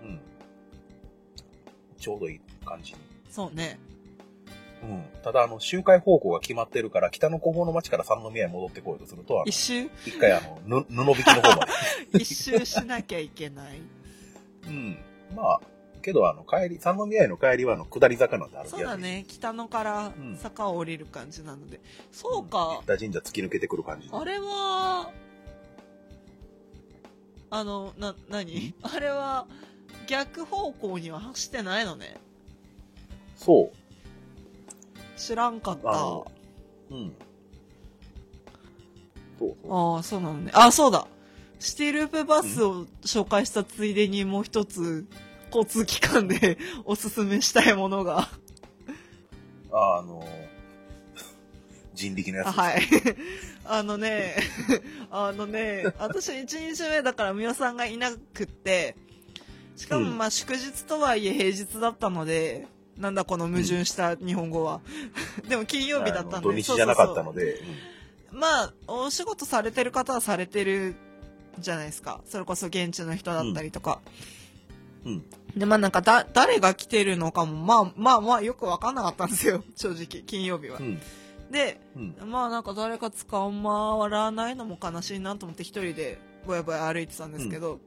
[SPEAKER 1] うん。ちょうどいい感じに。
[SPEAKER 2] そうね。
[SPEAKER 1] うん。ただ、あの、周回方向が決まってるから、北の工房の町から三宮へ戻ってこようとすると、あの
[SPEAKER 2] 一周、
[SPEAKER 1] 一回あの、ぬ布引きの方まで。
[SPEAKER 2] 一周しなきゃいけない。
[SPEAKER 1] うん。まあ、けど、あの、帰り、三宮への帰りは、あの、下り坂なんで歩きやすい。
[SPEAKER 2] そうだ。ね北野から坂を降りる感じなので、そうか
[SPEAKER 1] 北神社突き抜けてくる感じ。
[SPEAKER 2] あれはあのな何あれは逆方向には走ってないのね
[SPEAKER 1] そう。
[SPEAKER 2] 知らんかった
[SPEAKER 1] あ
[SPEAKER 2] あ
[SPEAKER 1] の、うん。そうそう。
[SPEAKER 2] あそうなのねあそうだシティループバスを紹介したついでにもう一つ交通機関で おすすめしたいものが
[SPEAKER 1] あの、人力のやつ
[SPEAKER 2] あ
[SPEAKER 1] です。
[SPEAKER 2] はい あのね あのね私1日目だから美輪さんがいなくってしかも
[SPEAKER 1] うん
[SPEAKER 2] まあ祝日とはいえ平日だったのでなんだこの矛盾した日本語は でも金曜日だった
[SPEAKER 1] あの
[SPEAKER 2] んで
[SPEAKER 1] 土日じゃなかったの
[SPEAKER 2] で
[SPEAKER 1] で。
[SPEAKER 2] まあお仕事されてる方はされてるじゃないですかそれこそ現地の人だったりとか、
[SPEAKER 1] うん。
[SPEAKER 2] でまあなんかだ誰が来てるのかもまあまあまあよく分かんなかったんですよ 正直金曜日は
[SPEAKER 1] う、ん。
[SPEAKER 2] で
[SPEAKER 1] うん。
[SPEAKER 2] まあなんか誰か捕まらないのも悲しいなと思って一人でぼやぼや歩いてたんですけど、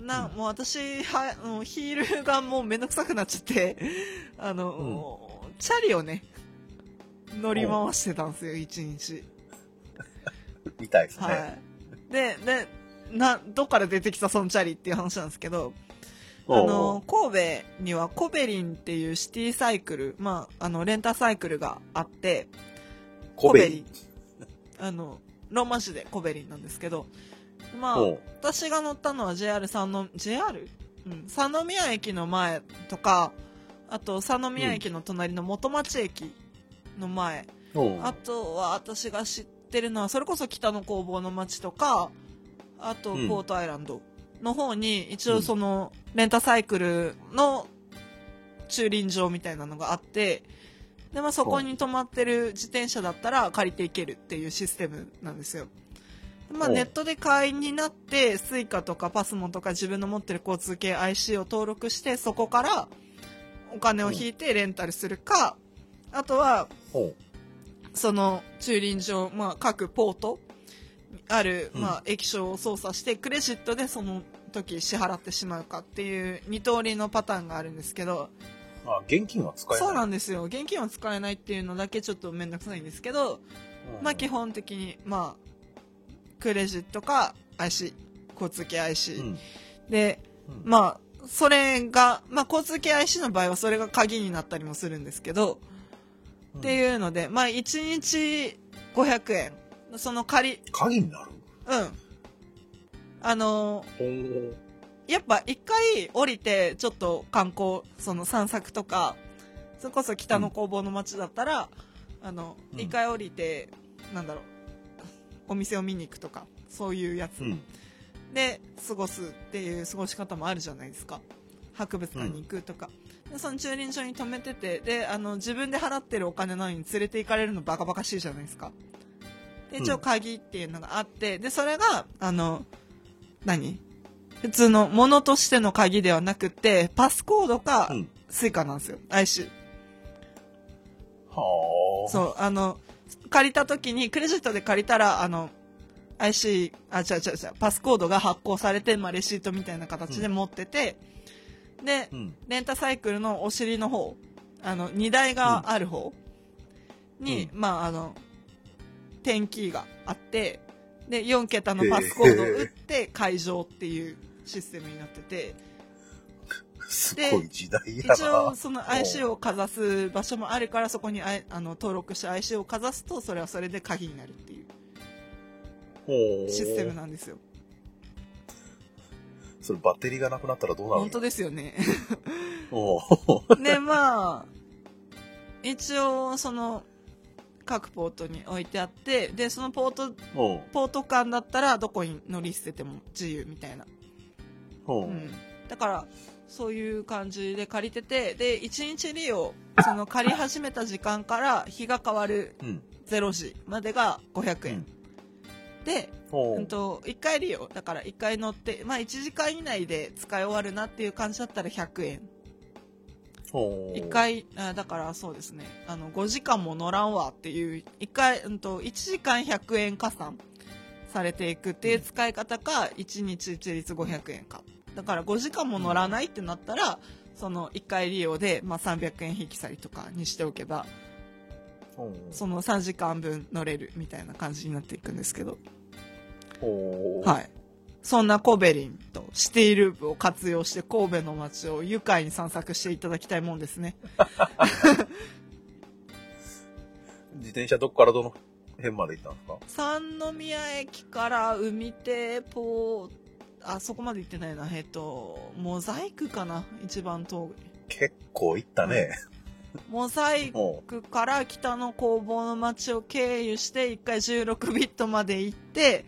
[SPEAKER 2] な
[SPEAKER 1] うん
[SPEAKER 2] もう私はもうヒールがもうめんどくさくなっちゃって あの、チャリをね乗り回してたんですよ一日
[SPEAKER 1] みたいですね。
[SPEAKER 2] はいででなどっから出てきたそのチャリっていう話なんですけどあ
[SPEAKER 1] おう
[SPEAKER 2] の神戸にはコベリンっていうシティサイクル、まあ、あのレンタサイクルがあって、
[SPEAKER 1] コベリ。
[SPEAKER 2] あのローマ字でコベリンなんですけどまあ
[SPEAKER 1] おう
[SPEAKER 2] 私が乗ったのは JR 三の JR? うん三宮駅の前とかあと三宮駅の隣の元町駅の前、
[SPEAKER 1] おう
[SPEAKER 2] あとは私が知ってるのはそれこそ北の工房の町とかあと
[SPEAKER 1] うん
[SPEAKER 2] ポートアイランドの方に一応そのレンタサイクルの駐輪場みたいなのがあってで、まあ、そこに止まってる自転車だったら借りていけるっていうシステムなんですよ。まあ、
[SPEAKER 1] お
[SPEAKER 2] ネットで会員になって、スイカとかパスモとか自分の持ってる交通系 IC を登録して、そこからお金を引いてレンタルするか、あとは
[SPEAKER 1] おう
[SPEAKER 2] その駐輪場、まあ、各ポートにある、
[SPEAKER 1] うん
[SPEAKER 2] まあ、液晶を操作してクレジットでその時支払ってしまうかっていう2通りのパターンがあるんですけど
[SPEAKER 1] あ、現金は使えない。
[SPEAKER 2] そうなんんですよ現金は使えないっていうのだけちょっと面倒くさいんですけど、まあ、基本的に、まあ、クレジットか IC 交通系 IC、
[SPEAKER 1] うん。
[SPEAKER 2] で
[SPEAKER 1] うん
[SPEAKER 2] まあそれが、まあ、交通系 IC の場合はそれが鍵になったりもするんですけど、
[SPEAKER 1] うん
[SPEAKER 2] っていうので、まあ、1日500円。その借り、
[SPEAKER 1] 鍵になる
[SPEAKER 2] うん。あの
[SPEAKER 1] ほう
[SPEAKER 2] ーやっぱ一回降りて、ちょっと観光、その散策とか、それこそ北の工房の街だったら、あの、
[SPEAKER 1] うん
[SPEAKER 2] 一回降りて、なんだろう、お店を見に行くとか、そういうやつ
[SPEAKER 1] うん。
[SPEAKER 2] で過ごすっていう過ごし方もあるじゃないですか博物館に行くとか、でその駐輪場に止めててであの自分で払ってるお金なのに連れて行かれるのバカバカしいじゃないですかで一
[SPEAKER 1] う
[SPEAKER 2] 応
[SPEAKER 1] ん
[SPEAKER 2] 鍵っていうのがあってでそれがあの何普通のものとしての鍵ではなくてパスコードか
[SPEAKER 1] うん。
[SPEAKER 2] スイカなんですよ IC
[SPEAKER 1] はあ。
[SPEAKER 2] そう、あの、借りた時に、クレジットで借りたら、あの、IC、あ、違う違う違う、パスコードが発行されて、まあ、レシートみたいな形で持ってて、で
[SPEAKER 1] う、ん。
[SPEAKER 2] レンタサイクルのお尻の方、あの、荷台がある方に、まあ、あの、点キーがあってで4桁のパスコードを打って会場っていうシステムになってて
[SPEAKER 1] すごい時代やな。
[SPEAKER 2] 一応その IC をかざす場所もあるからそこにあいあの登録して IC をかざすとそれはそれで鍵になるっていう
[SPEAKER 1] ほう
[SPEAKER 2] システムなんですよ
[SPEAKER 1] それバッテリーがなくなったらどうなるの
[SPEAKER 2] 本当ですよね
[SPEAKER 1] おう
[SPEAKER 2] でまあ一応その各ポートに置いてあってでそのポート
[SPEAKER 1] おう
[SPEAKER 2] ポート間だったらどこに乗り捨てても自由みたいな
[SPEAKER 1] おう
[SPEAKER 2] うん、だからそういう感じで借りててで1日利用その借り始めた時間から日が変わる
[SPEAKER 1] うん
[SPEAKER 2] 0時までが500円、で、
[SPEAKER 1] お
[SPEAKER 2] うん、と1回利用だから1回乗って、まあ、1時間以内で使い終わるなっていう感じだったら100円
[SPEAKER 1] おう
[SPEAKER 2] 1回あだからそうですねあの5時間も乗らんわっていう1回、うん、と1時間100円加算されていくっていう使い方か1日一律500円かだから5時間も乗らないってなったらその1回利用で、まあ、300円引き去りとかにしておけば
[SPEAKER 1] おう
[SPEAKER 2] その3時間分乗れるみたいな感じになっていくんですけど
[SPEAKER 1] おう
[SPEAKER 2] はいそんなコベリンとシティループを活用して神戸の街を愉快に散策していただきたいもんですね
[SPEAKER 1] 自転車どこからどの辺まで行ったんですか
[SPEAKER 2] 三宮駅から海手ポーあそこまで行ってないなえっとモザイクかな一番遠い
[SPEAKER 1] 結構行ったね。
[SPEAKER 2] モザイ
[SPEAKER 1] おう
[SPEAKER 2] クから北の工房の町を経由して一回16ビットまで行って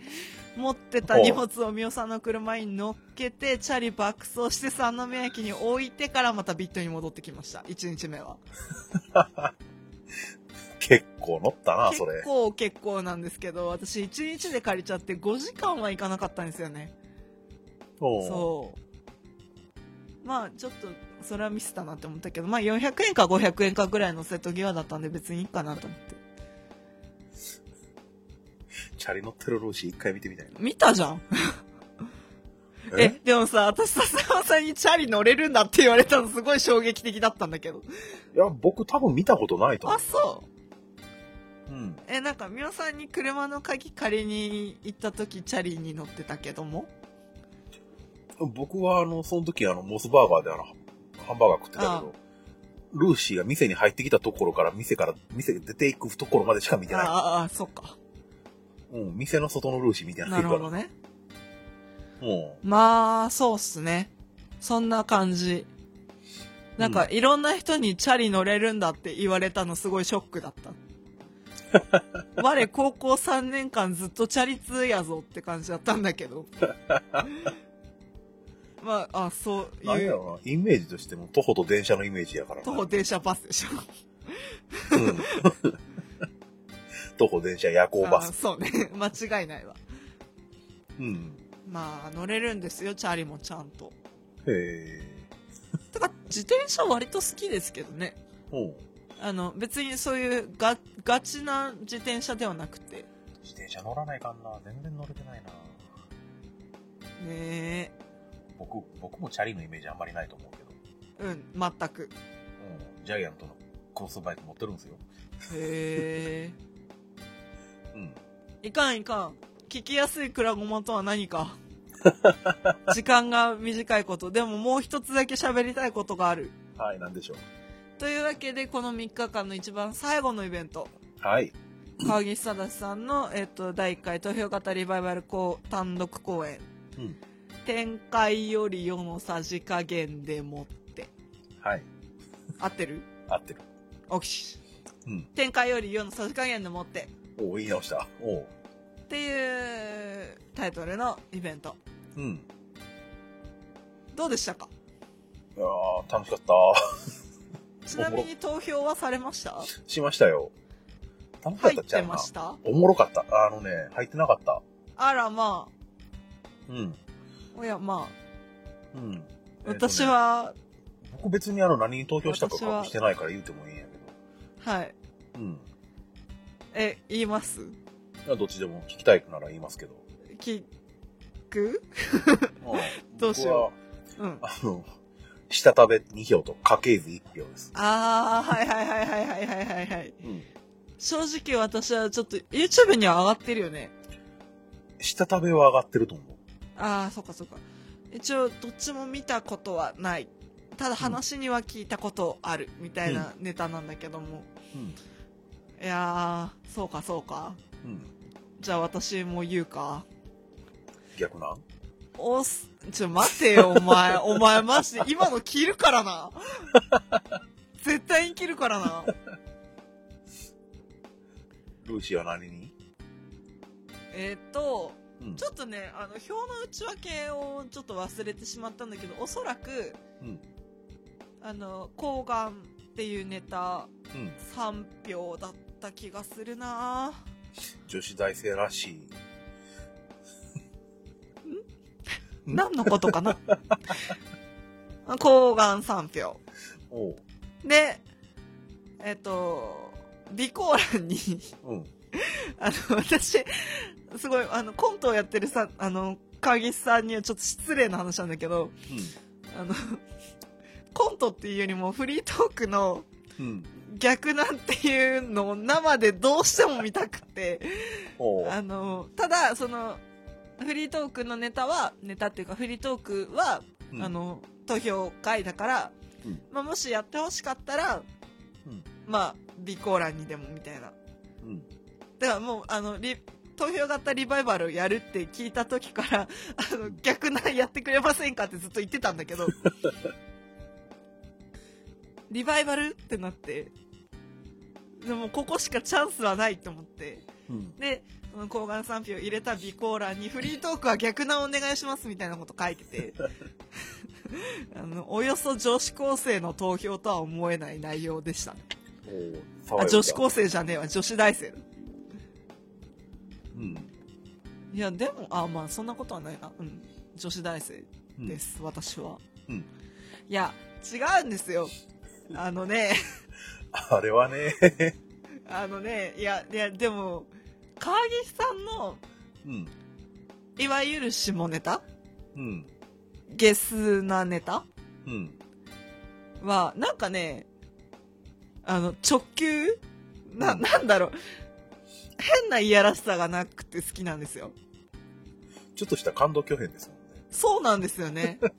[SPEAKER 2] 持ってた荷物を三代さんの車に乗っけてチャリ爆走して三宮駅に置いてからまたビットに戻ってきました1日目は
[SPEAKER 1] 結構乗ったな、そ
[SPEAKER 2] 結
[SPEAKER 1] れ。
[SPEAKER 2] 構結構なんですけど私1日で借りちゃって5時間は行かなかったんですよね
[SPEAKER 1] おう
[SPEAKER 2] そうまあちょっとそれはミスったなって思ったけどまあ400円か500円かぐらいの瀬戸際だったんで別にいいかなと思って
[SPEAKER 1] チャリ乗ってるルーシー一回見てみたいな。
[SPEAKER 2] 見たじゃんえでもさ私笹山さんにチャリ乗れるんだって言われたのすごい衝撃的だったんだけど
[SPEAKER 1] いや、僕多分見たことないと思
[SPEAKER 2] あそ
[SPEAKER 1] う。
[SPEAKER 2] う
[SPEAKER 1] うん。
[SPEAKER 2] えなんか美輪さんに車の鍵借りに行った時チャリに乗ってたけども
[SPEAKER 1] 僕は、あの、その時、あの、モスバーガーで、あの、ハンバーガー食ってたけど、
[SPEAKER 2] あ
[SPEAKER 1] ルーシーが店に入ってきたところから、店から、店に出ていくところまでしか見て
[SPEAKER 2] あ
[SPEAKER 1] ない。
[SPEAKER 2] ああそっか
[SPEAKER 1] うん、店の外のルーシー見てない
[SPEAKER 2] な
[SPEAKER 1] から。
[SPEAKER 2] るほどね
[SPEAKER 1] うん。
[SPEAKER 2] まあ、そうっすね。そんな感じ。なんか、
[SPEAKER 1] う
[SPEAKER 2] いろんな人にチャリ乗れるんだって言われたのすごいショックだった。 我、高校3年間ずっとチャリ通やぞって感じだったんだ けど。まあ、あ、そう
[SPEAKER 1] なん
[SPEAKER 2] い
[SPEAKER 1] や
[SPEAKER 2] う、
[SPEAKER 1] ろな、イメージとしても、徒歩と電車のイメージやからな。
[SPEAKER 2] 徒歩電車バスでしょ。
[SPEAKER 1] うん徒歩電車、夜行バ
[SPEAKER 2] あ
[SPEAKER 1] ス。
[SPEAKER 2] そうね。 間違いないわ。
[SPEAKER 1] うん。
[SPEAKER 2] まあ、乗れるんですよ、チャリもちゃんと。
[SPEAKER 1] へえ。
[SPEAKER 2] てか、自転車割と好きですけどね。
[SPEAKER 1] うん。
[SPEAKER 2] あの別にそういうがガチな自転車ではなくて
[SPEAKER 1] 自転車乗らないかんな。全然乗れてないな。
[SPEAKER 2] ねえ
[SPEAKER 1] 僕、僕もチャリのイメージあんまりないと思うけど。
[SPEAKER 2] うん全く
[SPEAKER 1] うん。ジャイアントのコースバイク持ってるんですよ。
[SPEAKER 2] へ
[SPEAKER 1] うん。
[SPEAKER 2] えいかんいかん聞きやすいクラゴマとは何か時間が短いことでももう一つだけ喋りたいことがある
[SPEAKER 1] はい、なんでしょう。
[SPEAKER 2] というわけでこの3日間の一番最後のイベント
[SPEAKER 1] はい。
[SPEAKER 2] 川岸忠さんの、えっと第1回投票型リバイバル公単独公演
[SPEAKER 1] うん。
[SPEAKER 2] 「展開より世のさじ加減でもって
[SPEAKER 1] はい。」
[SPEAKER 2] 合ってる
[SPEAKER 1] 合ってる。
[SPEAKER 2] おし
[SPEAKER 1] うん。
[SPEAKER 2] 展開より世のさじ加減でもって
[SPEAKER 1] おう言い直した。おう
[SPEAKER 2] っていうタイトルのイベント
[SPEAKER 1] うん。
[SPEAKER 2] どうでしたか
[SPEAKER 1] いやー楽しかった。
[SPEAKER 2] ちなみに投票はされました
[SPEAKER 1] しました よ。楽しかっ
[SPEAKER 2] 入
[SPEAKER 1] た
[SPEAKER 2] っ
[SPEAKER 1] ちゃ
[SPEAKER 2] て
[SPEAKER 1] うな
[SPEAKER 2] ま。した
[SPEAKER 1] おもろかった。あのね、入ってなかった。
[SPEAKER 2] あらま
[SPEAKER 1] うん。
[SPEAKER 2] あおやまあ
[SPEAKER 1] うん。
[SPEAKER 2] 私
[SPEAKER 1] えっ
[SPEAKER 2] は、
[SPEAKER 1] とね。僕別にあの何に投票したか
[SPEAKER 2] 私は
[SPEAKER 1] 隠してないから言うてもいいんや
[SPEAKER 2] はい
[SPEAKER 1] けど。うん。
[SPEAKER 2] え言います
[SPEAKER 1] まあどっちでも聞きたいなら言いますけど。
[SPEAKER 2] 聞く
[SPEAKER 1] うん
[SPEAKER 2] どうしようん
[SPEAKER 1] 僕はあの、下食べ2票と家系図1票です。
[SPEAKER 2] ああはいはいはいはいはいはいはいはい
[SPEAKER 1] うん。
[SPEAKER 2] 正直私はちょっと YouTube には上がってるよね。
[SPEAKER 1] 下食べは上がってると思う。
[SPEAKER 2] ああ、そっかそっか。一応、どっちも見たことはない。ただ話には聞いたことある、みたいなネタなんだけども。いやー、そうかそうか。
[SPEAKER 1] うん。うん。
[SPEAKER 2] じゃあ私も言うか。
[SPEAKER 1] 逆なん
[SPEAKER 2] おっす、ちょ、待てよ、お 前。お前、マジで、今の切るからな。絶対に切るからな。
[SPEAKER 1] ルーシーは何に
[SPEAKER 2] えーっと、
[SPEAKER 1] うん
[SPEAKER 2] ちょっとね、あの、表の内訳をちょっと忘れてしまったんだけど、おそらく、
[SPEAKER 1] うん。
[SPEAKER 2] あの、抗がんっていうネタ、
[SPEAKER 1] うん。
[SPEAKER 2] 3票だった気がするな
[SPEAKER 1] 女子大生らしい。うん
[SPEAKER 2] 何のことかな 抗がん3票。
[SPEAKER 1] おう。
[SPEAKER 2] で、えっと、備考欄に、
[SPEAKER 1] うん。
[SPEAKER 2] あの、私、すごい、あの、コントをやってるさ、あの、川岸さんにはちょっと失礼な話なんだけど、あの、コントっていうよりもフリートークの
[SPEAKER 1] うん。うん。
[SPEAKER 2] 逆なんていうのを生でどうしても見たくて、
[SPEAKER 1] おう。
[SPEAKER 2] あの、ただ、その、フリートークのネタは、ネタっていうかフリートークは、
[SPEAKER 1] うん
[SPEAKER 2] あ、の、投票会だから、
[SPEAKER 1] うん
[SPEAKER 2] まあ、もしやってほしかったら、
[SPEAKER 1] うん
[SPEAKER 2] まあ、備考欄にでもみたいな。
[SPEAKER 1] うん。
[SPEAKER 2] だからもう、あの、リ投票型リバイバルをやるって聞いた時から、 あの、逆なんやってくれませんかってずっと言ってたんだ けど、リバイバルってなって、でもここしかチャンスはないと思って、
[SPEAKER 1] うん。
[SPEAKER 2] で、その抗がん3票入れた備考欄にフリートークは逆なお願いしますみたいなこと書いて て、あの、およそ女子高生の投票とは思えない内容でしたね。
[SPEAKER 1] おう。
[SPEAKER 2] あ、女子高
[SPEAKER 1] 生。
[SPEAKER 2] 生じゃねえわ、女子大生。
[SPEAKER 1] うん。
[SPEAKER 2] いや、でも、あ、まあ、そんなことはないな。うん。女子大生
[SPEAKER 1] うん
[SPEAKER 2] です、私は。
[SPEAKER 1] うん。
[SPEAKER 2] いや、違うんですよ。あのね、
[SPEAKER 1] あれはね。
[SPEAKER 2] あのね、いや、いや、でも、川岸さんの、
[SPEAKER 1] うん。
[SPEAKER 2] いわゆる下ネタ
[SPEAKER 1] うん。
[SPEAKER 2] ゲスなネタ
[SPEAKER 1] うん。
[SPEAKER 2] は、なんかね、あの、直球な、
[SPEAKER 1] うん
[SPEAKER 2] なんだろう。変ないやらしさがなくて好きなんですよ。
[SPEAKER 1] ちょっとした感動巨編ですもんね。
[SPEAKER 2] そうなんですよね。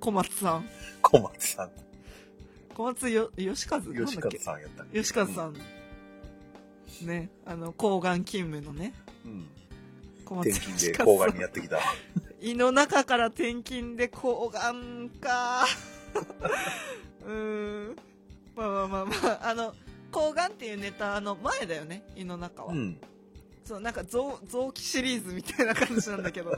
[SPEAKER 2] 小松さん。
[SPEAKER 1] 小松さん。
[SPEAKER 2] 小松よ、吉和なん
[SPEAKER 1] 吉
[SPEAKER 2] だっ
[SPEAKER 1] 和
[SPEAKER 2] け
[SPEAKER 1] さんやったっけ
[SPEAKER 2] 吉和さん。ね、あの、抗がん勤務のね、
[SPEAKER 1] うん。
[SPEAKER 2] 小
[SPEAKER 1] 転
[SPEAKER 2] 松
[SPEAKER 1] 勤
[SPEAKER 2] 吉
[SPEAKER 1] で
[SPEAKER 2] 和さん
[SPEAKER 1] 郊外にやってきた。
[SPEAKER 2] 胃の中から転勤で抗がん か。うーん。まあまあまあまあ、あの、抗がんっていうネタの前だよね、胃の中は。
[SPEAKER 1] うん。
[SPEAKER 2] そう、なんか臓、臓器シリーズみたいな感じなんだけ ど、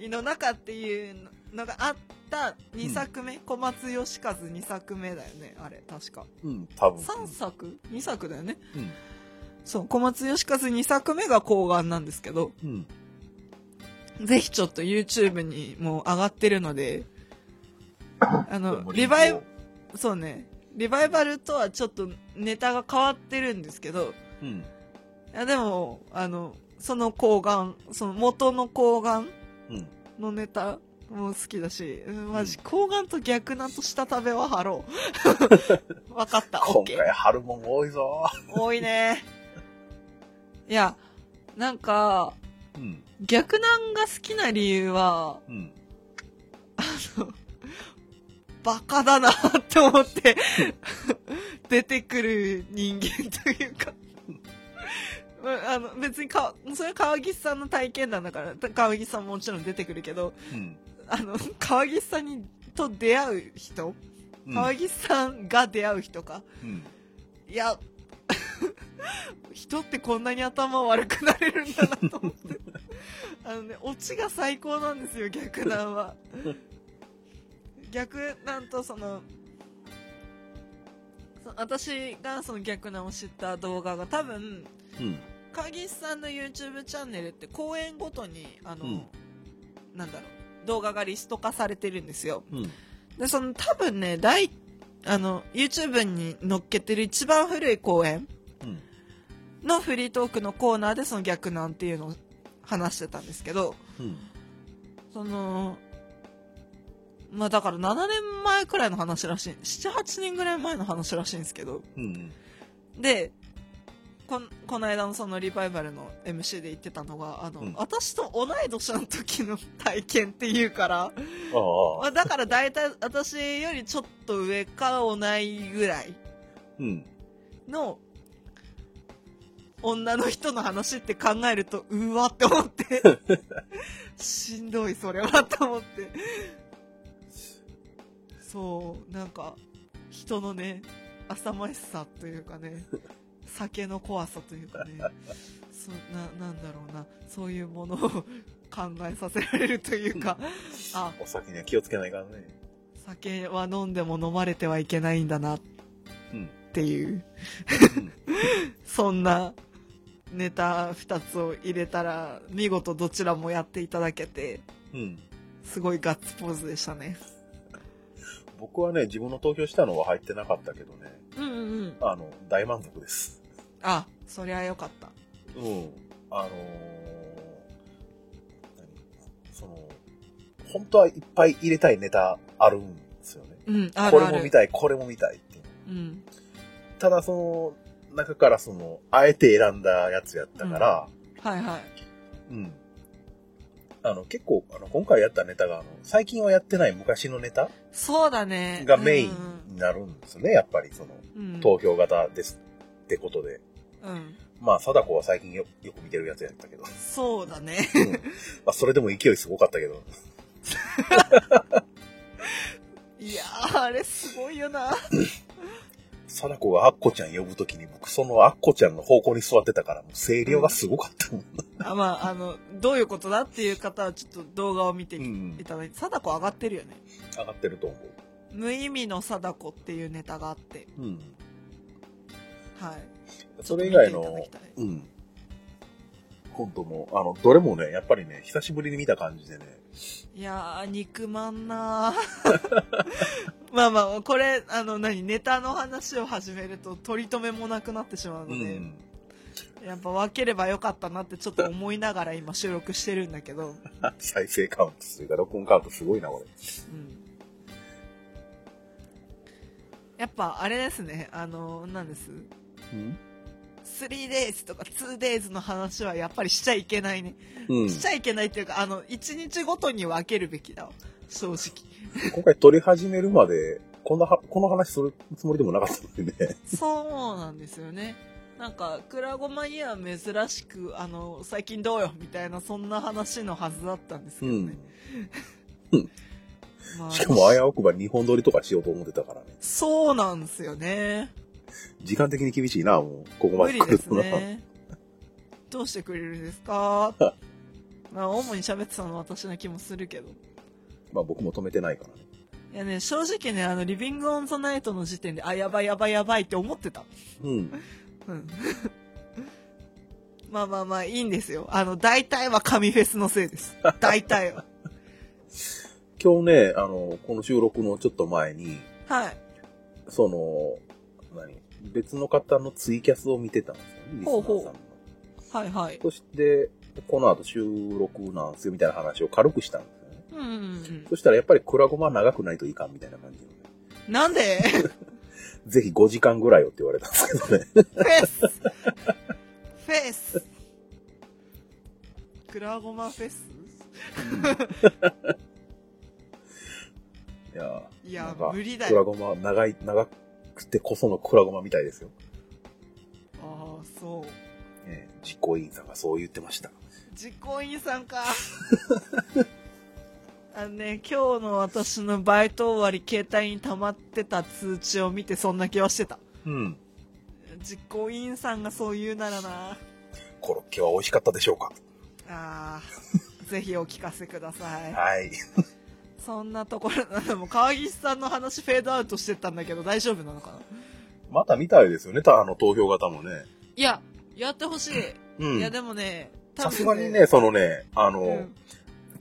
[SPEAKER 2] 胃の中っていうのがあった2作目、小松義和2作目だよね、あれ、確か。
[SPEAKER 1] うん。多分。
[SPEAKER 2] 3作 ?2 作だよね。
[SPEAKER 1] うん。
[SPEAKER 2] そう、小松義和2作目が抗がんなんですけど、
[SPEAKER 1] うん。
[SPEAKER 2] ぜひちょっと YouTube にもう上がってるので、あ
[SPEAKER 1] で
[SPEAKER 2] の、
[SPEAKER 1] も
[SPEAKER 2] リバイ、そうね、リバイバルとはちょっとネタが変わってるんですけど、
[SPEAKER 1] うん。
[SPEAKER 2] いやでも、あの、その抗がん、その元の抗がん
[SPEAKER 1] うん。
[SPEAKER 2] のネタも好きだし、うん、マジ、
[SPEAKER 1] う
[SPEAKER 2] 抗がんと逆なんと下食べは張ろ う。わかった、
[SPEAKER 1] 今
[SPEAKER 2] OK。
[SPEAKER 1] 回、春もん多いぞ。
[SPEAKER 2] 多いね。いや、なんか、
[SPEAKER 1] うん。
[SPEAKER 2] 逆なんが好きな理由は、
[SPEAKER 1] うん。
[SPEAKER 2] バカだなって思って、出てくる人間というか。まあの別にか、それは川岸さんの体験談だから、川岸さんももちろん出てくるけど、
[SPEAKER 1] うん。
[SPEAKER 2] あの、川岸さんに、と出会う人、
[SPEAKER 1] うん
[SPEAKER 2] 川岸さんが出会う人か。
[SPEAKER 1] うん。
[SPEAKER 2] いや、人ってこんなに頭悪くなれるんだなと思って。あのね、オチが最高なんですよ、逆なんは。逆なんとその、そ私がその逆なんを知った動画が多分、
[SPEAKER 1] うん。
[SPEAKER 2] 川岸さんの YouTube チャンネルって公演ごとに、あの、
[SPEAKER 1] うん
[SPEAKER 2] なんだろう、動画がリスト化されてるんですよ。
[SPEAKER 1] うん。
[SPEAKER 2] で、その多分ね、大、あの、YouTube に載っけてる一番古い公演
[SPEAKER 1] うん。
[SPEAKER 2] のフリートークのコーナーでその逆なんっていうのを話してたんですけど、
[SPEAKER 1] うん。
[SPEAKER 2] その、まあだから7年前くらいの話らしい、7、8年ぐらい前の話らしいんですけど、
[SPEAKER 1] うん。
[SPEAKER 2] でこんこの間のそのリバイバルの MC で言ってたのがあの、
[SPEAKER 1] うん
[SPEAKER 2] 私と同い年の時の体験っていうから
[SPEAKER 1] あ
[SPEAKER 2] ま
[SPEAKER 1] あ。
[SPEAKER 2] あだから大体私よりちょっと上か同いぐらい
[SPEAKER 1] うん。
[SPEAKER 2] の女の人の話って考えるとうわって思ってしんどいそれはと思ってそうなんか人のね浅ましさというかね酒の怖さというかねそうななんだろうなそういうものを考えさせられるというかあ
[SPEAKER 1] お酒には気をつけないからね。
[SPEAKER 2] 酒は飲んでも飲まれてはいけないんだなっ
[SPEAKER 1] うん。
[SPEAKER 2] ていう
[SPEAKER 1] うん
[SPEAKER 2] そんなネタ2つを入れたら見事どちらもやっていただけて
[SPEAKER 1] うん。
[SPEAKER 2] すごいガッツポーズでしたね
[SPEAKER 1] 僕はね、自分の投票したのは入ってなかったけどね、
[SPEAKER 2] うんうんうん
[SPEAKER 1] あの、大満足です。
[SPEAKER 2] あそりゃよかった
[SPEAKER 1] うん。あのー、何その、本当はいっぱい入れたいネタあるんですよね。
[SPEAKER 2] うんあ
[SPEAKER 1] こ
[SPEAKER 2] る
[SPEAKER 1] れ
[SPEAKER 2] あ
[SPEAKER 1] も
[SPEAKER 2] る
[SPEAKER 1] 見たい、これも見たいっていう。
[SPEAKER 2] うん
[SPEAKER 1] ただその中からその、あえて選んだやつやったから、
[SPEAKER 2] はいはい
[SPEAKER 1] うん。あの、結構、あの、今回やったネタが、あの、最近はやってない昔のネタ
[SPEAKER 2] そうだね
[SPEAKER 1] がメイン
[SPEAKER 2] う
[SPEAKER 1] になるんですよね、やっぱり、その、
[SPEAKER 2] んうん
[SPEAKER 1] 投票型ですってことで。
[SPEAKER 2] うん
[SPEAKER 1] まあ、貞子は最近よよく見てるやつやったけど。
[SPEAKER 2] そうだね
[SPEAKER 1] うん まあ、それでも勢いすごかったけど。
[SPEAKER 2] いやーあれすごいよな
[SPEAKER 1] 貞子がアッコちゃん呼ぶときに、僕、そのアッコちゃんの方向に座ってたから、もう声量がすごかったもん。
[SPEAKER 2] あまああのどういうことだっていう方はちょっと動画を見ていただいて貞子上がってるよね
[SPEAKER 1] 上がってると思う。
[SPEAKER 2] 無意味の貞子っていうネタがあって
[SPEAKER 1] うん。
[SPEAKER 2] はい
[SPEAKER 1] それ以外
[SPEAKER 2] ちょっと見
[SPEAKER 1] の
[SPEAKER 2] ていただき、た
[SPEAKER 1] うん。コントも、あの、どれもね、やっぱりね、久しぶりに見た感じでね、
[SPEAKER 2] いやー、肉まんなー。 まあまあ、これ、あの、何、ネタの話を始めると、取り留めもなくなってしまう
[SPEAKER 1] う
[SPEAKER 2] ので、
[SPEAKER 1] ん。
[SPEAKER 2] やっぱ分ければよかったなってちょっと思いながら今収録してるんだけど、
[SPEAKER 1] 再生カウントというか、録音カウントすごいな、これ。
[SPEAKER 2] うん。やっぱ、あれですね、あの、なんです
[SPEAKER 1] うん。
[SPEAKER 2] 3days とか 2days の話はやっぱりしちゃいけないね。
[SPEAKER 1] うん。
[SPEAKER 2] しちゃいけないっていうか、あの、1日ごとに分けるべきだわ。正直。
[SPEAKER 1] 今回撮り始めるまで、こんなは、この話するつもりでもなかったんでね。
[SPEAKER 2] そうなんですよね。なんか、クラゴマには珍しく、あの、最近どうよみたいな、そんな話のはずだったんですけどね。まあ
[SPEAKER 1] しかも危うくば日本撮りとかしようと思ってたからね。
[SPEAKER 2] そうなんですよね。
[SPEAKER 1] 時間的に厳しいな、もう。ここま
[SPEAKER 2] 無
[SPEAKER 1] で
[SPEAKER 2] 理
[SPEAKER 1] 来
[SPEAKER 2] で
[SPEAKER 1] る
[SPEAKER 2] す
[SPEAKER 1] とな。
[SPEAKER 2] ね。どうしてくれるんです かまあ、主に喋ってたのは私な気もするけど。
[SPEAKER 1] まあ僕も止めてないからね。
[SPEAKER 2] いやね、正直ね、あの、リビングオンザナイトの時点で、あ、やばいやばいやばいって思ってた。
[SPEAKER 1] うん。
[SPEAKER 2] うん。 まあまあまあ、いいんですよ。あの、大体は神フェスのせいです。大体は。
[SPEAKER 1] 今日ね、あの、この収録のちょっと前に、
[SPEAKER 2] はい。
[SPEAKER 1] その、何別の方のツイキャスを見てたんですよね、リスナ
[SPEAKER 2] ほうほう
[SPEAKER 1] ーさんの。
[SPEAKER 2] はいはい。
[SPEAKER 1] そして、この後収録なんですよ、みたいな話を軽くしたんですよね。
[SPEAKER 2] うんうんうん。
[SPEAKER 1] そしたらやっぱりクラゴマ長くないといかんみたいな感じのね。
[SPEAKER 2] なんで
[SPEAKER 1] ぜひ5時間ぐらいよって言われたんですけどね。
[SPEAKER 2] フェスフェスクラゴマフェス
[SPEAKER 1] いやー
[SPEAKER 2] いや
[SPEAKER 1] なんか
[SPEAKER 2] 無理だよ
[SPEAKER 1] クラゴマ長い、長くてこそのクラゴマみたいですよ。
[SPEAKER 2] ああ、そう。
[SPEAKER 1] ええ実行委員さんがそう言ってました。
[SPEAKER 2] 実行委員さんか。 あのね、今日の私のバイト終わり、携帯に溜まってた通知を見て、そんな気はしてた。
[SPEAKER 1] うん。
[SPEAKER 2] 実行委員さんがそう言うならな。
[SPEAKER 1] コロッケは美味しかったでしょうか
[SPEAKER 2] ああ、ぜひお聞かせください。
[SPEAKER 1] はい。
[SPEAKER 2] そんなところ、あのもう川岸さんの話フェードアウトしてったんだけど、大丈夫なのかな
[SPEAKER 1] また見たいですよね、たあの投票型もね。
[SPEAKER 2] いや、やってほしい。
[SPEAKER 1] う
[SPEAKER 2] いや、
[SPEAKER 1] ん。
[SPEAKER 2] でもね、
[SPEAKER 1] さすがにね、、そのね、あの、
[SPEAKER 2] うん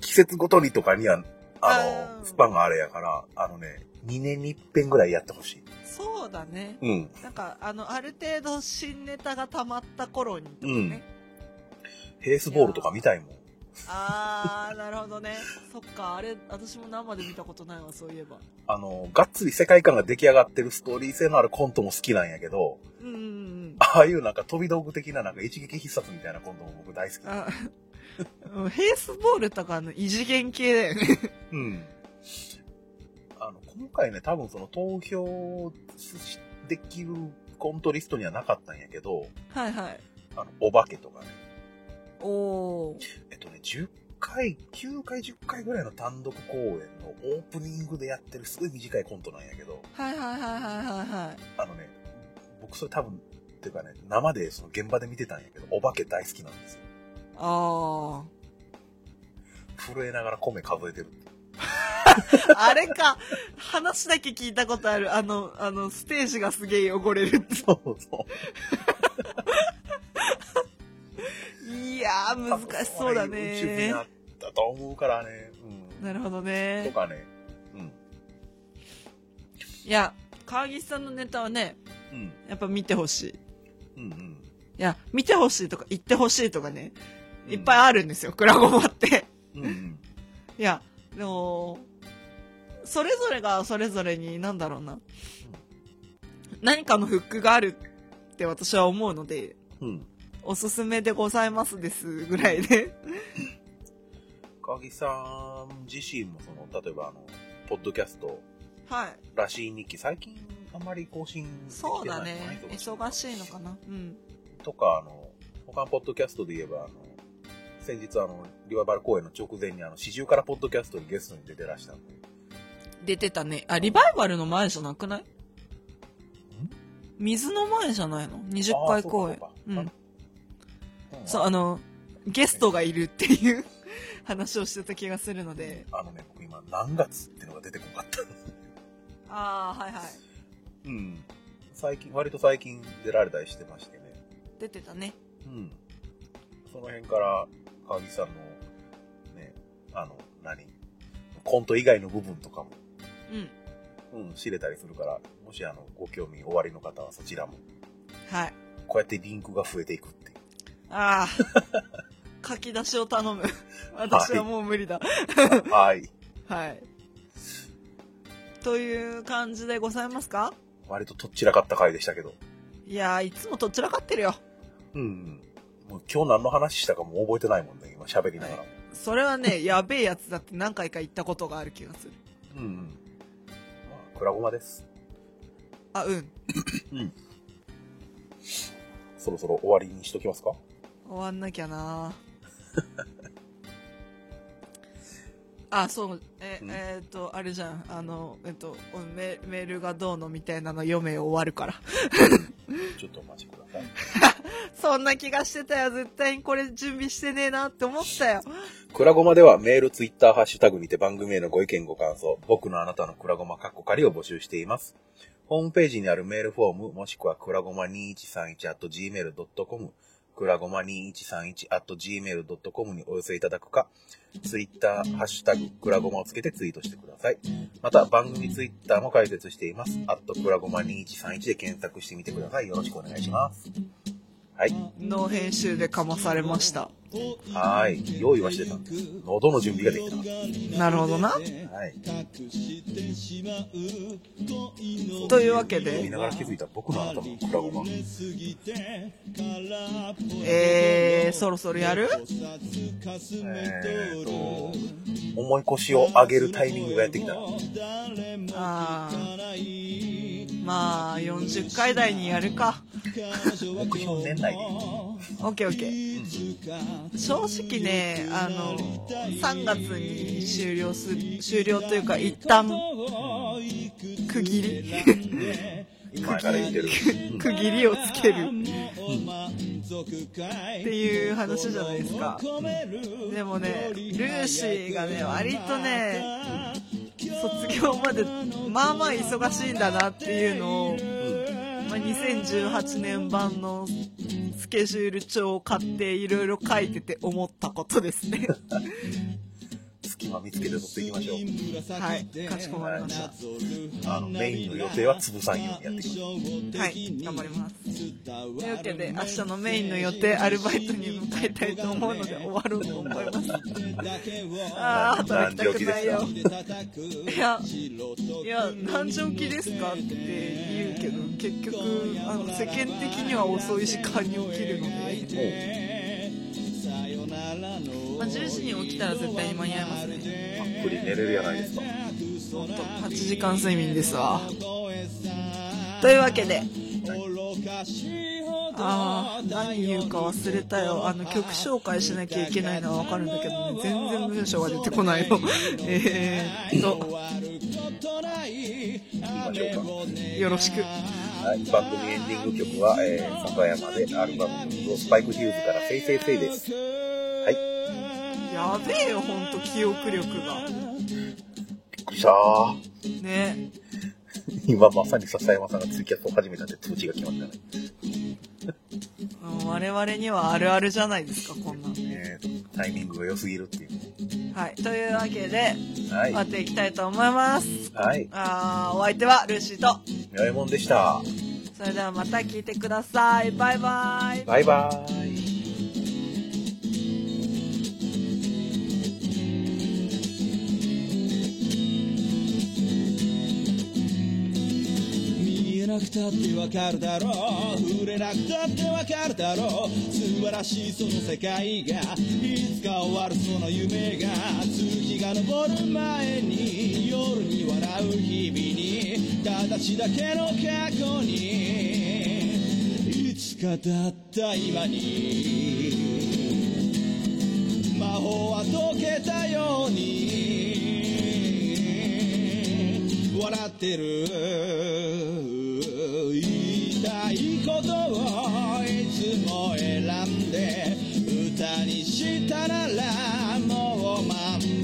[SPEAKER 1] 季節ごとにとかには、あ
[SPEAKER 2] あー
[SPEAKER 1] の、スパンがあれやから、あのね、2年に一遍ぐらいやってほしい。
[SPEAKER 2] そうだね。
[SPEAKER 1] うん。
[SPEAKER 2] なんか、あの、ある程度新ネタが溜まった頃にとかね。
[SPEAKER 1] ヘースボールとか見たいもん。
[SPEAKER 2] あー、なるほどね。そっか、あれ、私も生で見たことないわ、そういえば。
[SPEAKER 1] あの、がっつり世界観が出来上がってるストーリー性のあるコントも好きなんやけど、
[SPEAKER 2] うんうんうん。
[SPEAKER 1] ああいうなんか飛び道具的ななんか一撃必殺みたいな今度も僕大好き。
[SPEAKER 2] あうんフェイスボールとかの異次元系だよね。
[SPEAKER 1] うん。あの、今回ね、多分その投票しできるコントリストにはなかったんやけど、
[SPEAKER 2] はいはい。
[SPEAKER 1] あの、お化けとかね。
[SPEAKER 2] おー。
[SPEAKER 1] えっとね、10回、9回、10回ぐらいの単独公演のオープニングでやってるすごい短いコントなんやけど、
[SPEAKER 2] はいはいはいはいはいはい。
[SPEAKER 1] あのね、僕それ多分、っていうかね、生でその現場で見てたんやけど、お化け大好きなんですよ。
[SPEAKER 2] あ
[SPEAKER 1] 震えながら米数えてる。
[SPEAKER 2] ー。あれか。話だけ聞いたことある。あの、あの、ステージがすげえ汚れるって。
[SPEAKER 1] そうそ
[SPEAKER 2] いやー、
[SPEAKER 1] う。
[SPEAKER 2] 難しそうだ
[SPEAKER 1] 宇宙に
[SPEAKER 2] ね
[SPEAKER 1] な。ったと思うからね。
[SPEAKER 2] なるほど
[SPEAKER 1] うん。と
[SPEAKER 2] ね。
[SPEAKER 1] かね。うん。
[SPEAKER 2] いや、川岸さんのネタはね、
[SPEAKER 1] うん。
[SPEAKER 2] やっぱ見てほしい。
[SPEAKER 1] うんうん。
[SPEAKER 2] いや、見てほしいとか、言ってほしいとかね、いっぱい
[SPEAKER 1] い。
[SPEAKER 2] あるんですよ、クラゴマって。
[SPEAKER 1] うんうん。
[SPEAKER 2] いや、でも、それぞれがそれぞれに、なんだろうな、何かのフックがあるって私は思うので、
[SPEAKER 1] うん。
[SPEAKER 2] おすすめでございますです、ぐらいで。
[SPEAKER 1] 川木さん自身もその、例えばあの、ポッドキャスト、
[SPEAKER 2] はい。
[SPEAKER 1] らしい日記、最近あんまり更新できてない
[SPEAKER 2] そうだね。忙しいのか
[SPEAKER 1] な。
[SPEAKER 2] な。うん。
[SPEAKER 1] とか、あの、他のポッドキャストで言えば、あの、先日あの、リバイバル公演の直前にあの、四十からポッドキャストにゲストに出てらしたんで、
[SPEAKER 2] 出てたね。あ、リバイバルの前じゃなくない水の前じゃないの ?20 回公演
[SPEAKER 1] あー。そううかそう
[SPEAKER 2] ん。
[SPEAKER 1] か
[SPEAKER 2] そう、あの、ゲストがいるっていう 話をしてた気がするので。
[SPEAKER 1] あのね、僕今、何月ってのが出てこなかった。
[SPEAKER 2] ああ、はいはい。
[SPEAKER 1] うん。最近、割と最近出られたりしてましてね。
[SPEAKER 2] 出てたね。
[SPEAKER 1] うん。その辺から、川岸さんの、ね、あの、何コント以外の部分とかも、
[SPEAKER 2] うん。
[SPEAKER 1] うん、知れたりするから、もしあの、ご興味おありの方はそちらも、
[SPEAKER 2] はい。
[SPEAKER 1] こうやってリンクが増えていくっていう。
[SPEAKER 2] あ あ。書き出しを頼む。私はもう無理だ。
[SPEAKER 1] はい。
[SPEAKER 2] はい。という感じでございますか
[SPEAKER 1] 割ととっちらかった回でしたけど。
[SPEAKER 2] いやー、いつもとっちらかってるよ。
[SPEAKER 1] うん。もう今日何の話したかもう覚えてないもんね、今喋りながらも。
[SPEAKER 2] それはね、やべえやつだって何回か言ったことがある気がする。
[SPEAKER 1] うんうん。まあ、クラゴマです。
[SPEAKER 2] あ、うん。
[SPEAKER 1] そろそろ終わりにしときますか
[SPEAKER 2] 終わんなき ゃなあそうえ
[SPEAKER 1] うん
[SPEAKER 2] えーっとあれじゃんあのえっとおメメールがどうのみたいなの読め終わるから
[SPEAKER 1] ちょっとお待ちください。
[SPEAKER 2] そんな気がしてたよ絶対にこれ準備してねえなって思ったよ
[SPEAKER 1] クラゴマではメール、ツイッター、ハッシュタグにて番組へのご意見、ご感想、僕のあなたのクラゴマカッコ仮を募集しています。ホームページにあるメールフォーム、もしくはクラゴマ 2131.gmail.com、クラゴマ 2131.gmail.com にお寄せいただくか、ツイッター、ハッシュタグ、クラゴマをつけてツイートしてください。また、番組ツイッターも解説しています。アットクラゴマ2131で検索してみてください。よろしくお願いします。はい。
[SPEAKER 2] 脳編集でかまされました
[SPEAKER 1] はーい。用意はしてたんです。喉の準備ができた。
[SPEAKER 2] なるほどな
[SPEAKER 1] はい。
[SPEAKER 2] というわけ
[SPEAKER 1] 見
[SPEAKER 2] で
[SPEAKER 1] ながら気づいた僕のあなたのクラゴマ。
[SPEAKER 2] えー、そろそろやる
[SPEAKER 1] えーと、重い腰を上げるタイミングがやってきたな。
[SPEAKER 2] あーまあ40回台にやるか
[SPEAKER 1] 目標年内で。
[SPEAKER 2] オッケーオッケー。正直ね、あの、3月に終了す、終了というか、一旦、区切り、
[SPEAKER 1] 前から言ってる。うん
[SPEAKER 2] 区切りをつける。っていう話じゃないですか。でもね、ルーシーがね、割とね、卒業まで、まあまあ忙しいんだなっていうのを、まあ、2018年版のスケジュール帳を買っていろいろ書いてて思ったことですね。
[SPEAKER 1] 隙間見つけて取っていきましょう。
[SPEAKER 2] はいかしこまりました
[SPEAKER 1] あの、メインの予定は潰さんようにやっていきます。
[SPEAKER 2] はい頑張りますというわけで明日のメインの予定アルバイトに向かいたいと思うので終わろうと思いますああ働きたくないよいやいや何時起きですかって言うけど結局あの世間的には遅い時間に起きるので、まあ、10時に起きたら絶対に間に合いますね
[SPEAKER 1] たっぷり寝れるやないですか。
[SPEAKER 2] ほんと8時間睡眠ですわというわけであー何言うか忘れたよあの曲紹介しなきゃいけないのは分かるんだけどね全然文章が出てこない のえーっと
[SPEAKER 1] 行きましょう
[SPEAKER 2] よろしく
[SPEAKER 1] か。はい、番組エンディング曲は、えー、坂山でアルバムのスパイクヒューズから、せいせいせいです。はい。
[SPEAKER 2] やべえよほんと記憶力が
[SPEAKER 1] びっくりしたー。
[SPEAKER 2] ね
[SPEAKER 1] 今まさに笹山さんがツイキャスを始めたんで通知が来ましたね。
[SPEAKER 2] うん我々にはあるあるじゃないですかこんなの
[SPEAKER 1] えー、タイミングが良すぎるっていう。
[SPEAKER 2] はいというわけで
[SPEAKER 1] はい。
[SPEAKER 2] 終わっていきたいと思います
[SPEAKER 1] はい。
[SPEAKER 2] あーお相手はルーシーと
[SPEAKER 1] みわえもんでした。
[SPEAKER 2] それではまた聞いてくださいバイバイ
[SPEAKER 1] バイバーイ。
[SPEAKER 5] 見えなくたってわかるだろう触れなくたってわかるだろう素晴らしいその世界がいつか終わるその夢が月が昇る前に夜に笑う日々に形だけの過去にいつかだった今に魔法は解けたように笑ってる言いたいことをいつも選んで歌にしたならもう満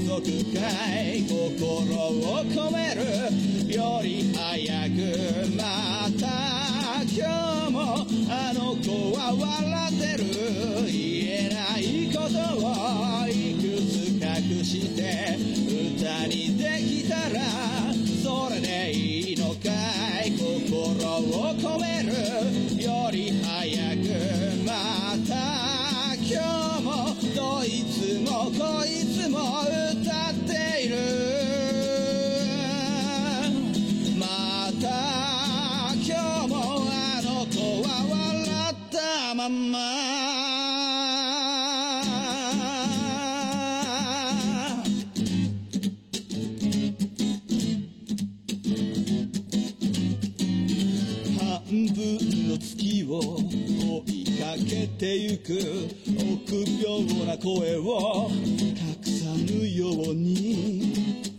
[SPEAKER 5] 足かい心を込めるより早くまた今日もあの子は笑ってる言えないことをいくつ隠して歌にできたらそれでいいのかい心を込めるより早くまた今日もどいつもこいつも歌っているまた今日もあの子は笑ったまんま半分の月を追いかけてゆく臆病な声を隠さぬように